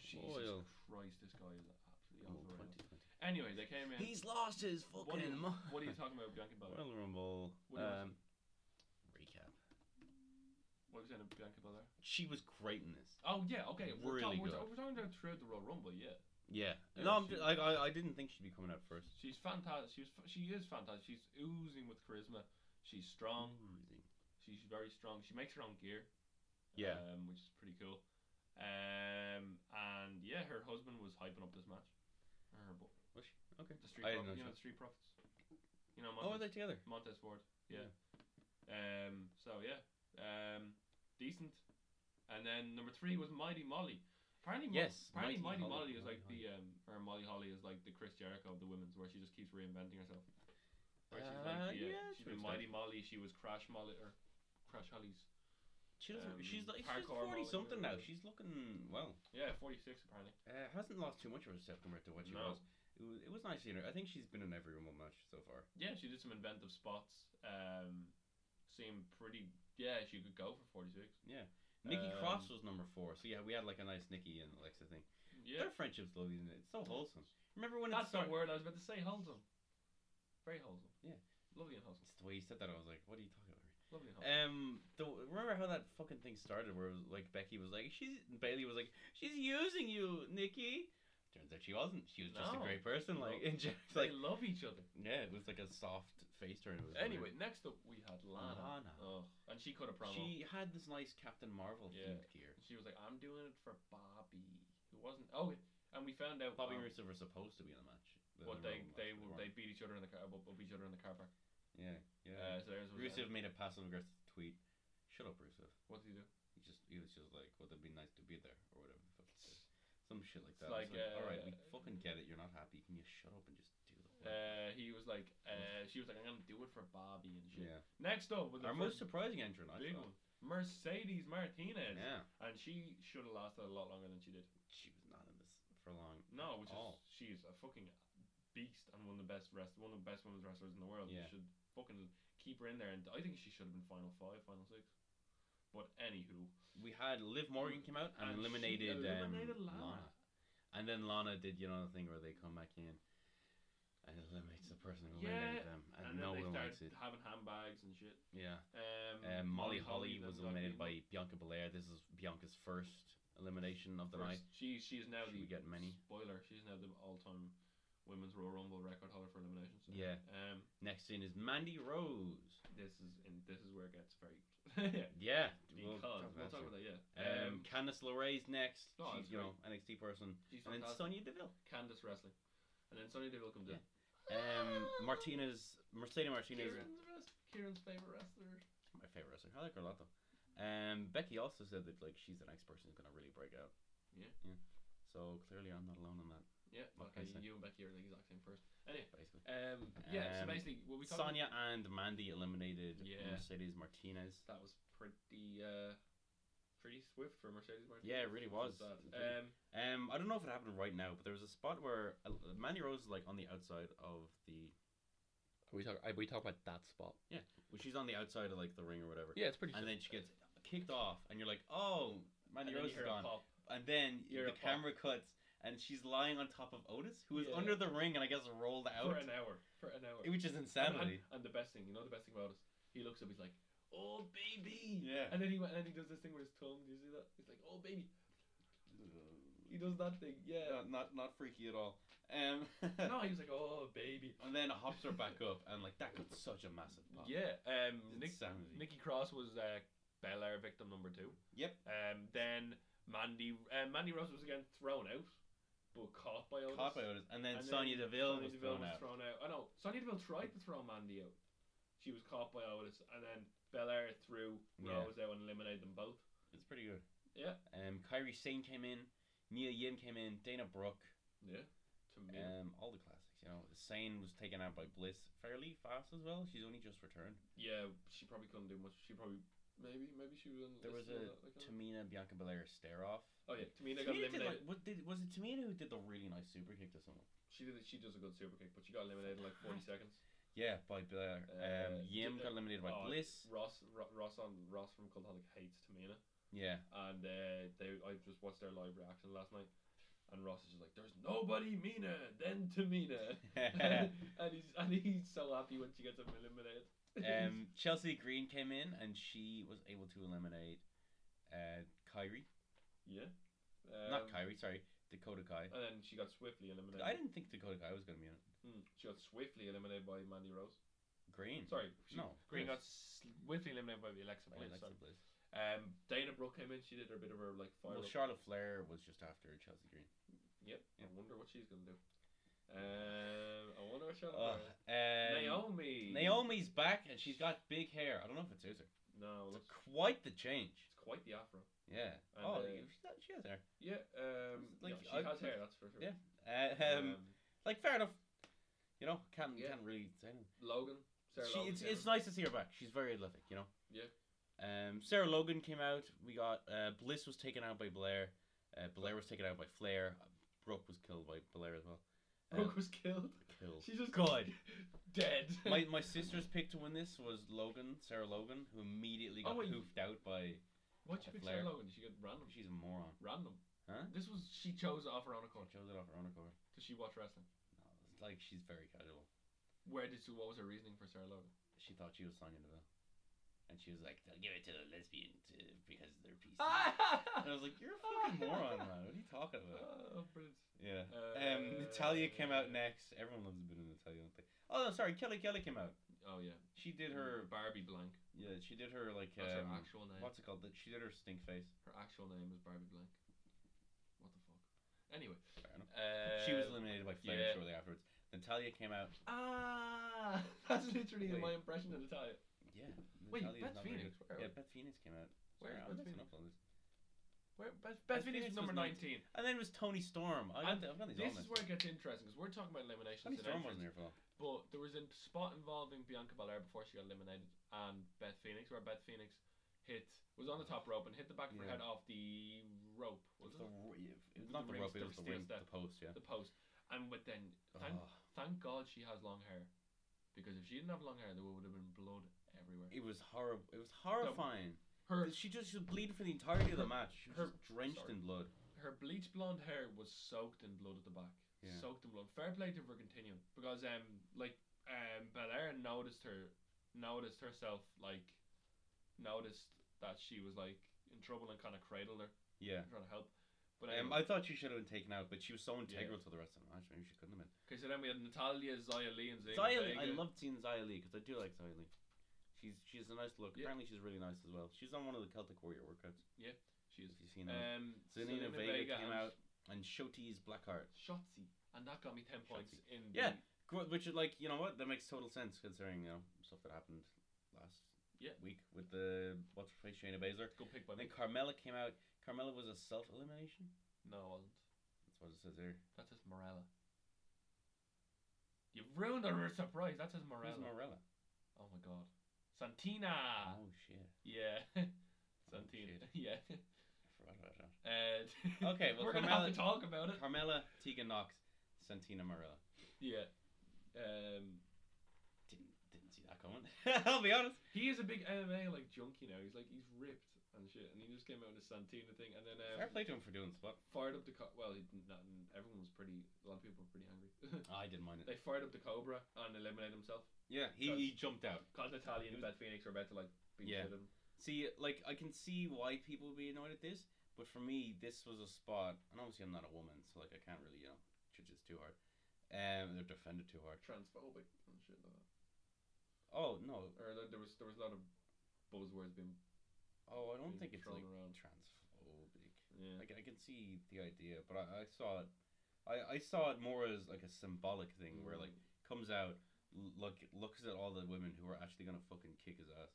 Speaker 2: Jesus
Speaker 1: Oil.
Speaker 2: Christ, this guy is absolutely
Speaker 1: Oh,
Speaker 2: overrated.
Speaker 1: 2020.
Speaker 2: Anyway, they came in.
Speaker 1: He's lost his
Speaker 2: what, are
Speaker 1: fucking
Speaker 2: you,
Speaker 1: mind.
Speaker 2: what are you talking about, Bianca Belair?
Speaker 1: Royal Rumble.
Speaker 2: What do you
Speaker 1: Um, recap.
Speaker 2: What was that, Bianca Belair?
Speaker 1: She was great in this.
Speaker 2: Oh yeah, okay. We're,
Speaker 1: Really
Speaker 2: talking, we're,
Speaker 1: good.
Speaker 2: ta- we're talking about throughout the Royal Rumble, yeah.
Speaker 1: Yeah.
Speaker 2: Yeah,
Speaker 1: no, I'm
Speaker 2: she-
Speaker 1: ju- I, I, I didn't think she'd be coming out first.
Speaker 2: She's fantastic. She's f- she is fantastic. She's oozing with charisma. She's strong.
Speaker 1: Amazing.
Speaker 2: She's very strong. She makes her own gear.
Speaker 1: Yeah.
Speaker 2: um, which is pretty cool. Um, and yeah, her husband was hyping up this match. Or her bo-
Speaker 1: Was she? Uh, Okay.
Speaker 2: the street
Speaker 1: I didn't
Speaker 2: profit,
Speaker 1: know
Speaker 2: you know,
Speaker 1: she-
Speaker 2: the street profits. You know,
Speaker 1: Oh, are
Speaker 2: Montez,
Speaker 1: they together?
Speaker 2: Montez Ford. Yeah. Um. So yeah. Um. Decent. And then number three was Mighty Molly. Apparently, Mo-
Speaker 1: Yes,
Speaker 2: apparently
Speaker 1: Mighty
Speaker 2: Mighty,
Speaker 1: Holly,
Speaker 2: Molly is
Speaker 1: Mighty
Speaker 2: like the um, or Molly Holly is like the Chris Jericho of the women's, where she just keeps reinventing herself. Where she's like,
Speaker 1: Uh,
Speaker 2: the, uh,
Speaker 1: yeah,
Speaker 2: she's
Speaker 1: sure
Speaker 2: been
Speaker 1: stuff.
Speaker 2: Mighty Molly. She was Crash Molly or Crash Holly's.
Speaker 1: She doesn't.
Speaker 2: um,
Speaker 1: she's like she's
Speaker 2: parkour model,
Speaker 1: forty something now.
Speaker 2: whatever.
Speaker 1: She's looking well.
Speaker 2: Yeah, forty six apparently.
Speaker 1: Uh, hasn't lost too much of herself compared to what she
Speaker 2: No.
Speaker 1: was. It was. It was nice seeing her. I think she's been in every Rumble match so far.
Speaker 2: Yeah, she did some inventive spots. Um, seemed pretty. Yeah, she could go for forty six.
Speaker 1: Nikki Cross
Speaker 2: Um,
Speaker 1: was number four, so yeah, we had like a nice Nikki and Alexa thing.
Speaker 2: Yeah,
Speaker 1: Their friendship's lovely, isn't it? It's so wholesome. Remember when
Speaker 2: that's
Speaker 1: it started?
Speaker 2: the word I was about to say. Wholesome, very wholesome.
Speaker 1: Yeah.
Speaker 2: lovely and wholesome.
Speaker 1: It's the way you said that. I was like, what are you talking about?
Speaker 2: Lovely and wholesome.
Speaker 1: Um, the, remember how that fucking thing started, where it was like Becky was like, she's Bailey was like, she's using you, Nikki. Turns out she wasn't. She was just a
Speaker 2: No.
Speaker 1: great person. Like,
Speaker 2: No.
Speaker 1: and just like,
Speaker 2: they love each other.
Speaker 1: yeah, it was like a soft face turn. It was weird.
Speaker 2: Anyway, next up we had Lana.
Speaker 1: Lana.
Speaker 2: Oh, and she cut a promo.
Speaker 1: she
Speaker 2: She,
Speaker 1: had this nice Captain Marvel themed gear.
Speaker 2: was like, "I'm doing it for Bobby, who wasn't." Oh, and we found out
Speaker 1: Bobby
Speaker 2: um,
Speaker 1: and Rusev were supposed to be in the match. the
Speaker 2: What
Speaker 1: Royal
Speaker 2: they
Speaker 1: Rumble
Speaker 2: they
Speaker 1: match,
Speaker 2: were-
Speaker 1: but
Speaker 2: they beat each other in the car, up, up each other in the car park.
Speaker 1: they weren't. yeah, yeah.
Speaker 2: Uh, so there's was
Speaker 1: Rusev made a passive aggressive tweet. Shut up, Rusev.
Speaker 2: What did he do?
Speaker 1: He just he was just like, well, it'd be nice to be there or whatever. the fuck he said. Some shit like
Speaker 2: It's
Speaker 1: that. It's
Speaker 2: like,
Speaker 1: all right, we
Speaker 2: uh,
Speaker 1: fucking get it. You're not happy. Can you shut up and just do the work?
Speaker 2: Uh, he was like, uh, she was like, "I'm gonna do it for Bobby and shit."
Speaker 1: yeah.
Speaker 2: Next up was the
Speaker 1: Our most
Speaker 2: first
Speaker 1: surprising entrant, I
Speaker 2: big
Speaker 1: thought.
Speaker 2: one, Mercedes Martinez,
Speaker 1: Yeah,
Speaker 2: and she should have lasted a lot longer than she did.
Speaker 1: she was not in this for long.
Speaker 2: No, which
Speaker 1: Oh.
Speaker 2: is she's a fucking beast and one of the best rest, one of the best women's wrestlers in the world.
Speaker 1: Yeah.
Speaker 2: You should fucking keep her in there, and I think she should have been final five, final six. But anywho,
Speaker 1: We had Liv Morgan came out and,
Speaker 2: And she
Speaker 1: eliminated,
Speaker 2: eliminated
Speaker 1: um, Lana.
Speaker 2: Lana.
Speaker 1: and then Lana did you know the thing where they come back in and eliminates the person who eliminated
Speaker 2: Yeah,
Speaker 1: them, and,
Speaker 2: and,
Speaker 1: no
Speaker 2: then they
Speaker 1: one likes it.
Speaker 2: started having handbags and shit.
Speaker 1: Yeah,
Speaker 2: Um,
Speaker 1: um, Molly Holly
Speaker 2: then
Speaker 1: was
Speaker 2: got
Speaker 1: eliminated
Speaker 2: beaten.
Speaker 1: by Bianca Belair. This is Bianca's first elimination of the night.
Speaker 2: First, She she is now
Speaker 1: Should
Speaker 2: the
Speaker 1: we get many?
Speaker 2: spoiler. She's now the all-time women's Royal Rumble record holder for eliminations. So,
Speaker 1: Yeah.
Speaker 2: Um,
Speaker 1: Next scene is Mandy Rose.
Speaker 2: this is and this is where it gets very
Speaker 1: Yeah,
Speaker 2: yeah. Because we'll talk about that. Yeah.
Speaker 1: that. Um, Candice LeRae's next.
Speaker 2: Oh,
Speaker 1: She's
Speaker 2: that's
Speaker 1: you know NXT person,
Speaker 2: she's
Speaker 1: and then
Speaker 2: fantastic.
Speaker 1: Sonya Deville.
Speaker 2: Candice wrestling, and then Sonya Deville comes in.
Speaker 1: Um, Martinez, Mercedes Martinez,
Speaker 2: Kieran's, rest, Kieran's favorite wrestler.
Speaker 1: my favorite wrestler. I like her a lot though. Um, Becky also said that like she's the next person who's gonna really break out.
Speaker 2: Yeah.
Speaker 1: Yeah. So clearly I'm not alone on that.
Speaker 2: Yeah.
Speaker 1: What
Speaker 2: Okay.
Speaker 1: can I say?
Speaker 2: You and Becky are the exact same person. Anyway.
Speaker 1: Basically.
Speaker 2: Um. Yeah.
Speaker 1: Um,
Speaker 2: so basically, what we talked about-
Speaker 1: Sonya and Mandy eliminated
Speaker 2: Yeah.
Speaker 1: Mercedes Martinez.
Speaker 2: that was pretty uh, pretty swift for Mercedes Martinez.
Speaker 1: Yeah, it really was.
Speaker 2: That. Um.
Speaker 1: Um, I don't know if it happened right now, but there was a spot where uh, Mandy Rose is like on the outside of the,
Speaker 4: Are we talking? Are we talking about that spot?
Speaker 1: well, she's on the outside of like the ring or whatever.
Speaker 4: Yeah, it's pretty.
Speaker 1: and then she gets kicked off, and you're like, oh, Mandy
Speaker 2: and then
Speaker 1: Rose
Speaker 2: you
Speaker 1: is
Speaker 2: hear a
Speaker 1: gone.
Speaker 2: pop.
Speaker 1: And then
Speaker 2: You hear
Speaker 1: the
Speaker 2: a pop.
Speaker 1: camera cuts, and she's lying on top of Otis, who is
Speaker 2: Yeah.
Speaker 1: under the ring and I guess rolled out,
Speaker 2: For an hour. For an hour.
Speaker 1: which is
Speaker 2: And- and-
Speaker 1: insanity.
Speaker 2: And, the best thing, you know, the best thing about us, he looks up, he's like, "Oh baby,"
Speaker 1: Yeah.
Speaker 2: and then he went and he does this thing with his tongue. Do you see that? He's like, "Oh baby," he does that thing. Yeah.
Speaker 1: Not, not not freaky at all. Um,
Speaker 2: no, he was like, "Oh baby."
Speaker 1: and then hops her back up, and like that got such a massive pop.
Speaker 2: Yeah. Um. Nick,
Speaker 1: Insanity.
Speaker 2: Nikki Cross was uh, Bel Air victim number two.
Speaker 1: Yep.
Speaker 2: Um. Then Mandy uh, Mandy Rose was again thrown out, but caught by Otis.
Speaker 1: Caught by Otis, and then
Speaker 2: And
Speaker 1: Sonya
Speaker 2: then
Speaker 1: Deville
Speaker 2: Sonya
Speaker 1: was
Speaker 2: Deville
Speaker 1: thrown out.
Speaker 2: thrown out. I know. Sonya Deville tried to throw Mandy out. She was caught by Otis, and then Belair threw
Speaker 1: Yeah.
Speaker 2: Rose out and eliminated them both.
Speaker 1: It's pretty good.
Speaker 2: Yeah.
Speaker 1: Um, Kyrie Sane came in, Mia Yim came in, Dana Brooke,
Speaker 2: Yeah. To me.
Speaker 1: um, all the classics. You know, Sane was taken out by Bliss fairly fast as well. She's only just returned.
Speaker 2: yeah, she probably couldn't do much. She probably maybe maybe she was. On
Speaker 1: There was
Speaker 2: listed
Speaker 1: a
Speaker 2: on that, like, I don't know.
Speaker 1: Tamina Bianca Belair stare off.
Speaker 2: oh yeah, Tamina got
Speaker 1: Tamina did,
Speaker 2: eliminated.
Speaker 1: like, what did, was it Tamina who did the really nice super kick to someone?
Speaker 2: she did. She does a good super kick, but she got eliminated in like forty seconds.
Speaker 1: Yeah, by Belair. um,
Speaker 2: Uh,
Speaker 1: Yim
Speaker 2: did-
Speaker 1: got eliminated by
Speaker 2: oh,
Speaker 1: Bliss.
Speaker 2: Ross Ro- Ross on Ross from Cultaholic hates Tamina,
Speaker 1: Yeah.
Speaker 2: and uh, they I just watched their live reaction last night, And Ross is just like, "There's nobody meaner than Tamina," and he's and he's so happy when she gets him eliminated.
Speaker 1: um, Chelsea Green came in and she was able to eliminate uh, Kyrie.
Speaker 2: yeah, Um,
Speaker 1: Not Kyrie, sorry, Dakota Kai.
Speaker 2: And then she got swiftly eliminated.
Speaker 1: I didn't think Dakota Kai was going to be on it.
Speaker 2: Mm, she got swiftly eliminated by Mandy Rose.
Speaker 1: Green.
Speaker 2: Sorry, she,
Speaker 1: No.
Speaker 2: Green
Speaker 1: Bliss.
Speaker 2: got swiftly eliminated by Alexa
Speaker 1: Oh,
Speaker 2: Bliss.
Speaker 1: Alexa
Speaker 2: sorry.
Speaker 1: Bliss.
Speaker 2: Um, Dana Brooke came in. She did her bit of her like fire.
Speaker 1: Well,
Speaker 2: up.
Speaker 1: Charlotte Flair was just after Chelsea Green.
Speaker 2: Yep. I
Speaker 1: Yep.
Speaker 2: wonder what she's gonna do. Um, I wonder what she'll
Speaker 1: Ugh,
Speaker 2: do.
Speaker 1: um,
Speaker 2: Naomi.
Speaker 1: Naomi's back and she's got big hair. I don't know if it suits her.
Speaker 2: No,
Speaker 1: It's
Speaker 2: that's
Speaker 1: quite the change.
Speaker 2: it's quite the afro.
Speaker 1: Yeah.
Speaker 2: And,
Speaker 1: oh,
Speaker 2: uh,
Speaker 1: she's got- she has hair.
Speaker 2: Yeah. Um,
Speaker 1: It's like-
Speaker 2: yeah, she
Speaker 1: I-
Speaker 2: has hair. That's for sure.
Speaker 1: yeah, Uh, um, like fair enough. You know, can't
Speaker 2: Yeah.
Speaker 1: can't really say anything.
Speaker 2: Logan. Sarah
Speaker 1: She,
Speaker 2: Logan
Speaker 1: it's,
Speaker 2: came
Speaker 1: it's
Speaker 2: in.
Speaker 1: nice to see her back. She's very athletic, you know.
Speaker 2: Yeah.
Speaker 1: Um, Sarah Logan came out. We got uh, Bliss was taken out by Blair. Uh, Blair was taken out by Flair. Brooke was killed by Blair as well. Um,
Speaker 2: Brooke was killed.
Speaker 1: killed.
Speaker 2: She's just
Speaker 1: God.
Speaker 2: dead.
Speaker 1: my my sister's pick to win this was Logan, Sarah Logan, who immediately
Speaker 2: Oh,
Speaker 1: got
Speaker 2: wait.
Speaker 1: hoofed out by.
Speaker 2: What'd you pick
Speaker 1: Flair.
Speaker 2: Sarah Logan? She got random.
Speaker 1: She's a moron.
Speaker 2: Random.
Speaker 1: Huh?
Speaker 2: This was she chose it off her own
Speaker 1: She
Speaker 2: accord.
Speaker 1: chose it off her own accord.
Speaker 2: Did she watch wrestling?
Speaker 1: No, it's like she's very casual.
Speaker 2: Where did she? What was her reasoning for Sarah Logan?
Speaker 1: She thought she was Sonya Deville, and she was like, "They'll give it to the lesbian to, because they're PC."
Speaker 2: Ah!
Speaker 1: And I was like, "You're a fucking moron, man. What are you talking about?"
Speaker 2: oh, brilliant.
Speaker 1: Yeah. Um, Natalia came out next. Everyone loves a bit of Natalia, don't they? Oh no, sorry, Kelly Kelly came out.
Speaker 2: Oh yeah.
Speaker 1: She did her.
Speaker 2: Barbie Blank.
Speaker 1: Yeah, she did her like.
Speaker 2: That's her
Speaker 1: Um,
Speaker 2: actual name.
Speaker 1: what's it called? That she did her stink face.
Speaker 2: Her actual name is Barbie Blank. What the fuck? Anyway.
Speaker 1: Fair enough.
Speaker 2: Uh,
Speaker 1: she was eliminated by Flair
Speaker 2: yeah.
Speaker 1: shortly afterwards. Natalia came out.
Speaker 2: Ah, that's literally
Speaker 1: Wait.
Speaker 2: my impression of Natalia.
Speaker 1: Yeah.
Speaker 2: Wait,
Speaker 1: Natalia's
Speaker 2: Beth
Speaker 1: not very
Speaker 2: Phoenix,
Speaker 1: good.
Speaker 2: where-
Speaker 1: Yeah, Beth Phoenix came out.
Speaker 2: Where
Speaker 1: Sorry,
Speaker 2: is
Speaker 1: I'm
Speaker 2: Beth
Speaker 1: mixing
Speaker 2: Phoenix?
Speaker 1: up on this.
Speaker 2: Where Beth,
Speaker 1: Beth
Speaker 2: Beth Phoenix
Speaker 1: Phoenix
Speaker 2: is number
Speaker 1: was
Speaker 2: 19.
Speaker 1: And then it was Tony Storm. I got
Speaker 2: And
Speaker 1: the, I've got these all
Speaker 2: This is
Speaker 1: mixed
Speaker 2: where
Speaker 1: up.
Speaker 2: it gets interesting because we're talking about eliminations
Speaker 1: Tony
Speaker 2: and
Speaker 1: Storm wasn't
Speaker 2: entrants,
Speaker 1: here for long.
Speaker 2: but there was a spot involving Bianca Belair before she got eliminated and Beth Phoenix where Beth Phoenix hit was on the top rope and hit the back of her
Speaker 1: Yeah.
Speaker 2: head off the rope, was
Speaker 1: It
Speaker 2: it?
Speaker 1: was the ri- it was
Speaker 2: was
Speaker 1: not the
Speaker 2: the ring
Speaker 1: rope, it
Speaker 2: step-
Speaker 1: was the
Speaker 2: steel
Speaker 1: ring,
Speaker 2: step.
Speaker 1: the post, yeah.
Speaker 2: The post. And but then thank
Speaker 1: Oh,
Speaker 2: thank God she has long hair because if she didn't have long hair there would have been blood everywhere.
Speaker 1: it was horrible. It was horrifying.
Speaker 2: Her
Speaker 1: she just she bleeded for the entirety of the match. She was
Speaker 2: her-
Speaker 1: just drenched
Speaker 2: sorry.
Speaker 1: in blood.
Speaker 2: her bleach blonde hair was soaked in blood at the back.
Speaker 1: Yeah.
Speaker 2: Soaked in blood. Fair play to her continuing because um like um Belair noticed her noticed herself like noticed that she was like in trouble and kind of cradled her
Speaker 1: Yeah.
Speaker 2: trying to help. But
Speaker 1: Um,
Speaker 2: anyway,
Speaker 1: I thought she should have been taken out, but she was so
Speaker 2: Yeah.
Speaker 1: integral to the rest of the match. Maybe she couldn't have been.
Speaker 2: okay, so then we had Natalia, Zaya Lee, and Zayna
Speaker 1: Xia Li, I
Speaker 2: Vega.
Speaker 1: loved seeing Xia Li because I do like Xia Li. She's she's a nice look.
Speaker 2: Yeah.
Speaker 1: Apparently, she's really nice as well. She's on one of the Celtic Warrior workouts.
Speaker 2: She is.
Speaker 1: If you've seen that.
Speaker 2: Um,
Speaker 1: Zelina Vega, came
Speaker 2: and
Speaker 1: out and Shoti's Blackheart,
Speaker 2: Shotzi, and that got me ten points
Speaker 1: Shotzi.
Speaker 2: in.
Speaker 1: Yeah.
Speaker 2: the-
Speaker 1: Gro- which is like you know what that makes total sense considering you know stuff that happened last
Speaker 2: Yeah.
Speaker 1: week with the what's her face Shayna Baszler.
Speaker 2: Good pick by
Speaker 1: And then
Speaker 2: me.
Speaker 1: Carmella came out. Carmella was a self elimination.
Speaker 2: No, it wasn't.
Speaker 1: That's what it says here.
Speaker 2: That's his Morella. You've ruined her surprise. That's his Morella. Ah.
Speaker 1: Who's Morella?
Speaker 2: oh my god. Santina.
Speaker 1: Oh shit!
Speaker 2: Yeah. Santina.
Speaker 1: Oh, shit.
Speaker 2: yeah.
Speaker 1: I forgot about that.
Speaker 2: Uh,
Speaker 1: Okay, well,
Speaker 2: we're gonna
Speaker 1: Carmella-
Speaker 2: have to talk about it.
Speaker 1: Carmella, Tegan Knox, Santina Morella.
Speaker 2: yeah. Um,
Speaker 1: Didn't didn't see that coming. I'll be honest.
Speaker 2: he is a big MMA like junkie now. He's like he's ripped and shit, and he just came out with a Santina thing, and then
Speaker 1: Fair
Speaker 2: um,
Speaker 1: play to him for doing the spot.
Speaker 2: fired up the co- well. He, not, everyone was pretty. A lot of people were pretty angry.
Speaker 1: I didn't mind it.
Speaker 2: they fired up the Cobra and eliminated himself.
Speaker 1: Yeah, he, he jumped out.
Speaker 2: Cause Natalia and
Speaker 1: It was-
Speaker 2: Beth Phoenix are about to like beat
Speaker 1: Yeah.
Speaker 2: shit in.
Speaker 1: See, like I can see why people would be annoyed at this, but for me, this was a spot, and obviously I'm not a woman, so like I can't really you know judge this too hard. Um, they're defended too hard.
Speaker 2: transphobic and shit like that.
Speaker 1: Oh no,
Speaker 2: Or there, there was there was a lot of buzzwords being
Speaker 1: oh I don't
Speaker 2: Being
Speaker 1: think it's
Speaker 2: thrown
Speaker 1: like
Speaker 2: around.
Speaker 1: transphobic.
Speaker 2: yeah.
Speaker 1: Like I can see the idea, but I, I saw it. I, I saw it more as like a symbolic thing where like
Speaker 2: Mm.
Speaker 1: comes out, l- look looks at all the women who are actually gonna fucking kick his ass,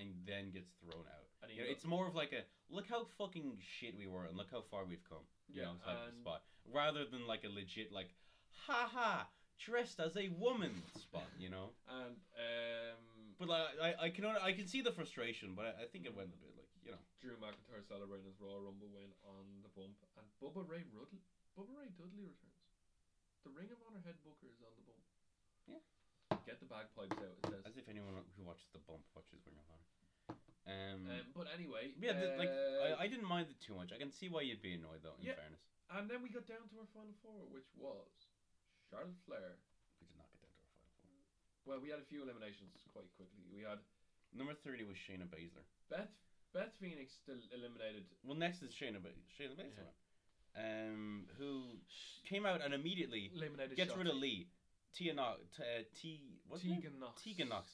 Speaker 1: and then gets thrown out.
Speaker 2: and he
Speaker 1: You know,
Speaker 2: lo-
Speaker 1: it's more of like a look how fucking shit we were and look how far we've come. You
Speaker 2: Yeah,
Speaker 1: know, type of
Speaker 2: and-
Speaker 1: spot rather than like a legit like, haha, dressed as a woman spot. You know,
Speaker 2: and um
Speaker 1: but like I, I can only, I can see the frustration, but I, I think it went a bit like you know.
Speaker 2: Drew McIntyre celebrating his Raw Rumble win on the bump and Bubba Ray Rudley Bubba Ray Dudley returns. The Ring of Honor head booker is on the bump.
Speaker 1: Yeah.
Speaker 2: Get the bagpipes out. It says
Speaker 1: As if anyone who watches the bump watches Ring of Honor. Um,
Speaker 2: Um, but anyway,
Speaker 1: yeah, the, like
Speaker 2: uh,
Speaker 1: I, I didn't mind it too much. I can see why you'd be annoyed though. In
Speaker 2: Yeah.
Speaker 1: fairness,
Speaker 2: uh, and then we got down to our final four, which was Charlotte Flair.
Speaker 1: we did not get down to our final four.
Speaker 2: Well, we had a few eliminations quite quickly. We had
Speaker 1: Number thirty was Shayna Baszler.
Speaker 2: Beth Beth Phoenix still eliminated.
Speaker 1: Well, next is Shayna ba- Shayna Baszler,
Speaker 2: Yeah.
Speaker 1: um, who came out and immediately
Speaker 2: Eliminated.
Speaker 1: gets rid of
Speaker 2: Shotzi.
Speaker 1: Lee. Tia Knox, t- uh, T, what's her name?
Speaker 2: Tegan Knox.
Speaker 1: Tegan Knox.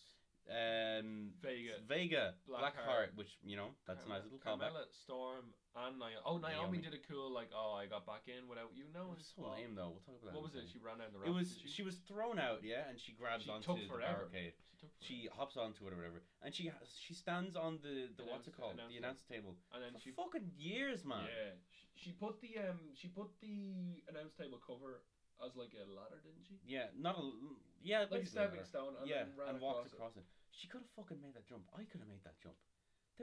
Speaker 1: Um,
Speaker 2: Vega.
Speaker 1: Vega,
Speaker 2: Blackheart.
Speaker 1: Blackheart, which you know that's a nice little callback.
Speaker 2: Carmella, Storm, and Naomi. Oh,
Speaker 1: Naomi.
Speaker 2: Naomi, did a cool like, oh, I got back in without you
Speaker 1: It
Speaker 2: knowing.
Speaker 1: was so
Speaker 2: Well,
Speaker 1: lame though. We'll talk about that.
Speaker 2: What
Speaker 1: in a
Speaker 2: was it?
Speaker 1: second.
Speaker 2: She ran down the ramp.
Speaker 1: It was
Speaker 2: did
Speaker 1: she, was thrown out, yeah, and she grabs
Speaker 2: She
Speaker 1: onto
Speaker 2: took
Speaker 1: the
Speaker 2: forever.
Speaker 1: barricade.
Speaker 2: She took forever.
Speaker 1: She hops onto it or whatever, and she ha- she stands on the the what's
Speaker 2: Announce-
Speaker 1: it called
Speaker 2: announce
Speaker 1: the
Speaker 2: table.
Speaker 1: announce table
Speaker 2: and then
Speaker 1: for
Speaker 2: she
Speaker 1: fucking years, man.
Speaker 2: yeah she, she put the um she put the announce table cover as like a ladder, didn't she?
Speaker 1: Yeah, not a l- yeah,
Speaker 2: Like a
Speaker 1: basically ladder.
Speaker 2: stepping stone, and
Speaker 1: yeah,
Speaker 2: then ran
Speaker 1: and
Speaker 2: across,
Speaker 1: walks across it. She could have fucking made that jump. I could have made that jump.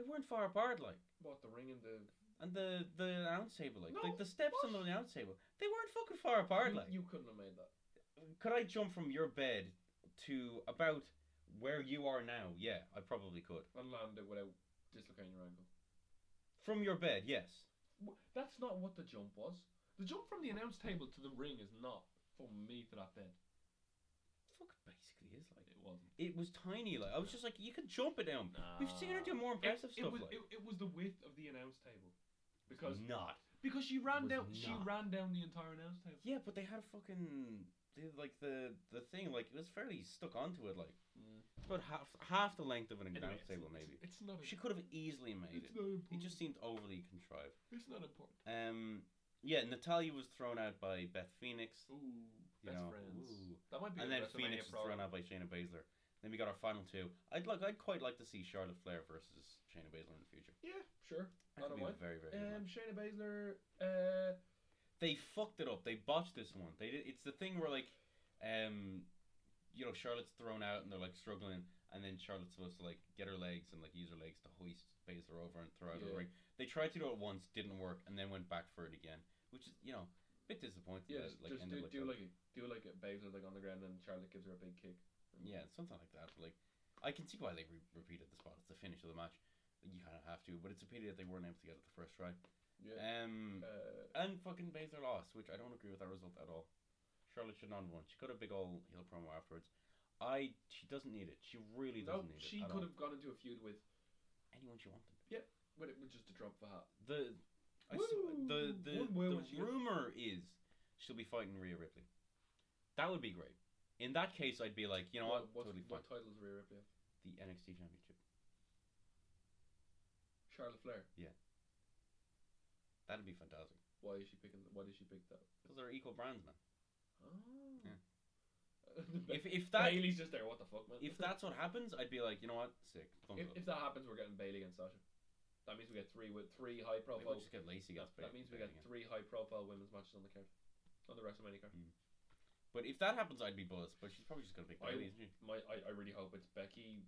Speaker 1: They weren't far apart, like,
Speaker 2: it. What the ring and the
Speaker 1: and the the announce table, like,
Speaker 2: No,
Speaker 1: like the steps on the
Speaker 2: what?
Speaker 1: announce table, they weren't fucking far apart,
Speaker 2: you,
Speaker 1: like.
Speaker 2: you couldn't have made that.
Speaker 1: could I jump from your bed to about where you are now? Yeah, I probably could.
Speaker 2: and land it without dislocating your ankle.
Speaker 1: From your bed, yes.
Speaker 2: W- That's not what the jump was. The jump from the announce table to the ring is not from me to that bed.
Speaker 1: Fuck, basically is like
Speaker 2: It wasn't.
Speaker 1: it was tiny. Like I was just like, you could jump it down. We've seen her do more
Speaker 2: It,
Speaker 1: impressive
Speaker 2: it
Speaker 1: stuff.
Speaker 2: was
Speaker 1: like
Speaker 2: it, it was the width of the announce table, because
Speaker 1: not.
Speaker 2: because she ran
Speaker 1: was
Speaker 2: down she
Speaker 1: not.
Speaker 2: ran down the entire announce table.
Speaker 1: Yeah, but they had a fucking they, had, like the the thing like it was fairly stuck onto it like about half half the length of an
Speaker 2: Anyway,
Speaker 1: announce
Speaker 2: it's-
Speaker 1: table
Speaker 2: it's-
Speaker 1: maybe.
Speaker 2: It's not.
Speaker 1: She
Speaker 2: im-
Speaker 1: could have easily made
Speaker 2: It's
Speaker 1: it.
Speaker 2: not important.
Speaker 1: It just seemed overly contrived.
Speaker 2: It's not important.
Speaker 1: Um, yeah, Natalia was thrown out by Beth Phoenix.
Speaker 2: Ooh,
Speaker 1: You
Speaker 2: best
Speaker 1: know,
Speaker 2: friends.
Speaker 1: ooh.
Speaker 2: That might be.
Speaker 1: And
Speaker 2: a
Speaker 1: then Phoenix
Speaker 2: WrestleMania
Speaker 1: was
Speaker 2: program.
Speaker 1: thrown out by Shayna Baszler. Then we got our final two. I'd like, I'd quite like to see Charlotte Flair versus Shayna Baszler in the future.
Speaker 2: Yeah, sure.
Speaker 1: That
Speaker 2: I
Speaker 1: would be
Speaker 2: don't
Speaker 1: a
Speaker 2: mind.
Speaker 1: very, very good
Speaker 2: Um,
Speaker 1: match.
Speaker 2: Shayna Baszler. Uh,
Speaker 1: They fucked it up. They botched this one. They did. It's the thing where like, um, you know, Charlotte's thrown out and they're like struggling, and then Charlotte's supposed to like get her legs and like use her legs to hoist Baszler over and throw out of the
Speaker 2: Yeah.
Speaker 1: ring. They tried to do it once, didn't work, and then went back for it again, which is you know, a bit disappointing. that it,
Speaker 2: yeah, just,
Speaker 1: like,
Speaker 2: just
Speaker 1: ended like
Speaker 2: do, do
Speaker 1: that.
Speaker 2: like a, do like a Baszler like on the ground and Charlotte gives her a big kick.
Speaker 1: Yeah, something like that. Like, I can see why they re- repeated the spot. It's the finish of the match. You kind of have to, but it's a pity that they weren't able to get it the first try.
Speaker 2: Yeah.
Speaker 1: Um,
Speaker 2: uh,
Speaker 1: and fucking Baszler lost, which I don't agree with that result at all. Charlotte should not have won. She got a big old heel promo afterwards. I she doesn't need it. She really
Speaker 2: no,
Speaker 1: doesn't need
Speaker 2: she
Speaker 1: it. at
Speaker 2: could
Speaker 1: all.
Speaker 2: have gone into a feud with,
Speaker 1: anyone she wanted.
Speaker 2: but it was just a drop of the hat.
Speaker 1: The I s-
Speaker 2: Woo!
Speaker 1: the the,
Speaker 2: One way when she
Speaker 1: the
Speaker 2: gets-
Speaker 1: rumor is she'll be fighting Rhea Ripley. That would be great. In that case, I'd be like, you know
Speaker 2: What-
Speaker 1: what,
Speaker 2: what,
Speaker 1: totally fine.
Speaker 2: what titles Rhea Ripley have?
Speaker 1: The NXT Championship.
Speaker 2: Charlotte Flair.
Speaker 1: That'd be fantastic.
Speaker 2: Why is she picking? Why did she pick that?
Speaker 1: Because they're equal brands, man.
Speaker 2: Oh.
Speaker 1: Yeah.
Speaker 2: if
Speaker 1: If if that
Speaker 2: Bailey's just there, what the fuck, man?
Speaker 1: if that's what happens, I'd be like, you know what, sick. Thumbs
Speaker 2: if,
Speaker 1: up.
Speaker 2: if that happens, we're getting Bailey against Sasha. That means we get three with three high
Speaker 1: Maybe we'll
Speaker 2: profile.
Speaker 1: just get Lacey
Speaker 2: That,
Speaker 1: against
Speaker 2: that
Speaker 1: Bailey-
Speaker 2: means we
Speaker 1: Bailey
Speaker 2: get
Speaker 1: again.
Speaker 2: three high profile women's matches on the card, on the WrestleMania card.
Speaker 1: But if that happens, I'd be buzzed. But she's probably just gonna pick
Speaker 2: I-
Speaker 1: Bailey, isn't she?
Speaker 2: My, I, I really hope it's Becky.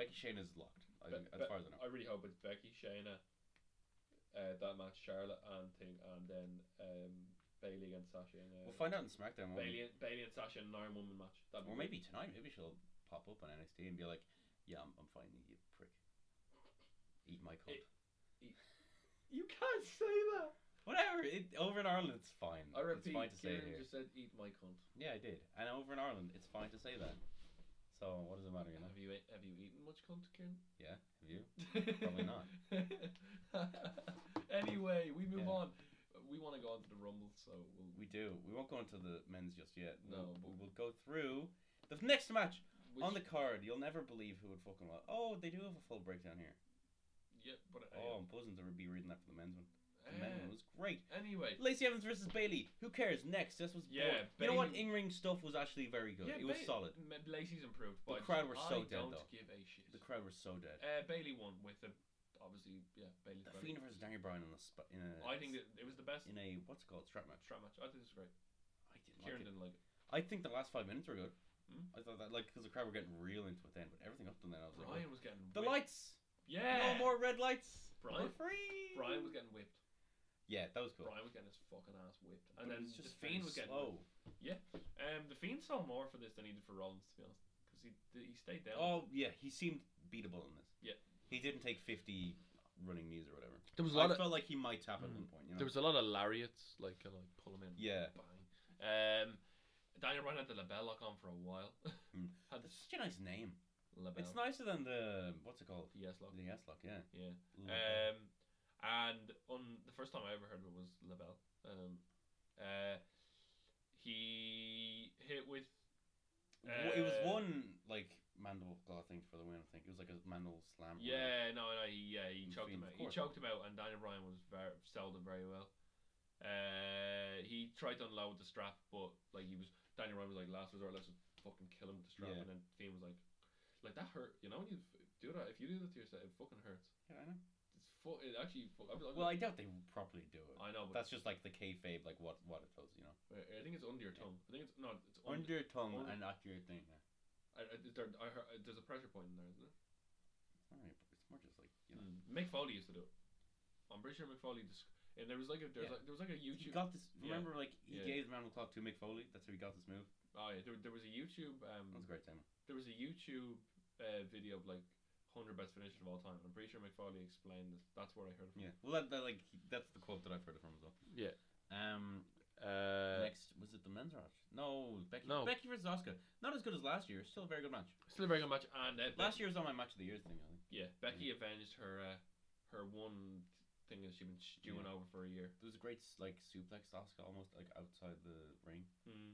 Speaker 1: Becky Shane is locked, I,
Speaker 2: Be-
Speaker 1: think, as
Speaker 2: Be-
Speaker 1: far as I know.
Speaker 2: I really hope it's Becky, Shayna, uh, that match, Charlotte, and thing, and then um, Bailey against Sasha. And, uh,
Speaker 1: We'll find out in SmackDown. won't we?
Speaker 2: Bailey, and- Bailey and Sasha in an Iron Woman match. That'd be
Speaker 1: or
Speaker 2: great.
Speaker 1: maybe tonight. Maybe she'll pop up on NXT and be like, "Yeah, I'm, I'm fighting you, prick. Eat my cup."
Speaker 2: It- you can't say that.
Speaker 1: Whatever. It, over in Ireland, it's fine.
Speaker 2: I repeat,
Speaker 1: it's fine to say it
Speaker 2: Kieran
Speaker 1: here.
Speaker 2: just said, "Eat my cunt."
Speaker 1: Yeah, I did. And over in Ireland, it's fine to say that. So what does it matter, you know?
Speaker 2: Have you have you eaten much cunt, Kieran?
Speaker 1: Yeah, have you? Probably not.
Speaker 2: anyway, we move
Speaker 1: Yeah.
Speaker 2: on. We want to go on to the Rumble, so we'll,
Speaker 1: We do. We won't go into the men's just yet.
Speaker 2: No,
Speaker 1: We'll-
Speaker 2: but-
Speaker 1: we'll, go through the f- next match
Speaker 2: which-
Speaker 1: on the card. You'll never believe who would fucking lo- Oh, they do have a full breakdown here.
Speaker 2: yeah, but uh,
Speaker 1: Oh, I'm buzzing to be reading that for the men's one. The men's one
Speaker 2: uh,
Speaker 1: was great.
Speaker 2: anyway,
Speaker 1: Lacey Evans versus Bailey. Who cares? Next, this was
Speaker 2: Yeah,
Speaker 1: boring. You know what?
Speaker 2: Bailey-
Speaker 1: In ring stuff was actually very good.
Speaker 2: yeah,
Speaker 1: it was
Speaker 2: Ba-
Speaker 1: solid.
Speaker 2: Ma- Lacey's improved,
Speaker 1: The
Speaker 2: but
Speaker 1: crowd were so
Speaker 2: I
Speaker 1: dead,
Speaker 2: don't
Speaker 1: though.
Speaker 2: give a shit.
Speaker 1: The crowd was so dead.
Speaker 2: uh, Bailey won with a obviously yeah Bailey's
Speaker 1: The
Speaker 2: better.
Speaker 1: Fiend versus Daniel Bryan in a sp- in a
Speaker 2: I think that it was the best
Speaker 1: in a what's it called strap match.
Speaker 2: strap match. I think it's great.
Speaker 1: I didn't like
Speaker 2: Kieran
Speaker 1: it.
Speaker 2: didn't like it.
Speaker 1: I think the last five minutes were good. I
Speaker 2: Hmm?
Speaker 1: thought that like because the crowd were getting real into it then, but everything up to then I was like,
Speaker 2: Brian was getting
Speaker 1: the
Speaker 2: whipped.
Speaker 1: lights.
Speaker 2: Yeah,
Speaker 1: No more red lights.
Speaker 2: Brian-
Speaker 1: We're free.
Speaker 2: Brian was getting whipped.
Speaker 1: Yeah, that was cool.
Speaker 2: Brian was getting his fucking ass whipped,
Speaker 1: But it
Speaker 2: and then
Speaker 1: was just
Speaker 2: the Fiend
Speaker 1: very
Speaker 2: was getting
Speaker 1: slow.
Speaker 2: Um, the Fiend saw more for this than he did for Rollins, to be honest, because he he stayed down.
Speaker 1: Oh yeah, he seemed beatable in this.
Speaker 2: Yeah.
Speaker 1: He didn't take 50 running knees or whatever.
Speaker 4: There was a
Speaker 1: I
Speaker 4: lot of
Speaker 1: felt like he might tap at
Speaker 4: Mm.
Speaker 1: one point. You know?
Speaker 4: there was a lot of lariats, like kind of like pull 'em in.
Speaker 1: yeah.
Speaker 2: Bang. Um, Daniel Bryan had the label lock on for a while.
Speaker 1: Mm.
Speaker 2: had the
Speaker 1: That's such a nice name.
Speaker 2: label.
Speaker 1: It's nicer than the what's it called?
Speaker 2: Yes, lock.
Speaker 1: The S lock. Yeah.
Speaker 2: Yeah.
Speaker 1: Ooh, okay.
Speaker 2: Um, and on the first time I ever heard of it was Labelle. Um, uh, he hit with
Speaker 1: W- it was
Speaker 2: uh,
Speaker 1: one like mandible claw thing for the win. I think it was like a mandible slam. or whatever.
Speaker 2: yeah no no he yeah he
Speaker 1: And
Speaker 2: choked
Speaker 1: Fiend,
Speaker 2: him
Speaker 1: of
Speaker 2: out he
Speaker 1: course.
Speaker 2: choked him out and Daniel Bryan was very sold it very well. Uh, he tried to unload the strap but like he was Daniel Bryan was like last resort let's just fucking kill him with the strap
Speaker 1: Yeah.
Speaker 2: and then Fiend was like like that hurt you know when you f- do that if you do that to yourself it fucking hurts
Speaker 1: Yeah, I know.
Speaker 2: it's fu- it actually fu- I, was like,
Speaker 1: Well, I doubt they would properly do it.
Speaker 2: I know but
Speaker 1: That's just like the kayfabe, like what what it does, you know.
Speaker 2: Wait, I think it's under your tongue. I think it's no, it's under.
Speaker 1: Under your tongue
Speaker 2: under-
Speaker 1: and not your thing. Yeah.
Speaker 2: I, I, is there, I heard, uh, there's a pressure point in there, isn't it?
Speaker 1: All right, but it's more just like you know.
Speaker 2: Mick Foley used to do it. I'm pretty sure Mick Foley. Disc- and there was like a there's
Speaker 1: Yeah.
Speaker 2: like, there was like a
Speaker 1: He
Speaker 2: YouTube.
Speaker 1: got this.
Speaker 2: Mm. yeah.
Speaker 1: Remember, like he
Speaker 2: Yeah.
Speaker 1: gave the mandible claw to Mick Foley. That's how he got this move.
Speaker 2: oh yeah, there, there was a YouTube. Um,
Speaker 1: That was a great time.
Speaker 2: There was a YouTube uh, video of like hundred best finishes of all time. I'm pretty sure Mick Foley explained this. That's where I heard it from.
Speaker 1: Yeah. Well, that, that like he- that's the quote that I've heard it from as well.
Speaker 4: Yeah.
Speaker 1: Um.
Speaker 4: Uh,
Speaker 1: next was it the men's match? No, Becky.
Speaker 4: No.
Speaker 1: Becky versus Oscar. Not as good as last year. Still a very good match.
Speaker 4: still a very good match.
Speaker 2: And uh,
Speaker 1: Last year was on my match of the year thing. I think.
Speaker 2: yeah,
Speaker 1: Mm.
Speaker 2: Becky avenged her uh, her one thing that she'd been stewing over for a year.
Speaker 1: There was a great like suplex to Oscar almost like outside the ring.
Speaker 2: Mm.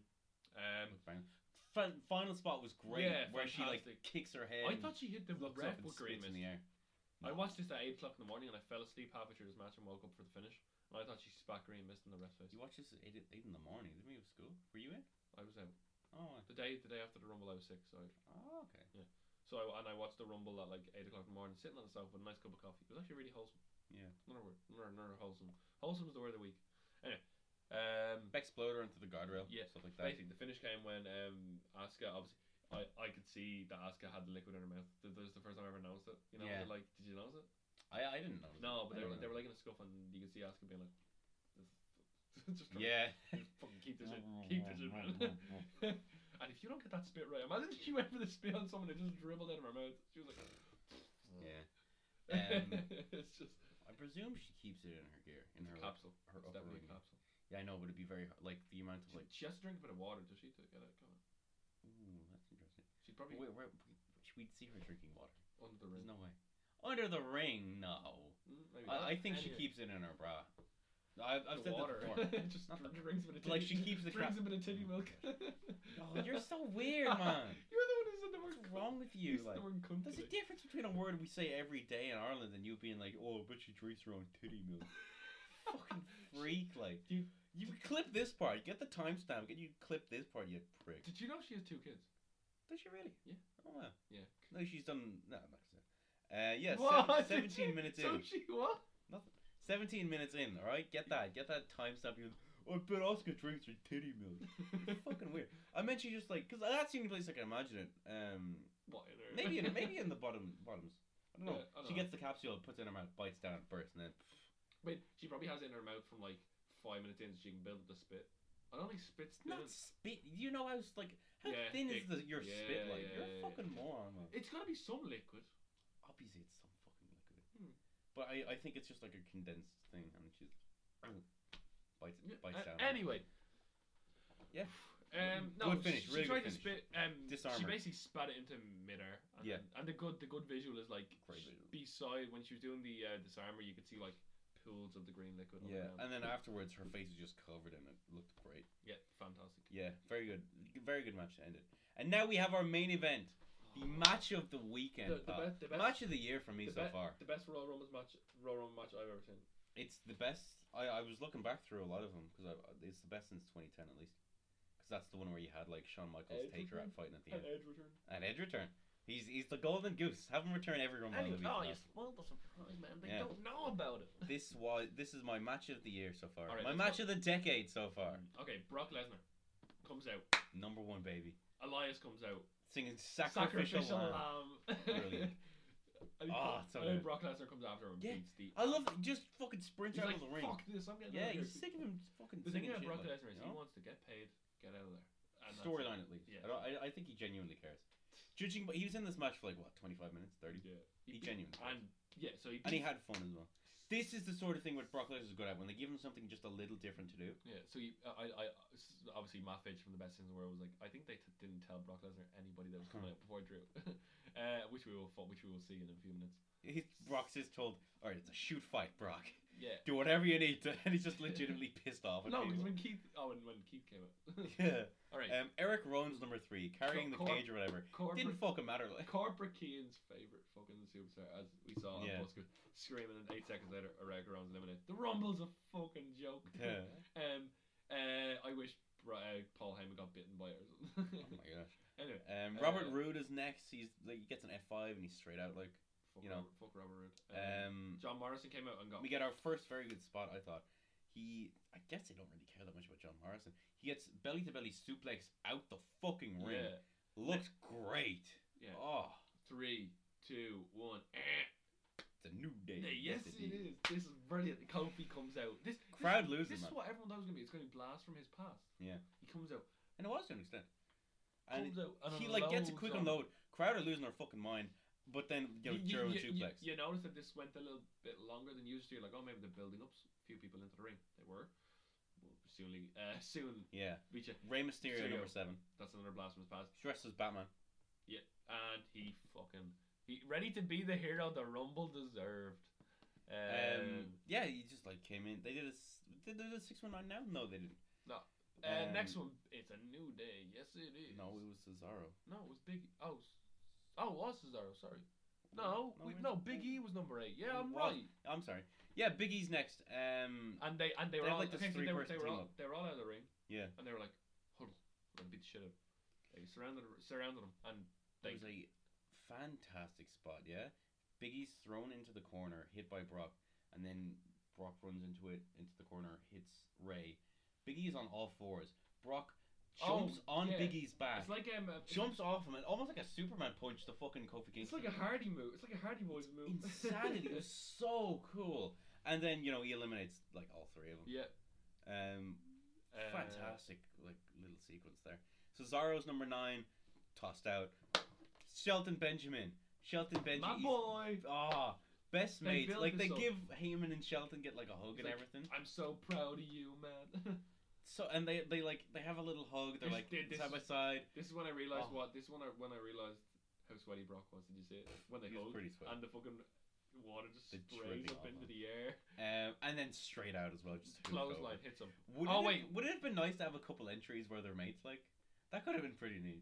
Speaker 2: Um,
Speaker 1: Looked bang. Fin- final spot was great.
Speaker 2: Yeah,
Speaker 1: where she like
Speaker 2: fantastic.
Speaker 1: kicks her head.
Speaker 2: I
Speaker 1: and
Speaker 2: thought she hit the
Speaker 1: looks up
Speaker 2: ref
Speaker 1: and
Speaker 2: with
Speaker 1: spits
Speaker 2: Green
Speaker 1: in the air.
Speaker 2: Mist. I watched this at eight o'clock in the morning and I fell asleep halfway through this match and woke up for the finish. And I thought she spat green mist in the rest of
Speaker 1: You
Speaker 2: it.
Speaker 1: watched this at eight, eight in the morning. Didn't we have school? Were you in?
Speaker 2: I was out
Speaker 1: Oh, I-
Speaker 2: the day the day after the rumble. I was sick, so I,
Speaker 1: oh okay.
Speaker 2: so I, and I watched the rumble at like eight o'clock in the morning, sitting on the sofa with a nice cup of coffee. It was actually really wholesome.
Speaker 1: Yeah.
Speaker 2: another word, another, another wholesome. Wholesome is the word of the week. Anyway, um,
Speaker 1: Beck exploded into the guardrail.
Speaker 2: Yeah,
Speaker 1: stuff like that.
Speaker 2: basically the finish came when um Asuka obviously. I, I could see that Asuka had the liquid in her mouth. Th- That was the first time I ever noticed it. You know,
Speaker 1: Yeah.
Speaker 2: they're like, did you notice it?
Speaker 1: I, I didn't know.
Speaker 2: No,
Speaker 1: I
Speaker 2: but they were,
Speaker 1: don't
Speaker 2: they were
Speaker 1: know.
Speaker 2: like in a scuff, and you could see Asuka being like, just trying to
Speaker 1: Yeah.
Speaker 2: fucking keep this in, keep this in, man. and if you don't get that spit right, imagine if she went for the spit on someone who just dribbled out of her mouth. She was like,
Speaker 1: yeah. Um,
Speaker 2: it's just
Speaker 1: I presume she keeps it in her gear, in her
Speaker 2: capsule.
Speaker 1: her
Speaker 2: It's
Speaker 1: upper
Speaker 2: definitely a
Speaker 1: ring.
Speaker 2: capsule.
Speaker 1: Yeah, I know, but it'd be very hard. Like the amount
Speaker 2: She,
Speaker 1: of like.
Speaker 2: she has to drink a bit of water, does she, to get it going?
Speaker 1: Ooh, that's interesting.
Speaker 2: She'd probably
Speaker 1: Wait, where, we'd see her drinking water.
Speaker 2: under the
Speaker 1: There's
Speaker 2: ring.
Speaker 1: no way. Under the ring, no.
Speaker 2: Mm, maybe
Speaker 1: I, I
Speaker 2: not.
Speaker 1: think she
Speaker 2: Anyway,
Speaker 1: keeps it in her bra. I've, I've said
Speaker 2: the water.
Speaker 1: that before.
Speaker 2: just
Speaker 1: Not the-
Speaker 2: drinks a bit of titty.
Speaker 1: Like, she keeps the
Speaker 2: drinks
Speaker 1: crap-
Speaker 2: a bit of titty milk.
Speaker 1: Oh, you're so weird, man.
Speaker 2: You're the one who said the word
Speaker 1: What's
Speaker 2: cunt.
Speaker 1: wrong with
Speaker 2: You
Speaker 1: you?
Speaker 2: said
Speaker 1: Like,
Speaker 2: the word cunt
Speaker 1: there's a
Speaker 2: today.
Speaker 1: difference between a word we say every day in Ireland and you being like, "Oh, but she drinks her own titty milk." Fucking freak! Like, you,
Speaker 2: You-
Speaker 1: you clip this part. Get the timestamp. Can you clip this part? You prick.
Speaker 2: Did you know she has two kids?
Speaker 1: Does she really?
Speaker 2: Yeah.
Speaker 1: Oh wow.
Speaker 2: Yeah.
Speaker 1: No, she's done. No, I'm not gonna say. it. Uh, yeah,
Speaker 2: What?
Speaker 1: sev-
Speaker 2: Did
Speaker 1: seventeen
Speaker 2: you-
Speaker 1: minutes
Speaker 2: so
Speaker 1: in.
Speaker 2: she what?
Speaker 1: Nothing. Seventeen minutes in. All right, get that. Get that timestamp. You. Oh, but Oscar drinks her titty milk. Fucking weird. I meant she just like because that's the only place I can imagine it. Um,
Speaker 2: What in her-
Speaker 1: maybe in, maybe in the bottom bottoms. I don't know.
Speaker 2: Yeah, I don't
Speaker 1: she
Speaker 2: know.
Speaker 1: gets the capsule, puts it in her mouth, bites down, bursts, and then
Speaker 2: Wait, she probably has it in her mouth from like five minutes in, so she can build up the spit. I don't think spit's
Speaker 1: not
Speaker 2: thin.
Speaker 1: spit. You know, I was like, how
Speaker 2: Yeah,
Speaker 1: thin is
Speaker 2: it-
Speaker 1: the, your
Speaker 2: yeah,
Speaker 1: spit like?
Speaker 2: yeah,
Speaker 1: You're
Speaker 2: yeah,
Speaker 1: a fucking moron. Man.
Speaker 2: It's gotta be some liquid.
Speaker 1: Obviously, it's some fucking liquid.
Speaker 2: Hmm.
Speaker 1: But I, I think it's just like a condensed thing, and she bites
Speaker 2: Yeah,
Speaker 1: it, bites
Speaker 2: uh,
Speaker 1: down.
Speaker 2: anyway.
Speaker 1: Yeah.
Speaker 2: Um,
Speaker 1: Good
Speaker 2: no,
Speaker 1: finish, really
Speaker 2: she, she
Speaker 1: good
Speaker 2: tried to
Speaker 1: finish.
Speaker 2: spit. Um,
Speaker 1: Disarm
Speaker 2: she
Speaker 1: her.
Speaker 2: basically spat it into midair. And,
Speaker 1: Yeah.
Speaker 2: And the good, the good visual is like
Speaker 1: Great
Speaker 2: sh-
Speaker 1: visual.
Speaker 2: beside when she was doing the uh, disarmer, you could see like pools of the green liquid. on her
Speaker 1: Yeah,
Speaker 2: hand.
Speaker 1: and then afterwards, her face was just covered in it. Looked great.
Speaker 2: yeah, fantastic.
Speaker 1: Yeah, very good, very good match to end it. And now we have our main event, the uh, match of the weekend.
Speaker 2: The- the
Speaker 1: pal.
Speaker 2: best- the best-
Speaker 1: match of the year for me
Speaker 2: the
Speaker 1: so
Speaker 2: be-
Speaker 1: far.
Speaker 2: The best Royal Rumble match, Royal Rumble match I've ever seen.
Speaker 1: It's the best. I, I was looking back through a lot of them because it's the best since 2010 at least. Because that's the one where you had like Shawn Michaels
Speaker 2: Edge
Speaker 1: take her out
Speaker 2: return?
Speaker 1: fighting at the
Speaker 2: An
Speaker 1: end.
Speaker 2: Edge return.
Speaker 1: And Edge return. He's he's the golden goose. Have him return every Rumble. on the
Speaker 2: Anyway,
Speaker 1: week
Speaker 2: oh,
Speaker 1: for
Speaker 2: you
Speaker 1: us.
Speaker 2: spoiled the surprise, man. They
Speaker 1: Yeah.
Speaker 2: don't know about it.
Speaker 1: This was this is my match of the year so far.
Speaker 2: All right,
Speaker 1: my
Speaker 2: let's
Speaker 1: match
Speaker 2: go.
Speaker 1: of the decade so far.
Speaker 2: Okay, Brock Lesnar comes out.
Speaker 1: Number one, baby.
Speaker 2: Elias comes out.
Speaker 1: Singing sacrificial. lamb.
Speaker 2: lamb.
Speaker 1: Brilliant.
Speaker 2: and he
Speaker 1: Ah,
Speaker 2: comes-
Speaker 1: it's so
Speaker 2: and then
Speaker 1: good.
Speaker 2: Brock Lesnar comes after him. and
Speaker 1: Yeah.
Speaker 2: beats the.
Speaker 1: I love it. Just fucking sprints
Speaker 2: He's
Speaker 1: out
Speaker 2: like,
Speaker 1: of the ring.
Speaker 2: fuck this. I'm getting
Speaker 1: Yeah,
Speaker 2: out of here.
Speaker 1: he's sick of him fucking
Speaker 2: The thing
Speaker 1: singing
Speaker 2: about
Speaker 1: shit.
Speaker 2: Brock
Speaker 1: like,
Speaker 2: Lesnar is
Speaker 1: you know?
Speaker 2: he wants to get paid, get out of there. And that's it.
Speaker 1: Storyline at least.
Speaker 2: Yeah.
Speaker 1: I, don't, I, I think he genuinely cares. Judging, but he was in this match for like what, 25 minutes, 30?
Speaker 2: Yeah.
Speaker 1: He genuinely.
Speaker 2: And yeah, so he,
Speaker 1: And he had fun as well. This is the sort of thing what Brock Lesnar's good at. When they give him something just a little different to do,
Speaker 2: yeah, so he, I, I, I- s- obviously Matt Fidge from the best in the world was like, I think they t- didn't tell Brock Lesnar anybody that was coming out before Drew, uh, which we will fo- which we will see in a few minutes.
Speaker 1: he, Brock's just told, all right, it's a shoot fight, Brock.
Speaker 2: Yeah.
Speaker 1: Do whatever you need to. And he's just legitimately pissed off. at
Speaker 2: No, because
Speaker 1: people.
Speaker 2: when Keith, oh, and when Keith came out.
Speaker 1: yeah.
Speaker 2: All right.
Speaker 1: Um, Eric Rowan's number three, carrying the
Speaker 2: Cor-
Speaker 1: cage or whatever.
Speaker 2: corporate
Speaker 1: Didn't fucking matter. Like,
Speaker 2: Corporate Keane's favorite fucking superstar, as we saw on
Speaker 1: Yeah.
Speaker 2: Busker, screaming, and eight seconds later, Eric Rowan's eliminated. The Rumble's a fucking joke.
Speaker 1: yeah.
Speaker 2: um, uh, I wish Bra- uh, Paul Heyman got bitten by it or something.
Speaker 1: Oh my gosh.
Speaker 2: anyway,
Speaker 1: Um, Robert
Speaker 2: Uh,
Speaker 1: Roode is next. He's like he gets an F five and he's straight out. Like,
Speaker 2: fuck
Speaker 1: You know.
Speaker 2: Robert, fuck Robert Roode. Um,
Speaker 1: um,
Speaker 2: John Morrison came out and got
Speaker 1: we get our first very good spot. I thought he. I guess they don't really care that much about John Morrison. He gets belly to belly suplex out the fucking ring.
Speaker 2: yeah,
Speaker 1: Looks great.
Speaker 2: yeah.
Speaker 1: Oh,
Speaker 2: Three, two, one. Eh.
Speaker 1: it's a new day.
Speaker 2: Yeah, yes, it
Speaker 1: indeed.
Speaker 2: is. This is brilliant. Kofi comes out. This this-
Speaker 1: Crowd loses,
Speaker 2: This is
Speaker 1: man.
Speaker 2: what everyone thought it was gonna be. It's gonna be blast from his past.
Speaker 1: Yeah.
Speaker 2: He comes out.
Speaker 1: And it was to an extent. And
Speaker 2: Comes out. and
Speaker 1: he like gets a
Speaker 2: unloads
Speaker 1: quick
Speaker 2: on-
Speaker 1: unload. Crowd are losing their fucking mind, but then you know, German
Speaker 2: you, you-
Speaker 1: suplex.
Speaker 2: you notice that this went a little bit longer than usual. You're like, oh, maybe they're building up s- a few people into the ring. They were. Well, soonly, uh, soon,
Speaker 1: yeah.
Speaker 2: beat you.
Speaker 1: Rey Mysterio
Speaker 2: Mysterio.
Speaker 1: number seven.
Speaker 2: That's another blast from his past.
Speaker 1: Dressed as Batman.
Speaker 2: And he fucking he ready to be the hero the Rumble deserved.
Speaker 1: Um,
Speaker 2: Um,
Speaker 1: yeah, he just like came in. They did a s- did they do a six one nine now? No, they didn't.
Speaker 2: uh,
Speaker 1: um,
Speaker 2: next one, it's a new day. Yes, it is.
Speaker 1: No, it was Cesaro.
Speaker 2: No, it was Big. Oh, s- oh, it was Cesaro. Sorry. No, we,
Speaker 1: it was-
Speaker 2: no. Big E was number eight. Yeah,
Speaker 1: It
Speaker 2: I'm
Speaker 1: was.
Speaker 2: right.
Speaker 1: I'm sorry. Yeah, Big E's next. Um,
Speaker 2: And they and they,
Speaker 1: They
Speaker 2: were
Speaker 1: have,
Speaker 2: all
Speaker 1: like, this
Speaker 2: okay, so they were
Speaker 1: three-person
Speaker 2: they were
Speaker 1: team
Speaker 2: all
Speaker 1: up.
Speaker 2: they were all out of the ring.
Speaker 1: Yeah.
Speaker 2: And they were like, huddle, and beat the shit out. They surrounded surrounded them and
Speaker 1: it
Speaker 2: they
Speaker 1: was a fantastic spot. Yeah, Big E's thrown into the corner, hit by Brock, and then Brock runs into it into the corner, hits Ray. Big E's on all fours. Brock
Speaker 2: Oh,
Speaker 1: jumps on
Speaker 2: yeah.
Speaker 1: Biggie's Big E's back.
Speaker 2: it's like um, a,
Speaker 1: jumps off him and almost like a Superman punch to fucking Kofi Kingston.
Speaker 2: It's like a Hardy move. It's like a Hardy Boys move.
Speaker 1: insanity. it was so cool. And then you know he eliminates like all three of them.
Speaker 2: yeah.
Speaker 1: Um,
Speaker 2: uh,
Speaker 1: fantastic like little sequence there. Cesaro's number nine, tossed out. Shelton Benjamin, Shelton
Speaker 2: My
Speaker 1: Benjamin.
Speaker 2: boy.
Speaker 1: Ah, best
Speaker 2: They
Speaker 1: mates.
Speaker 2: built
Speaker 1: Like they
Speaker 2: this up.
Speaker 1: give Heyman and Shelton get like a hug
Speaker 2: It's
Speaker 1: and
Speaker 2: like-
Speaker 1: everything.
Speaker 2: I'm so proud of you, man.
Speaker 1: So and they they like they have a little hug. They're
Speaker 2: This-
Speaker 1: like
Speaker 2: this-
Speaker 1: side by side.
Speaker 2: this is when I realized
Speaker 1: Oh.
Speaker 2: what. This one I when I realized how sweaty Brock was. Did you see it? When they
Speaker 1: He was
Speaker 2: hugged
Speaker 1: pretty sweaty.
Speaker 2: and the fucking water just
Speaker 1: The dripping
Speaker 2: sprays up
Speaker 1: off him.
Speaker 2: into the air.
Speaker 1: Um, and then straight out as well. Just hooked over.
Speaker 2: Clothesline hits him.
Speaker 1: Would
Speaker 2: Oh,
Speaker 1: it
Speaker 2: wait.
Speaker 1: Have, would it have been nice to have a couple entries where they're mates? Like that could have been pretty neat.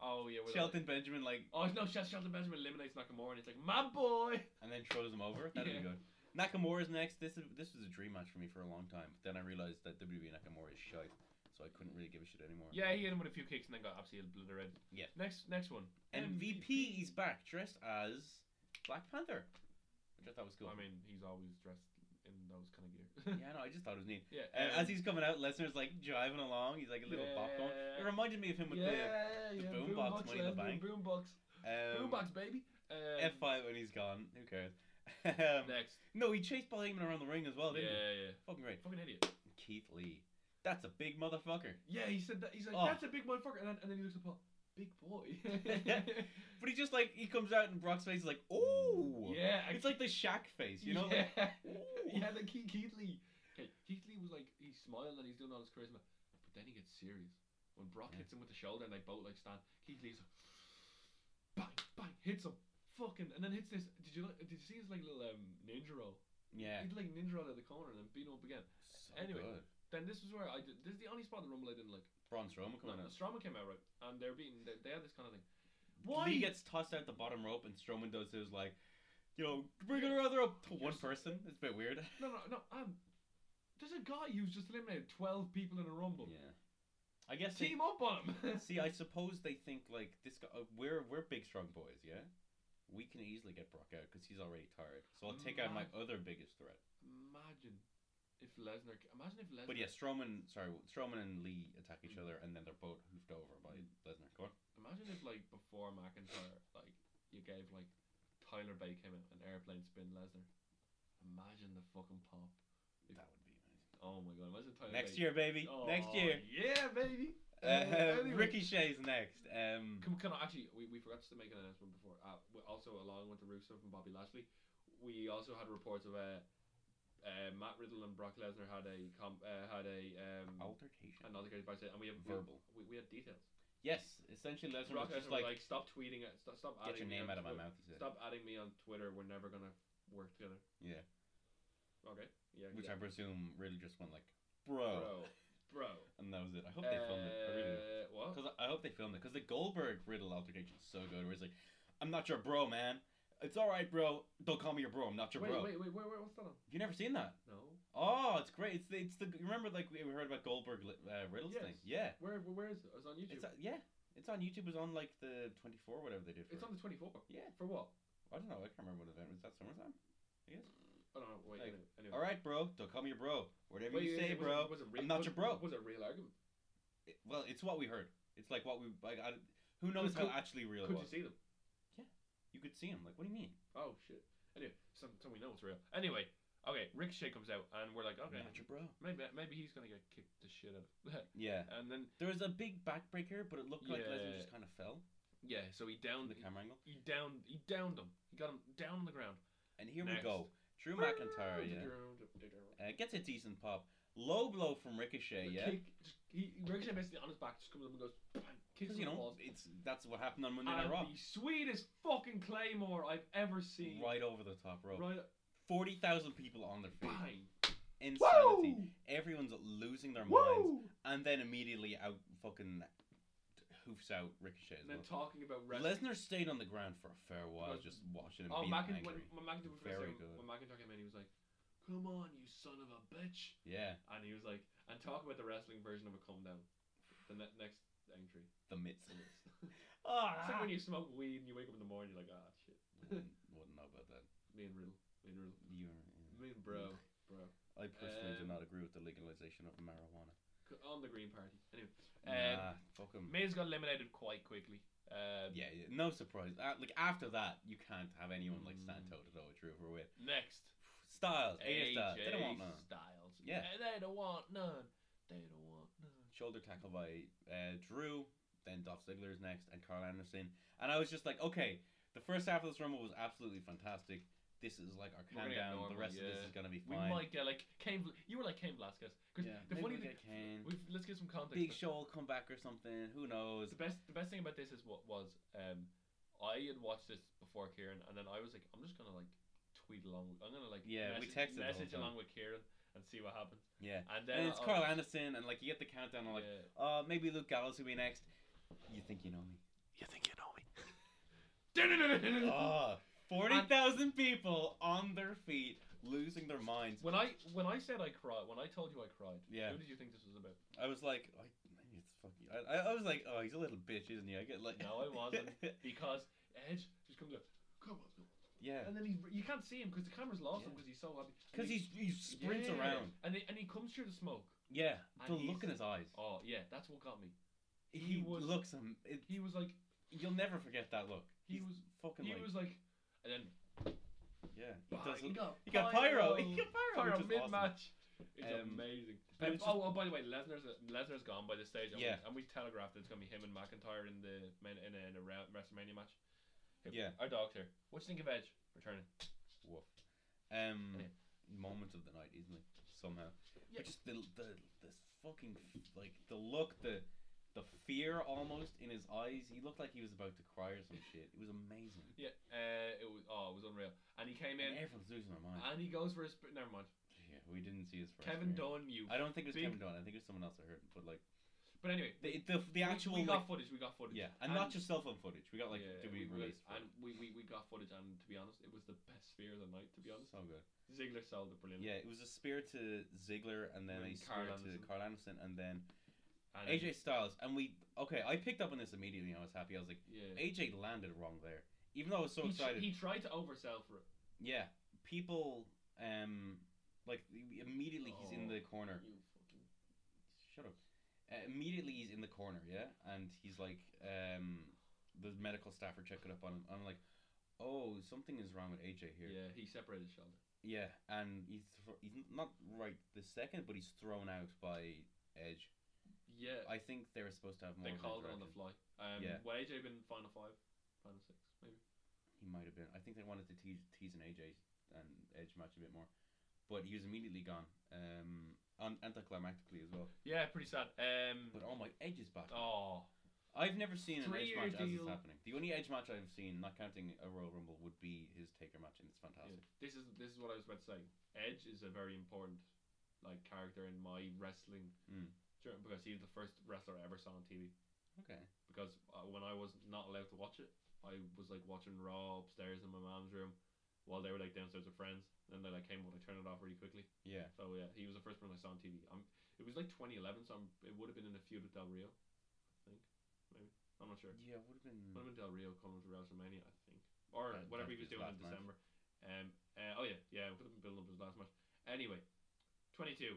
Speaker 2: Oh yeah. with a-
Speaker 1: Shelton Benjamin like
Speaker 2: Oh no, Shel- Shelton Benjamin eliminates Nakamura and it's like my boy.
Speaker 1: and then throws him over. That'd
Speaker 2: Yeah.
Speaker 1: be good. Nakamura's next. This is this was a dream match for me for a long time. But then I realized that WWE Nakamura is shite, so I couldn't really give a shit anymore.
Speaker 2: Yeah, he hit him with a few kicks and then got absolutely obliterated.
Speaker 1: Yeah.
Speaker 2: Next next one.
Speaker 1: MVP is back dressed as Black Panther, which I thought was cool.
Speaker 2: I mean, he's always dressed in those kind of gear.
Speaker 1: yeah, no, I just thought it was neat.
Speaker 2: yeah.
Speaker 1: And Uh, as he's coming out, Lesnar's like driving along. He's like a little bop going.
Speaker 2: Um, Yeah.
Speaker 1: It reminded me of him with
Speaker 2: yeah,
Speaker 1: the boombox
Speaker 2: yeah, boombox,
Speaker 1: money in the
Speaker 2: yeah,
Speaker 1: bank.
Speaker 2: Boombox.
Speaker 1: the um,
Speaker 2: Boombox, baby. Um,
Speaker 1: F5 when he's gone. Who cares? um,
Speaker 2: Next.
Speaker 1: no, he chased Paul Heyman around the ring as well,
Speaker 2: yeah,
Speaker 1: didn't he?
Speaker 2: yeah.
Speaker 1: Fucking great.
Speaker 2: Fucking idiot.
Speaker 1: Keith Lee. That's a big motherfucker.
Speaker 2: Yeah, he said that. He's like,
Speaker 1: Oh.
Speaker 2: that's a big motherfucker. And then, and then he looks at Paul, big boy.
Speaker 1: But he just like he comes out and Brock's face is like, ooh.
Speaker 2: yeah, I-
Speaker 1: It's like the Shaq face, you know?
Speaker 2: Yeah,
Speaker 1: Like, ooh.
Speaker 2: yeah like Keith, Keith Lee. Okay, Keith Lee was like, he's smiling and he's doing all his charisma. But then he gets serious. When Brock
Speaker 1: Yeah.
Speaker 2: hits him with the shoulder and they both like stand, Keith Lee's like, bang, bang, hits him. Fucking, and then hits this. Did you like- did you see his like little um, ninja roll?
Speaker 1: Yeah.
Speaker 2: He did like ninja roll at the corner and then beat him up again.
Speaker 1: So
Speaker 2: Anyway.
Speaker 1: good.
Speaker 2: Then this is where I did. This is the only spot in the Rumble I didn't like.
Speaker 1: Braun Strowman
Speaker 2: No,
Speaker 1: coming out.
Speaker 2: Strowman came out right, and they're beating. They, they had this kind of thing.
Speaker 1: Lee gets tossed out the bottom rope and Strowman does his like, you know, bring her other up to one
Speaker 2: Yes.
Speaker 1: person. It's a bit weird.
Speaker 2: No, no, no. Um, there's a guy who's just eliminated twelve people in a rumble.
Speaker 1: I guess they-
Speaker 2: Team up on him.
Speaker 1: see, I suppose they think like this guy. Uh, we're we're big strong boys, yeah. We can easily get Brock out because he's already tired. So I'll take out my other biggest threat.
Speaker 2: imagine if Lesnar. ca- Imagine if Lesnar.
Speaker 1: But yeah, Strowman, sorry, Strowman and Lee attack each other, and then they're both hoofed over by Lesnar. Go on.
Speaker 2: Imagine if like before McIntyre, like you gave like Tyler Bay came out an airplane spin Lesnar. Imagine the fucking pop.
Speaker 1: That would be amazing.
Speaker 2: Oh my god! Imagine Tyler.
Speaker 1: Next
Speaker 2: Bate-
Speaker 1: year, baby. Next
Speaker 2: Oh,
Speaker 1: year.
Speaker 2: Yeah, baby.
Speaker 1: Uh,
Speaker 2: Anyway.
Speaker 1: Ricochet's next. Um,
Speaker 2: Can, can I actually? We, we forgot to make an announcement before. Uh, we- also, along with the Russo from Bobby Lashley, we also had reports of uh, uh, Matt Riddle and Brock Lesnar had a com- uh, had a um,
Speaker 1: altercation.
Speaker 2: another guy by and we have
Speaker 1: Oh. Verbal.
Speaker 2: We, we had details.
Speaker 1: Yes, essentially Lesnar was
Speaker 2: Brock
Speaker 1: just
Speaker 2: Lesnar was
Speaker 1: like,
Speaker 2: like, stop tweeting it. Stop, stop
Speaker 1: get your
Speaker 2: adding me
Speaker 1: name
Speaker 2: on
Speaker 1: out of my
Speaker 2: Twitter.
Speaker 1: mouth. He said.
Speaker 2: Stop adding me on Twitter. We're never gonna work together.
Speaker 1: Yeah.
Speaker 2: Okay. Yeah.
Speaker 1: Which I
Speaker 2: yeah.
Speaker 1: presume really just went like, bro,
Speaker 2: bro, bro.
Speaker 1: and that was it. I hope they filmed it. I really.
Speaker 2: Uh, what?
Speaker 1: Because I hope they filmed it. Because the Goldberg Riddle altercation is so good. Where he's like, I'm not your bro, man. It's all right, bro. Don't call me your bro. I'm not your
Speaker 2: Wait,
Speaker 1: bro.
Speaker 2: wait, wait, wait, wait, what's that on?
Speaker 1: Have you never seen that?
Speaker 2: No.
Speaker 1: Oh, it's great. It's the, it's the you remember like we we heard about Goldberg li- uh, Riddle
Speaker 2: Yes.
Speaker 1: thing. Yeah,
Speaker 2: Where, where, where is it? It's on YouTube.
Speaker 1: it's uh, yeah, it's on YouTube. It was on like the 24 whatever they did. For
Speaker 2: It's
Speaker 1: it.
Speaker 2: on the 24th.
Speaker 1: Yeah.
Speaker 2: For what?
Speaker 1: I don't know. I can't remember what event was that. SummerSlam. I guess.
Speaker 2: Oh, no, wait.
Speaker 1: Like,
Speaker 2: anyway, anyway.
Speaker 1: All right, bro. Don't call me your bro. Whatever
Speaker 2: Wait,
Speaker 1: you
Speaker 2: wait,
Speaker 1: say,
Speaker 2: wait, was it-
Speaker 1: bro.
Speaker 2: was it real-
Speaker 1: I'm not
Speaker 2: was-
Speaker 1: your bro.
Speaker 2: Was it a real argument?
Speaker 1: It- well, it's what we heard. It's like what we like. I, who knows
Speaker 2: Could-
Speaker 1: how actually real it
Speaker 2: Could
Speaker 1: was?
Speaker 2: you see them?
Speaker 1: You could see him. Like, what do you mean?
Speaker 2: Oh shit. Anyway, so, so we know it's real. Anyway, okay. Ricochet comes out, and we're like, okay,
Speaker 1: Not your bro.
Speaker 2: maybe maybe he's gonna get kicked the shit out of.
Speaker 1: Yeah.
Speaker 2: and then
Speaker 1: There was a big backbreaker, but it looked like Lesnar
Speaker 2: Yeah. Mm-hmm.
Speaker 1: just kind of fell
Speaker 2: yeah, so he
Speaker 1: from
Speaker 2: downed
Speaker 1: the camera angle.
Speaker 2: He downed he downed him. He got him down on the ground.
Speaker 1: And here we
Speaker 2: Next.
Speaker 1: go. Drew McIntyre. Oh, Yeah. Uh, gets a decent pop. Low blow from Ricochet,
Speaker 2: The
Speaker 1: yeah.
Speaker 2: Kick, just, he Ricochet basically on his back just comes up and goes, bang,
Speaker 1: Because,
Speaker 2: kicks him in
Speaker 1: you
Speaker 2: the
Speaker 1: know,
Speaker 2: balls.
Speaker 1: it's that's what happened on Monday Night
Speaker 2: And
Speaker 1: Raw.
Speaker 2: the sweetest fucking claymore I've ever seen.
Speaker 1: Right over the top rope.
Speaker 2: right
Speaker 1: 40,000 people on their feet.
Speaker 2: bang.
Speaker 1: Insanity. Everyone's losing their minds. And then immediately out fucking hoofs out Ricochet as
Speaker 2: And
Speaker 1: well.
Speaker 2: then talking about wrestling.
Speaker 1: Lesnar stayed on the ground for a fair while,
Speaker 2: Well,
Speaker 1: just watching him
Speaker 2: Oh,
Speaker 1: being
Speaker 2: Mac-
Speaker 1: angry.
Speaker 2: when, when McIntyre was
Speaker 1: Very
Speaker 2: wrestling,
Speaker 1: good.
Speaker 2: when McIntyre came in, he was like, "Come on, you son of a bitch!"
Speaker 1: Yeah,
Speaker 2: And he was like, and talk about the wrestling version of a come down. The ne- next entry.
Speaker 1: the mitts.
Speaker 2: it's
Speaker 1: Ah,
Speaker 2: like when you smoke weed and you wake up in the morning, you're like, ah, shit.
Speaker 1: wouldn't, wouldn't know about that.
Speaker 2: Me and Riddle. Me and Riddle.
Speaker 1: You,
Speaker 2: Me and bro. Bro.
Speaker 1: I personally do
Speaker 2: Um,
Speaker 1: not agree with the legalization of marijuana.
Speaker 2: C- On the green party. Anyway,
Speaker 1: nah,
Speaker 2: um,
Speaker 1: fuck 'em.
Speaker 2: Miz got eliminated quite quickly. Um,
Speaker 1: Yeah, yeah, no surprise. Uh, like after that, you can't have anyone like stand
Speaker 2: Mm.
Speaker 1: toe to toe with Drew for with
Speaker 2: Next,
Speaker 1: Styles, AJ
Speaker 2: AJ
Speaker 1: Styles. They don't want none.
Speaker 2: Styles.
Speaker 1: Yeah.
Speaker 2: Eh, They don't want none. They don't want none.
Speaker 1: Shoulder tackle by uh, Drew. Then Dolph Ziggler is next, and Carl Anderson. And I was just like, okay, the first half of this rumble was absolutely fantastic. This is like our
Speaker 2: We're gonna get
Speaker 1: countdown.
Speaker 2: normal,
Speaker 1: the rest of this
Speaker 2: yeah.
Speaker 1: is gonna be
Speaker 2: We
Speaker 1: fine.
Speaker 2: might get like Cain. Vel- You were like Cain Velasquez. 'Cause
Speaker 1: Yeah,
Speaker 2: the
Speaker 1: maybe
Speaker 2: funny
Speaker 1: we'll
Speaker 2: thing,
Speaker 1: get Cain.
Speaker 2: we've- let's give some context.
Speaker 1: Big
Speaker 2: but
Speaker 1: Show will come back or something. Who knows?
Speaker 2: The best, the best thing about this is what was. Um, I had watched this before Kieran, and then I was like, I'm just gonna like tweet along. with- I'm gonna like
Speaker 1: Yeah, we
Speaker 2: message,
Speaker 1: texted the whole
Speaker 2: message
Speaker 1: time.
Speaker 2: along with Kieran and see what happens.
Speaker 1: Yeah.
Speaker 2: And then
Speaker 1: And it's
Speaker 2: I-
Speaker 1: Carl Anderson, and like you get the countdown. I'm like,
Speaker 2: Yeah.
Speaker 1: uh, maybe Luke Gallows will be next. You think you know me?
Speaker 2: You think you know me?
Speaker 1: Ah, forty thousand people on their feet, losing their minds.
Speaker 2: when I when I said I cried, when I told you I cried,
Speaker 1: Yeah.
Speaker 2: who did you think this was about?
Speaker 1: I was like, "Oh, I, maybe it's fucking. I, I- I was like, oh, he's a little bitch, isn't he? I get like.
Speaker 2: No, I wasn't. Because Edge just comes up, come on, come on.
Speaker 1: yeah,
Speaker 2: and then he you can't see him because the camera's lost him
Speaker 1: Yeah.
Speaker 2: because he's so happy. And
Speaker 1: because
Speaker 2: he-
Speaker 1: he he sprints
Speaker 2: Yeah.
Speaker 1: around.
Speaker 2: and he, and he comes through the smoke.
Speaker 1: Yeah,
Speaker 2: And
Speaker 1: the look in
Speaker 2: he's-
Speaker 1: his eyes.
Speaker 2: Oh yeah, that's what got me.
Speaker 1: He,
Speaker 2: he was-
Speaker 1: looks him. It,
Speaker 2: He was like
Speaker 1: you'll never forget that look.
Speaker 2: He
Speaker 1: He's
Speaker 2: was-
Speaker 1: fucking.
Speaker 2: he
Speaker 1: like,
Speaker 2: was like, and then
Speaker 1: yeah. He
Speaker 2: bang,
Speaker 1: does look-
Speaker 2: got
Speaker 1: he got pyro. He got pyro,
Speaker 2: pyro
Speaker 1: which is
Speaker 2: mid
Speaker 1: awesome.
Speaker 2: match. It's
Speaker 1: Um,
Speaker 2: amazing.
Speaker 1: but
Speaker 2: And-
Speaker 1: it's
Speaker 2: oh, oh, by the way, Lesnar's Lesnar's gone by this stage. and we-
Speaker 1: Yeah.
Speaker 2: and we telegraphed it's gonna be him and McIntyre in the main in a, in a Ra- WrestleMania match. Hey,
Speaker 1: Yeah.
Speaker 2: our dog's here. What do you think of Edge returning?
Speaker 1: Woof. Um,
Speaker 2: Anyway.
Speaker 1: moment of the night, isn't it? Somehow,
Speaker 2: Yeah.
Speaker 1: But just the the this fucking like the look, the the fear almost in his eyes. He looked like he was about to cry or some shit. It was amazing.
Speaker 2: Yeah, uh, it was oh, it was unreal. And he came
Speaker 1: And
Speaker 2: in
Speaker 1: everyone's losing their mind.
Speaker 2: and he goes for his sp- never mind.
Speaker 1: yeah, we didn't see his first.
Speaker 2: Kevin
Speaker 1: Dunn.
Speaker 2: Dunn, you.
Speaker 1: I don't think it was
Speaker 2: Big-
Speaker 1: Kevin Dunn. I think it was someone else I heard. But like
Speaker 2: But anyway,
Speaker 1: the the, the
Speaker 2: we-
Speaker 1: actual
Speaker 2: we, got
Speaker 1: like,
Speaker 2: footage. We got footage.
Speaker 1: yeah, and, not just cell phone footage. We got like
Speaker 2: yeah,
Speaker 1: did we,
Speaker 2: got-
Speaker 1: release?
Speaker 2: and we, we, we got footage, and to be honest, it was the best spear of the night. To be honest,
Speaker 1: so good.
Speaker 2: Ziggler sold it brilliantly.
Speaker 1: Yeah, it was a spear to Ziggler, and then
Speaker 2: And
Speaker 1: a
Speaker 2: Karl
Speaker 1: spear
Speaker 2: Anderson.
Speaker 1: to Carl Anderson, and then
Speaker 2: and
Speaker 1: AJ Styles, and we okay. I picked up on this immediately. and I was happy. I was like,
Speaker 2: yeah.
Speaker 1: AJ landed wrong there, even though I was so
Speaker 2: he, tr-
Speaker 1: excited.
Speaker 2: he tried to oversell for it.
Speaker 1: yeah, people, um, like immediately he's in
Speaker 2: Oh.
Speaker 1: the corner.
Speaker 2: You fucking-
Speaker 1: Shut up. Uh, immediately he's in the corner, yeah, and he's like, um, the medical staff are checking up on him. I'm like, oh, something is wrong with AJ here.
Speaker 2: Yeah, he separated his shoulder.
Speaker 1: Yeah, and he's thr- he's not right this second, but he's thrown out by Edge.
Speaker 2: Yeah,
Speaker 1: I think they were supposed to have more.
Speaker 2: they
Speaker 1: of an
Speaker 2: called it on the
Speaker 1: interaction.
Speaker 2: fly. Um,
Speaker 1: Yeah.
Speaker 2: Would AJ been final five, final six, maybe?
Speaker 1: He might have been. I think they wanted to tease, tease an AJ and Edge match a bit more, but he was immediately gone. Um, un- anticlimactically as well.
Speaker 2: Yeah, pretty sad. Um,
Speaker 1: But oh my, Edge is back.
Speaker 2: oh,
Speaker 1: I've never seen an Edge
Speaker 2: Three-year
Speaker 1: match as
Speaker 2: deal.
Speaker 1: it's happening. The only Edge match I've seen, not counting a Royal Rumble, would be his Taker match, and it's fantastic.
Speaker 2: Yeah. This is this is what I was about to say. Edge is a very important like character in my wrestling
Speaker 1: Mm.
Speaker 2: journey because he was the first wrestler I ever saw on TV.
Speaker 1: Okay.
Speaker 2: Because uh, when I was not allowed to watch it, I was like watching Raw upstairs in my mom's room while they were like downstairs with friends. And then they like came up, I turned it off really quickly.
Speaker 1: Yeah.
Speaker 2: So Oh, yeah, he was the first one I saw on TV. Um, it was like 2011, so I'm, it would have been in a feud with Del Rio, I think. Maybe I'm not sure.
Speaker 1: Yeah, would have been.
Speaker 2: Would have been Del Rio coming to WrestleMania, I think,
Speaker 1: Mm.
Speaker 2: or
Speaker 1: That-
Speaker 2: whatever
Speaker 1: that'd be
Speaker 2: he was
Speaker 1: his
Speaker 2: doing in
Speaker 1: last match.
Speaker 2: December. Um. uh, oh yeah, yeah. Would have been building up his last match. Anyway, 22.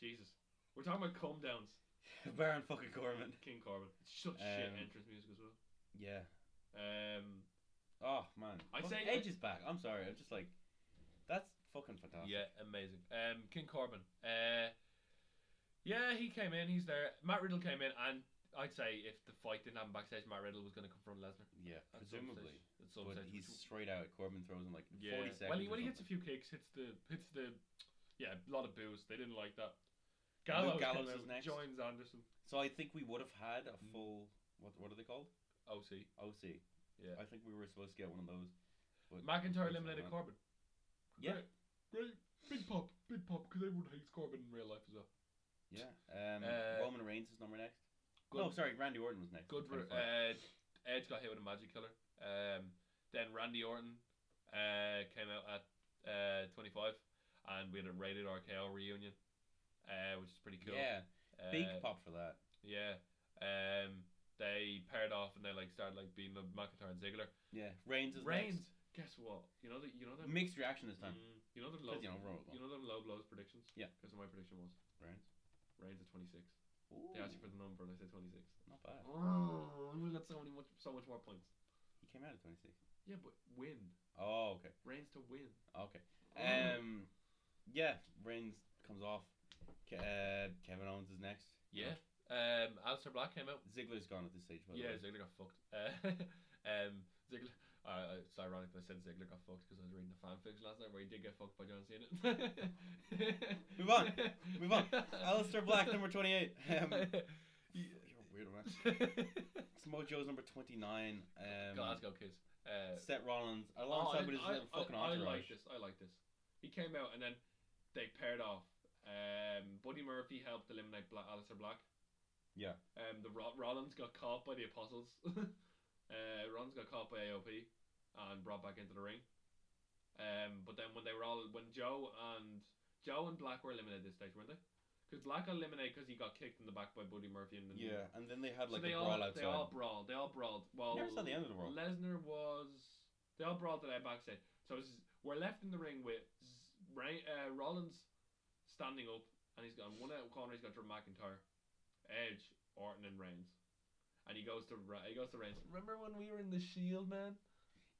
Speaker 2: Jesus, we're talking about calm downs.
Speaker 1: Baron fucking Corbin.
Speaker 2: King Corbin. Such shit
Speaker 1: Um,
Speaker 2: entrance music as well.
Speaker 1: Yeah.
Speaker 2: Um.
Speaker 1: Oh man.
Speaker 2: I'd
Speaker 1: Fucking
Speaker 2: say-
Speaker 1: Edge is back. I'm sorry. I'm just like, that's fucking fantastic.
Speaker 2: Yeah, amazing. Um, King Corbin. Uh, yeah, he came in. He's there. Matt Riddle came in, and I'd say if the fight didn't happen backstage, Matt Riddle was going to confront Lesnar.
Speaker 1: Yeah.
Speaker 2: at some
Speaker 1: Presumably.
Speaker 2: stage- At some
Speaker 1: But
Speaker 2: stage,
Speaker 1: he's
Speaker 2: which-
Speaker 1: straight out. Corbin throws him like
Speaker 2: yeah.
Speaker 1: 40 seconds.
Speaker 2: Well, he,
Speaker 1: or
Speaker 2: well, he hits a
Speaker 1: something.
Speaker 2: few kicks. Hits the hits the yeah, a lot of boos. They didn't like that.
Speaker 1: Luke
Speaker 2: Gallows,
Speaker 1: Gallows
Speaker 2: comes
Speaker 1: is
Speaker 2: out,
Speaker 1: next.
Speaker 2: joins Anderson.
Speaker 1: So I think we would have had a
Speaker 2: Mm.
Speaker 1: full. What what are they called?
Speaker 2: OC.
Speaker 1: OC.
Speaker 2: Yeah.
Speaker 1: I think we were supposed to get one of those. But unfortunately
Speaker 2: McIntyre eliminated
Speaker 1: not.
Speaker 2: Corbin.
Speaker 1: Yeah.
Speaker 2: Great. Great. Big pop. Big pop. Because everyone hates Corbin in real life as well.
Speaker 1: Yeah. Um,
Speaker 2: Uh,
Speaker 1: Roman Reigns is number next.
Speaker 2: Good-
Speaker 1: No, sorry, Randy Orton was next.
Speaker 2: Good.
Speaker 1: at
Speaker 2: re-
Speaker 1: 25.
Speaker 2: uh, Edge got hit with a magic killer. Um, then Randy Orton uh, came out at uh, 25, and we had a rated RKO reunion, uh, which is pretty cool.
Speaker 1: Yeah,
Speaker 2: uh,
Speaker 1: big pop for that.
Speaker 2: Yeah. Um, they paired off and they like started like beating up McIntyre and Ziggler.
Speaker 1: Yeah, Reigns is
Speaker 2: Reigns. Guess what? You know that. You know
Speaker 1: next.
Speaker 2: that.
Speaker 1: Mixed reaction Mm, this time.
Speaker 2: you know the low.
Speaker 1: Because you know Roman.
Speaker 2: You know the low blows predictions.
Speaker 1: Yeah.
Speaker 2: Because my prediction was
Speaker 1: Reigns.
Speaker 2: Reigns at 26.
Speaker 1: Ooh,
Speaker 2: They asked you for the number and Mm. I said 26.
Speaker 1: not bad.
Speaker 2: Oh, we got so many much, so much more points.
Speaker 1: He came out at twenty six.
Speaker 2: Yeah, but win.
Speaker 1: Oh, okay,
Speaker 2: Reigns to win.
Speaker 1: okay. Um, yeah, Reigns comes off. Ke- uh, Kevin Owens is next.
Speaker 2: Yeah. Um, Alistair Black came out.
Speaker 1: Ziggler's gone at this stage. By
Speaker 2: yeah,
Speaker 1: the way.
Speaker 2: Ziggler got fucked. Uh, um, Ziggler. Uh, uh, it's ironic that I said Ziggler got fucked because I was reading the fanfics last night where he did get fucked by John Cena.
Speaker 1: Move on, move on. Alistair Black, number twenty eight. Um,
Speaker 2: Yeah.
Speaker 1: you're a weirdo, man. Mojo's number twenty nine. Um,
Speaker 2: Glasgow Kiss. Uh,
Speaker 1: Seth Rollins
Speaker 2: oh,
Speaker 1: alongside
Speaker 2: I-
Speaker 1: with his
Speaker 2: I-
Speaker 1: little fucking
Speaker 2: I, I
Speaker 1: entourage.
Speaker 2: like this. I like this. He came out and then they paired off. Um, Buddy Murphy helped eliminate Bla- Alistair Black.
Speaker 1: Yeah.
Speaker 2: Um, the Ro- Rollins got caught by the Apostles. uh, Rollins got caught by AOP and brought back into the ring. Um, but then when they were all when Joe and Joe and Black were eliminated this stage, weren't they? Because Black got eliminated because he got kicked in the back by Buddy Murphy and then
Speaker 1: Yeah, and then they had
Speaker 2: So
Speaker 1: like
Speaker 2: they
Speaker 1: a
Speaker 2: all
Speaker 1: brawl
Speaker 2: they
Speaker 1: outside.
Speaker 2: all brawled. They all brawled. Well,
Speaker 1: Never saw the end of the world.
Speaker 2: Lesnar was. They all brawled today backstage. So it's, we're left in the ring with Z- Ray, uh, Rollins standing up, and he's got one out corner. He's got Drew McIntyre, Edge, Orton, and Reigns. And he goes to Ra- he goes to Reigns. Remember when we were in the Shield, man?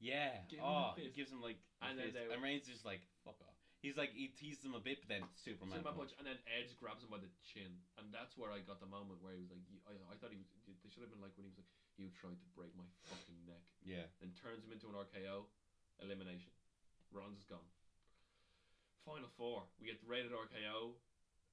Speaker 1: Yeah.
Speaker 2: Give him
Speaker 1: oh,
Speaker 2: the
Speaker 1: he
Speaker 2: fist.
Speaker 1: gives him like. the
Speaker 2: And then
Speaker 1: fist.
Speaker 2: they were-
Speaker 1: and Reigns is just like fuck off. He's like he teases him a bit, but then
Speaker 2: So
Speaker 1: Superman.
Speaker 2: my
Speaker 1: punch.
Speaker 2: punch, and then Edge grabs him by the chin, and that's where I got the moment where he was like, "You- I, I thought he was. They should have been like when he was like, "You tried to break my fucking neck."
Speaker 1: Yeah.
Speaker 2: then turns him into an RKO elimination. Ron's is gone. Final four. We get rated RKO.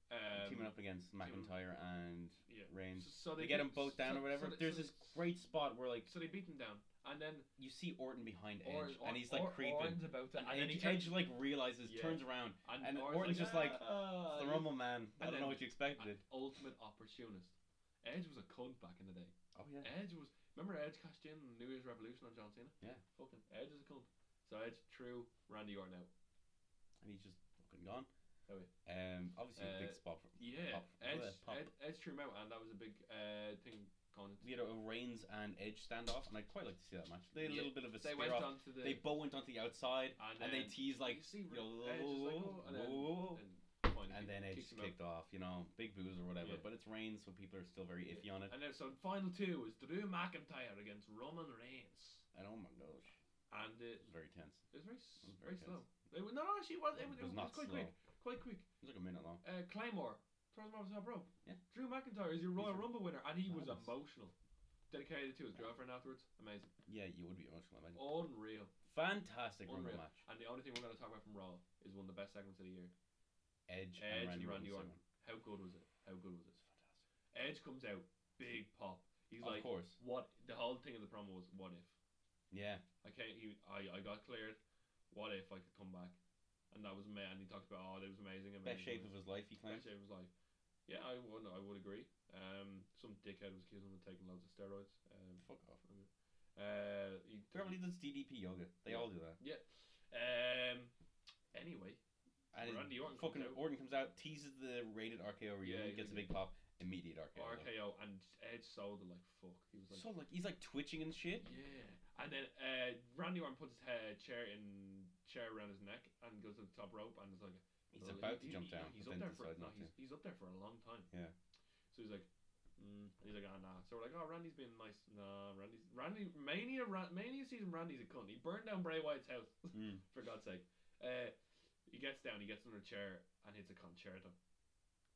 Speaker 2: Um,
Speaker 1: teaming up against McIntyre and
Speaker 2: Yeah.
Speaker 1: Reigns.
Speaker 2: So, so
Speaker 1: They get them
Speaker 2: beat-
Speaker 1: both down
Speaker 2: so-
Speaker 1: or whatever.
Speaker 2: so they-
Speaker 1: There's
Speaker 2: so
Speaker 1: this
Speaker 2: they-
Speaker 1: great spot where like
Speaker 2: So they beat him down, and then
Speaker 1: you see Orton behind Edge,
Speaker 2: Orange,
Speaker 1: and he's like creeping.
Speaker 2: Orange about to,
Speaker 1: and
Speaker 2: and, then he
Speaker 1: Edge,
Speaker 2: turns,
Speaker 1: Edge, like realizes,
Speaker 2: Yeah.
Speaker 1: turns around. and
Speaker 2: Orange
Speaker 1: Orton's just like, "Ah."
Speaker 2: "Ah,
Speaker 1: It's the
Speaker 2: you
Speaker 1: Rumble Man. I don't
Speaker 2: and
Speaker 1: know
Speaker 2: then-
Speaker 1: what you expected.
Speaker 2: an ultimate opportunist. Edge was a cunt back in the day.
Speaker 1: Oh yeah.
Speaker 2: Edge was. Remember Edge cashed in on New Year's Revolution on John Cena?
Speaker 1: Yeah.
Speaker 2: Fucking Edge is a cunt. So Edge, true. Randy Orton out.
Speaker 1: And he's just fucking gone.
Speaker 2: Oh,
Speaker 1: Um, obviously a
Speaker 2: Uh,
Speaker 1: big spot for
Speaker 2: Yeah.
Speaker 1: Pop.
Speaker 2: Edge,
Speaker 1: Yeah, pop.
Speaker 2: Ed, Edge threw him out, and that was a big uh, thing. Conan.
Speaker 1: we had a Reigns and Edge standoff, and I'd quite like to see that match. They had a
Speaker 2: Yeah,
Speaker 1: little bit of a
Speaker 2: they
Speaker 1: spear
Speaker 2: went
Speaker 1: off.
Speaker 2: on to the
Speaker 1: They both went onto the outside,
Speaker 2: and,
Speaker 1: and they
Speaker 2: then
Speaker 1: tease like,
Speaker 2: you see
Speaker 1: yo,
Speaker 2: Edge is like, oh, and then-
Speaker 1: whoa,
Speaker 2: and finally
Speaker 1: and
Speaker 2: kick-
Speaker 1: then Edge
Speaker 2: kicks him out.
Speaker 1: kicked off. You know, big booze or whatever.
Speaker 2: Yeah.
Speaker 1: But it's Reigns, so people are still very
Speaker 2: Yeah.
Speaker 1: iffy on it.
Speaker 2: And then so final two is Drew McIntyre against Roman Reigns,
Speaker 1: And oh my gosh,
Speaker 2: and it,
Speaker 1: it was very tense.
Speaker 2: it was very s-
Speaker 1: It was very
Speaker 2: very
Speaker 1: tense.
Speaker 2: slow. It was, no, no, actually, it was, it was, it was
Speaker 1: not
Speaker 2: quite
Speaker 1: slow.
Speaker 2: quick, quite quick.
Speaker 1: It was like a minute long.
Speaker 2: Uh, Claymore Charles Barkley's not broke.
Speaker 1: Yeah.
Speaker 2: Drew McIntyre is your Royal
Speaker 1: He's a-
Speaker 2: Rumble winner, and he was
Speaker 1: Madness.
Speaker 2: emotional. Dedicated to his girlfriend afterwards. Amazing.
Speaker 1: Yeah, you would be emotional. Imagine.
Speaker 2: Unreal.
Speaker 1: Fantastic Rumble
Speaker 2: Unreal.
Speaker 1: match.
Speaker 2: And the only thing we're going to talk about from Raw is one of the best segments of the year.
Speaker 1: Edge,
Speaker 2: Edge
Speaker 1: and Randy,
Speaker 2: and Randy
Speaker 1: Orton.
Speaker 2: Orton. How good was it? How good was it? Edge comes out, big pop. He's
Speaker 1: Of
Speaker 2: like,
Speaker 1: course.
Speaker 2: what? The whole thing of the promo was, what if?
Speaker 1: Yeah.
Speaker 2: I can't. He, I, I got cleared. What if I could come back? And that was amazing. And he talked about, oh, that was amazing. amazing
Speaker 1: Best shape
Speaker 2: amazing."
Speaker 1: of his life, he claims.
Speaker 2: Best shape of his life. Yeah, I would. I would agree. Um, some dickhead was accusing him of taking loads of steroids. Um,
Speaker 1: Fuck off.
Speaker 2: uh, he took-
Speaker 1: Everybody does DDP yoga. They
Speaker 2: Yeah.
Speaker 1: all do that.
Speaker 2: yeah. Um. Anyway,
Speaker 1: And it-
Speaker 2: Randy Orton.
Speaker 1: fucking
Speaker 2: comes out,
Speaker 1: Orton comes out, teases the rated RKO
Speaker 2: Yeah,
Speaker 1: reunion,
Speaker 2: he
Speaker 1: gets a
Speaker 2: did.
Speaker 1: big pop, immediate RKO. though.
Speaker 2: RKO and Edge sold it like fuck. He was like,
Speaker 1: So like he's like twitching and shit.
Speaker 2: yeah. And then uh, Randy Orton puts his uh, chair in chair around his neck and goes to the top rope and is like,
Speaker 1: He's
Speaker 2: Well,
Speaker 1: about
Speaker 2: he-
Speaker 1: to jump
Speaker 2: he-
Speaker 1: down.
Speaker 2: He's
Speaker 1: but
Speaker 2: up
Speaker 1: then
Speaker 2: there for
Speaker 1: decides
Speaker 2: no,
Speaker 1: not
Speaker 2: he's, he's up there for a long time.
Speaker 1: Yeah.
Speaker 2: So he's like, mm, and he's like, ah, nah. So we're like, oh, Randy's being nice. Nah, Randy's Randy Mania. Ra- Mania season. Randy's a cunt. He burned down Bray Wyatt's house
Speaker 1: to. Mm.
Speaker 2: for God's sake. Uh, he gets down. He gets under a chair and hits a concerto,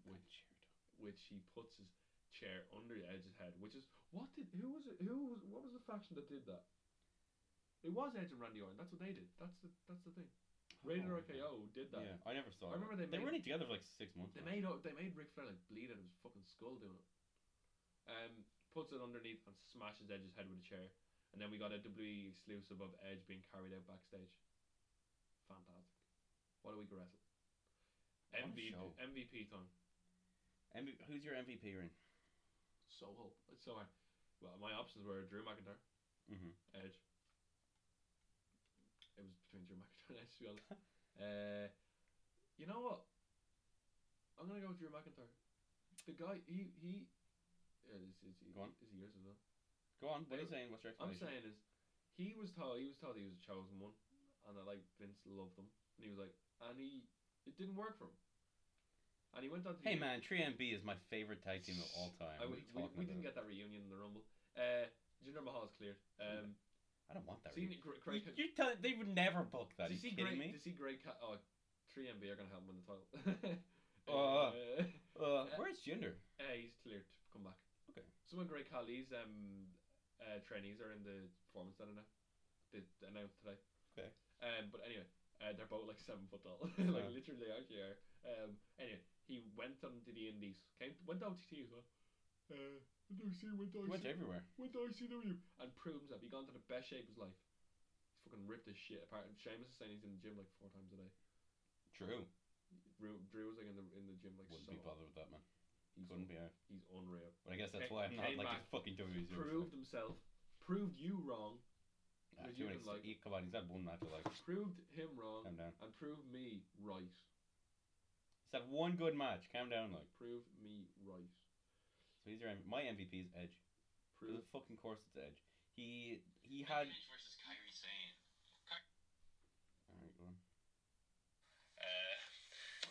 Speaker 2: which which he puts his chair under the edge's head. Which is what did who was it? Who was what was the faction that did that? It was Edge and Randy Orton. That's what they did. That's the that's the thing. Rated
Speaker 1: Oh,
Speaker 2: RKO did that.
Speaker 1: Yeah, I never saw.
Speaker 2: I remember
Speaker 1: that.
Speaker 2: they
Speaker 1: they
Speaker 2: made-
Speaker 1: were only together for like six months.
Speaker 2: They
Speaker 1: now.
Speaker 2: made up, they made Ric Flair like bleed out of his fucking skull doing it. Um, puts it underneath and smashes Edge's head with a chair, and then we got a WWE exclusive of Edge being carried out backstage. Fantastic! What a week of wrestling.
Speaker 1: What a
Speaker 2: MVP
Speaker 1: show.
Speaker 2: MVP time.
Speaker 1: MV- who's your MVP ring?
Speaker 2: So hope it's so hard. Well, my options were Drew McIntyre,
Speaker 1: Mhm.
Speaker 2: Edge. It was between Drew McIntyre and Edge. To be honest, uh, you know what? I'm gonna go with Drew McIntyre. The guy, he he. Yeah, is, is, he,
Speaker 1: Go on.
Speaker 2: is he yours as well?
Speaker 1: Go on. What are you
Speaker 2: They-
Speaker 1: saying? What's your
Speaker 2: I'm
Speaker 1: explanation?
Speaker 2: saying is, he was told he was told he was a chosen one, and that like Vince loved him, and he was like, and he it didn't work for him, and he went on to
Speaker 1: Hey
Speaker 2: do-
Speaker 1: man, 3MB is my favorite tag team of all time.
Speaker 2: I,
Speaker 1: What are
Speaker 2: Oh, we,
Speaker 1: you
Speaker 2: we,
Speaker 1: talking
Speaker 2: we didn't
Speaker 1: about?
Speaker 2: get that reunion in the Rumble. Uh, Jinder Mahal's cleared. Um,
Speaker 1: I don't want that.
Speaker 2: see,
Speaker 1: ring.
Speaker 2: Gre- Greg,
Speaker 1: You- You're telling they would never book that. Are
Speaker 2: does
Speaker 1: you
Speaker 2: he see
Speaker 1: kidding
Speaker 2: Greg,
Speaker 1: me?
Speaker 2: does he Greg, Ca- oh, 3MB are gonna help him win the title.
Speaker 1: Uh.
Speaker 2: uh,
Speaker 1: Uh,
Speaker 2: Yeah.
Speaker 1: where's Jinder?
Speaker 2: uh, he's cleared to come back.
Speaker 1: Okay.
Speaker 2: Some of Greg Khali's um, uh, trainees are in the performance center now. They announced today.
Speaker 1: Okay.
Speaker 2: Um, but anyway, uh, they're both like seven foot tall. like
Speaker 1: Yeah.
Speaker 2: literally they actually are. Um, anyway, he went on to the Indies. Came went to OTT as well. Uh, went to OTT, went to
Speaker 1: He went
Speaker 2: OTT.
Speaker 1: everywhere.
Speaker 2: went to ICW and proved himself. He got into the best shape of his life. He's fucking ripped his shit apart. And Sheamus is saying he's in the gym like four times a day.
Speaker 1: True.
Speaker 2: Drew, Drew was like in the in the gym like
Speaker 1: Wouldn't
Speaker 2: so.
Speaker 1: be bothered with that man.
Speaker 2: he's,
Speaker 1: Couldn't be. out.
Speaker 2: he's unreal.
Speaker 1: But I guess that's
Speaker 2: Ca-
Speaker 1: why I'm not
Speaker 2: came
Speaker 1: like
Speaker 2: back,
Speaker 1: a fucking WWE. superstar.
Speaker 2: Proved himself. Proved you wrong.
Speaker 1: Ah, to
Speaker 2: would you
Speaker 1: an
Speaker 2: even
Speaker 1: extent-
Speaker 2: like-
Speaker 1: he- Come on, he's had one match. Like,
Speaker 2: Proved him wrong.
Speaker 1: calm down.
Speaker 2: And proved me right.
Speaker 1: He's had one good match. Calm down, like.
Speaker 2: Prove me right.
Speaker 1: So he's your M- my MVP is Edge. Of
Speaker 2: Prove.
Speaker 1: the fucking course it's Edge. He he had.
Speaker 3: Edge versus Kyrie Sane.
Speaker 1: Alright, go on.
Speaker 3: Uh,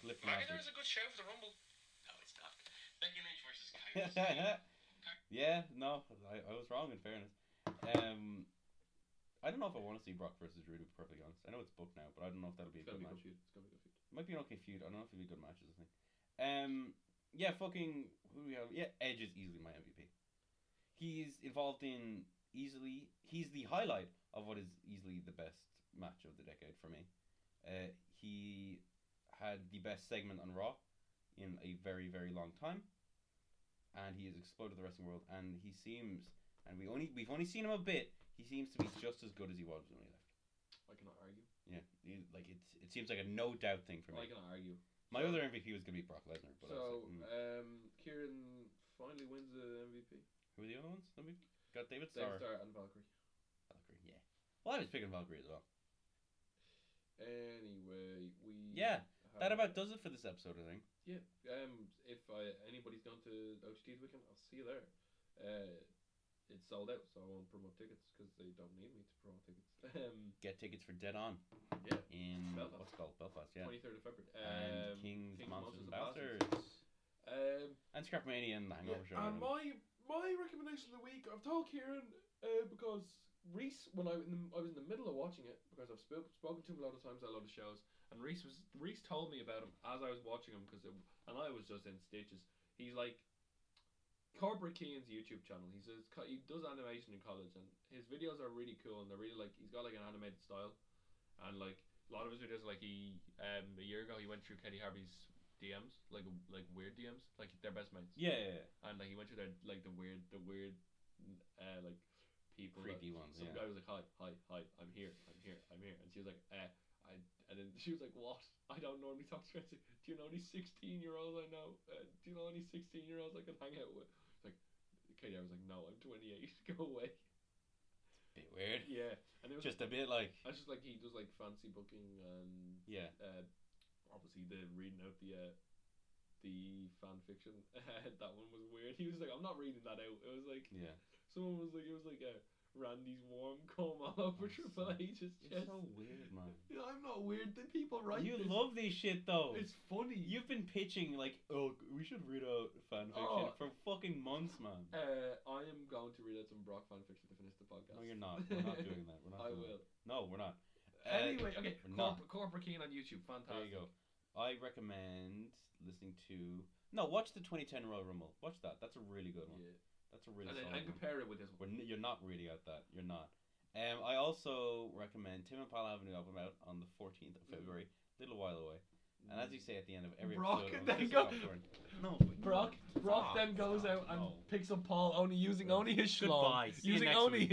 Speaker 1: Cliff
Speaker 3: McIntyre is a good show for the Rumble. No, it's not. Becky Lynch versus Kyrie Sane.
Speaker 1: Lashley. yeah, no, I, I was wrong in fairness. Um, I don't know if I want to see Brock versus Drew. To be perfectly honest, I know it's booked now, but I don't know if that'll be
Speaker 2: It's
Speaker 1: a
Speaker 2: gonna
Speaker 1: good match.
Speaker 2: be good feud. It's gonna be good feud.
Speaker 1: It might be an okay feud. I don't know if it'll be good matches. I think. Um, yeah, fucking who do we have? Yeah, Edge is easily my MVP. He's involved in easily. He's the highlight of what is easily the best match of the decade for me. Uh, he had the best segment on Raw in a very very long time, and he has exploded the wrestling world. And he seems, and we only we've only seen him a bit. He seems to be just as good as he was when he left.
Speaker 2: I cannot argue.
Speaker 1: Yeah, he- like it's it seems like a no doubt thing for me.
Speaker 2: I cannot argue.
Speaker 1: My
Speaker 2: So-
Speaker 1: other MVP was gonna be Brock Lesnar, but I was
Speaker 2: so,
Speaker 1: like, mm.
Speaker 2: um, Kieran finally wins the MVP.
Speaker 1: who are the other ones? That we got David Starr,
Speaker 2: Dave Starr and Valkyrie.
Speaker 1: Valkyrie. Yeah. Well, I was picking Valkyrie as well.
Speaker 2: Anyway, we
Speaker 1: Yeah,
Speaker 2: have-
Speaker 1: That about does it for this episode, I think.
Speaker 2: yeah. Um, if I, anybody's gone to OTT this weekend, I'll see you there. Uh, it's sold out, so I won't promote tickets because they don't need me to promote tickets. Um,
Speaker 1: Get tickets for Dead On
Speaker 2: yeah,
Speaker 1: in
Speaker 2: Belfast.
Speaker 1: what's it called Belfast, yeah,
Speaker 2: twenty third of February.
Speaker 1: and
Speaker 2: Um,
Speaker 1: King's,
Speaker 2: King's
Speaker 1: Monsters, and
Speaker 2: Bastards.
Speaker 1: Bastards,
Speaker 2: Um,
Speaker 1: and Scrapmania and the
Speaker 2: yeah,
Speaker 1: Hangover Show.
Speaker 2: and my my recommendation of the week, I've told Kieran uh, because Reese, when I, in the, I was in the middle of watching it, because I've spoke, spoken to him a lot of times at a lot of shows, And Reese was Reese told me about him as I was watching him because and I was just in stitches. He's like Cobra Keen's YouTube channel. He says co- he does animation in college, and his videos are really cool, and they're really like he's got like an animated style, and like a lot of his videos, like he um a year ago he went through Kenny Harvey's DMs, like like weird DMs, like they're best mates,
Speaker 1: Yeah, yeah, yeah.
Speaker 2: and like he went through their like the weird the weird uh like people that-
Speaker 1: creepy ones.
Speaker 2: some
Speaker 1: yeah.
Speaker 2: guy was like, "Hi, hi, hi, I'm here, I'm here, I'm here," and she was like, "Eh, I," and then she was like, "What? I don't normally talk to friends. Do you know any sixteen-year-olds I know? Uh, do you know any sixteen-year-olds I can hang out with?" It's like, Katie, I was like, "No, I'm twenty-eight. Go away."
Speaker 1: Bit weird.
Speaker 2: Yeah, and it was.
Speaker 1: Just a bit like
Speaker 2: I was just like he does like fancy booking and
Speaker 1: yeah.
Speaker 2: uh, obviously the reading out the uh, the fan fiction. that one was weird. He was like, "I'm not reading that out." It was like
Speaker 1: Yeah.
Speaker 2: someone was like, "It was like a." Randy's warm comb all over
Speaker 1: That's so-
Speaker 2: Triple H's
Speaker 1: It's
Speaker 2: chest.
Speaker 1: so weird, man.
Speaker 2: Yeah, I'm not weird. The people write
Speaker 1: you
Speaker 2: this.
Speaker 1: love this shit though.
Speaker 2: It's funny.
Speaker 1: You've been pitching like, oh, we should read out fanfiction
Speaker 2: Oh.
Speaker 1: for fucking months, man.
Speaker 2: Uh, I am going to read out some Brock fanfiction to finish the podcast.
Speaker 1: No, you're not. We're not doing that. We're not.
Speaker 2: I
Speaker 1: doing
Speaker 2: will.
Speaker 1: That. No, we're not. Uh,
Speaker 2: anyway, okay.
Speaker 1: we're not.
Speaker 2: Corp- Corporate Keen on YouTube. Fantastic.
Speaker 1: There you go. I recommend listening to. No, watch the 2010 Royal Rumble. Watch that. That's a really good one.
Speaker 2: Yeah.
Speaker 1: That's a really
Speaker 2: and
Speaker 1: solid
Speaker 2: then
Speaker 1: one.
Speaker 2: and compare it with this
Speaker 1: We're n-
Speaker 2: one.
Speaker 1: you're not really at that. You're not. Um, I also recommend Tim and Paul have a new album out on the 14th of
Speaker 2: Mhm.
Speaker 1: February. Little while away. And as you say at the end of every
Speaker 2: Brock
Speaker 1: episode,
Speaker 2: and
Speaker 1: of
Speaker 2: then
Speaker 1: Kiss
Speaker 2: go-
Speaker 1: Popcorn,
Speaker 4: No, but
Speaker 2: Brock,
Speaker 1: Stop,
Speaker 2: Brock then goes
Speaker 1: Ah, stop,
Speaker 2: out and
Speaker 1: no.
Speaker 2: picks up Paul, only using only his schlong.
Speaker 4: Goodbye, see you
Speaker 2: using
Speaker 4: next
Speaker 2: only
Speaker 4: week.
Speaker 2: his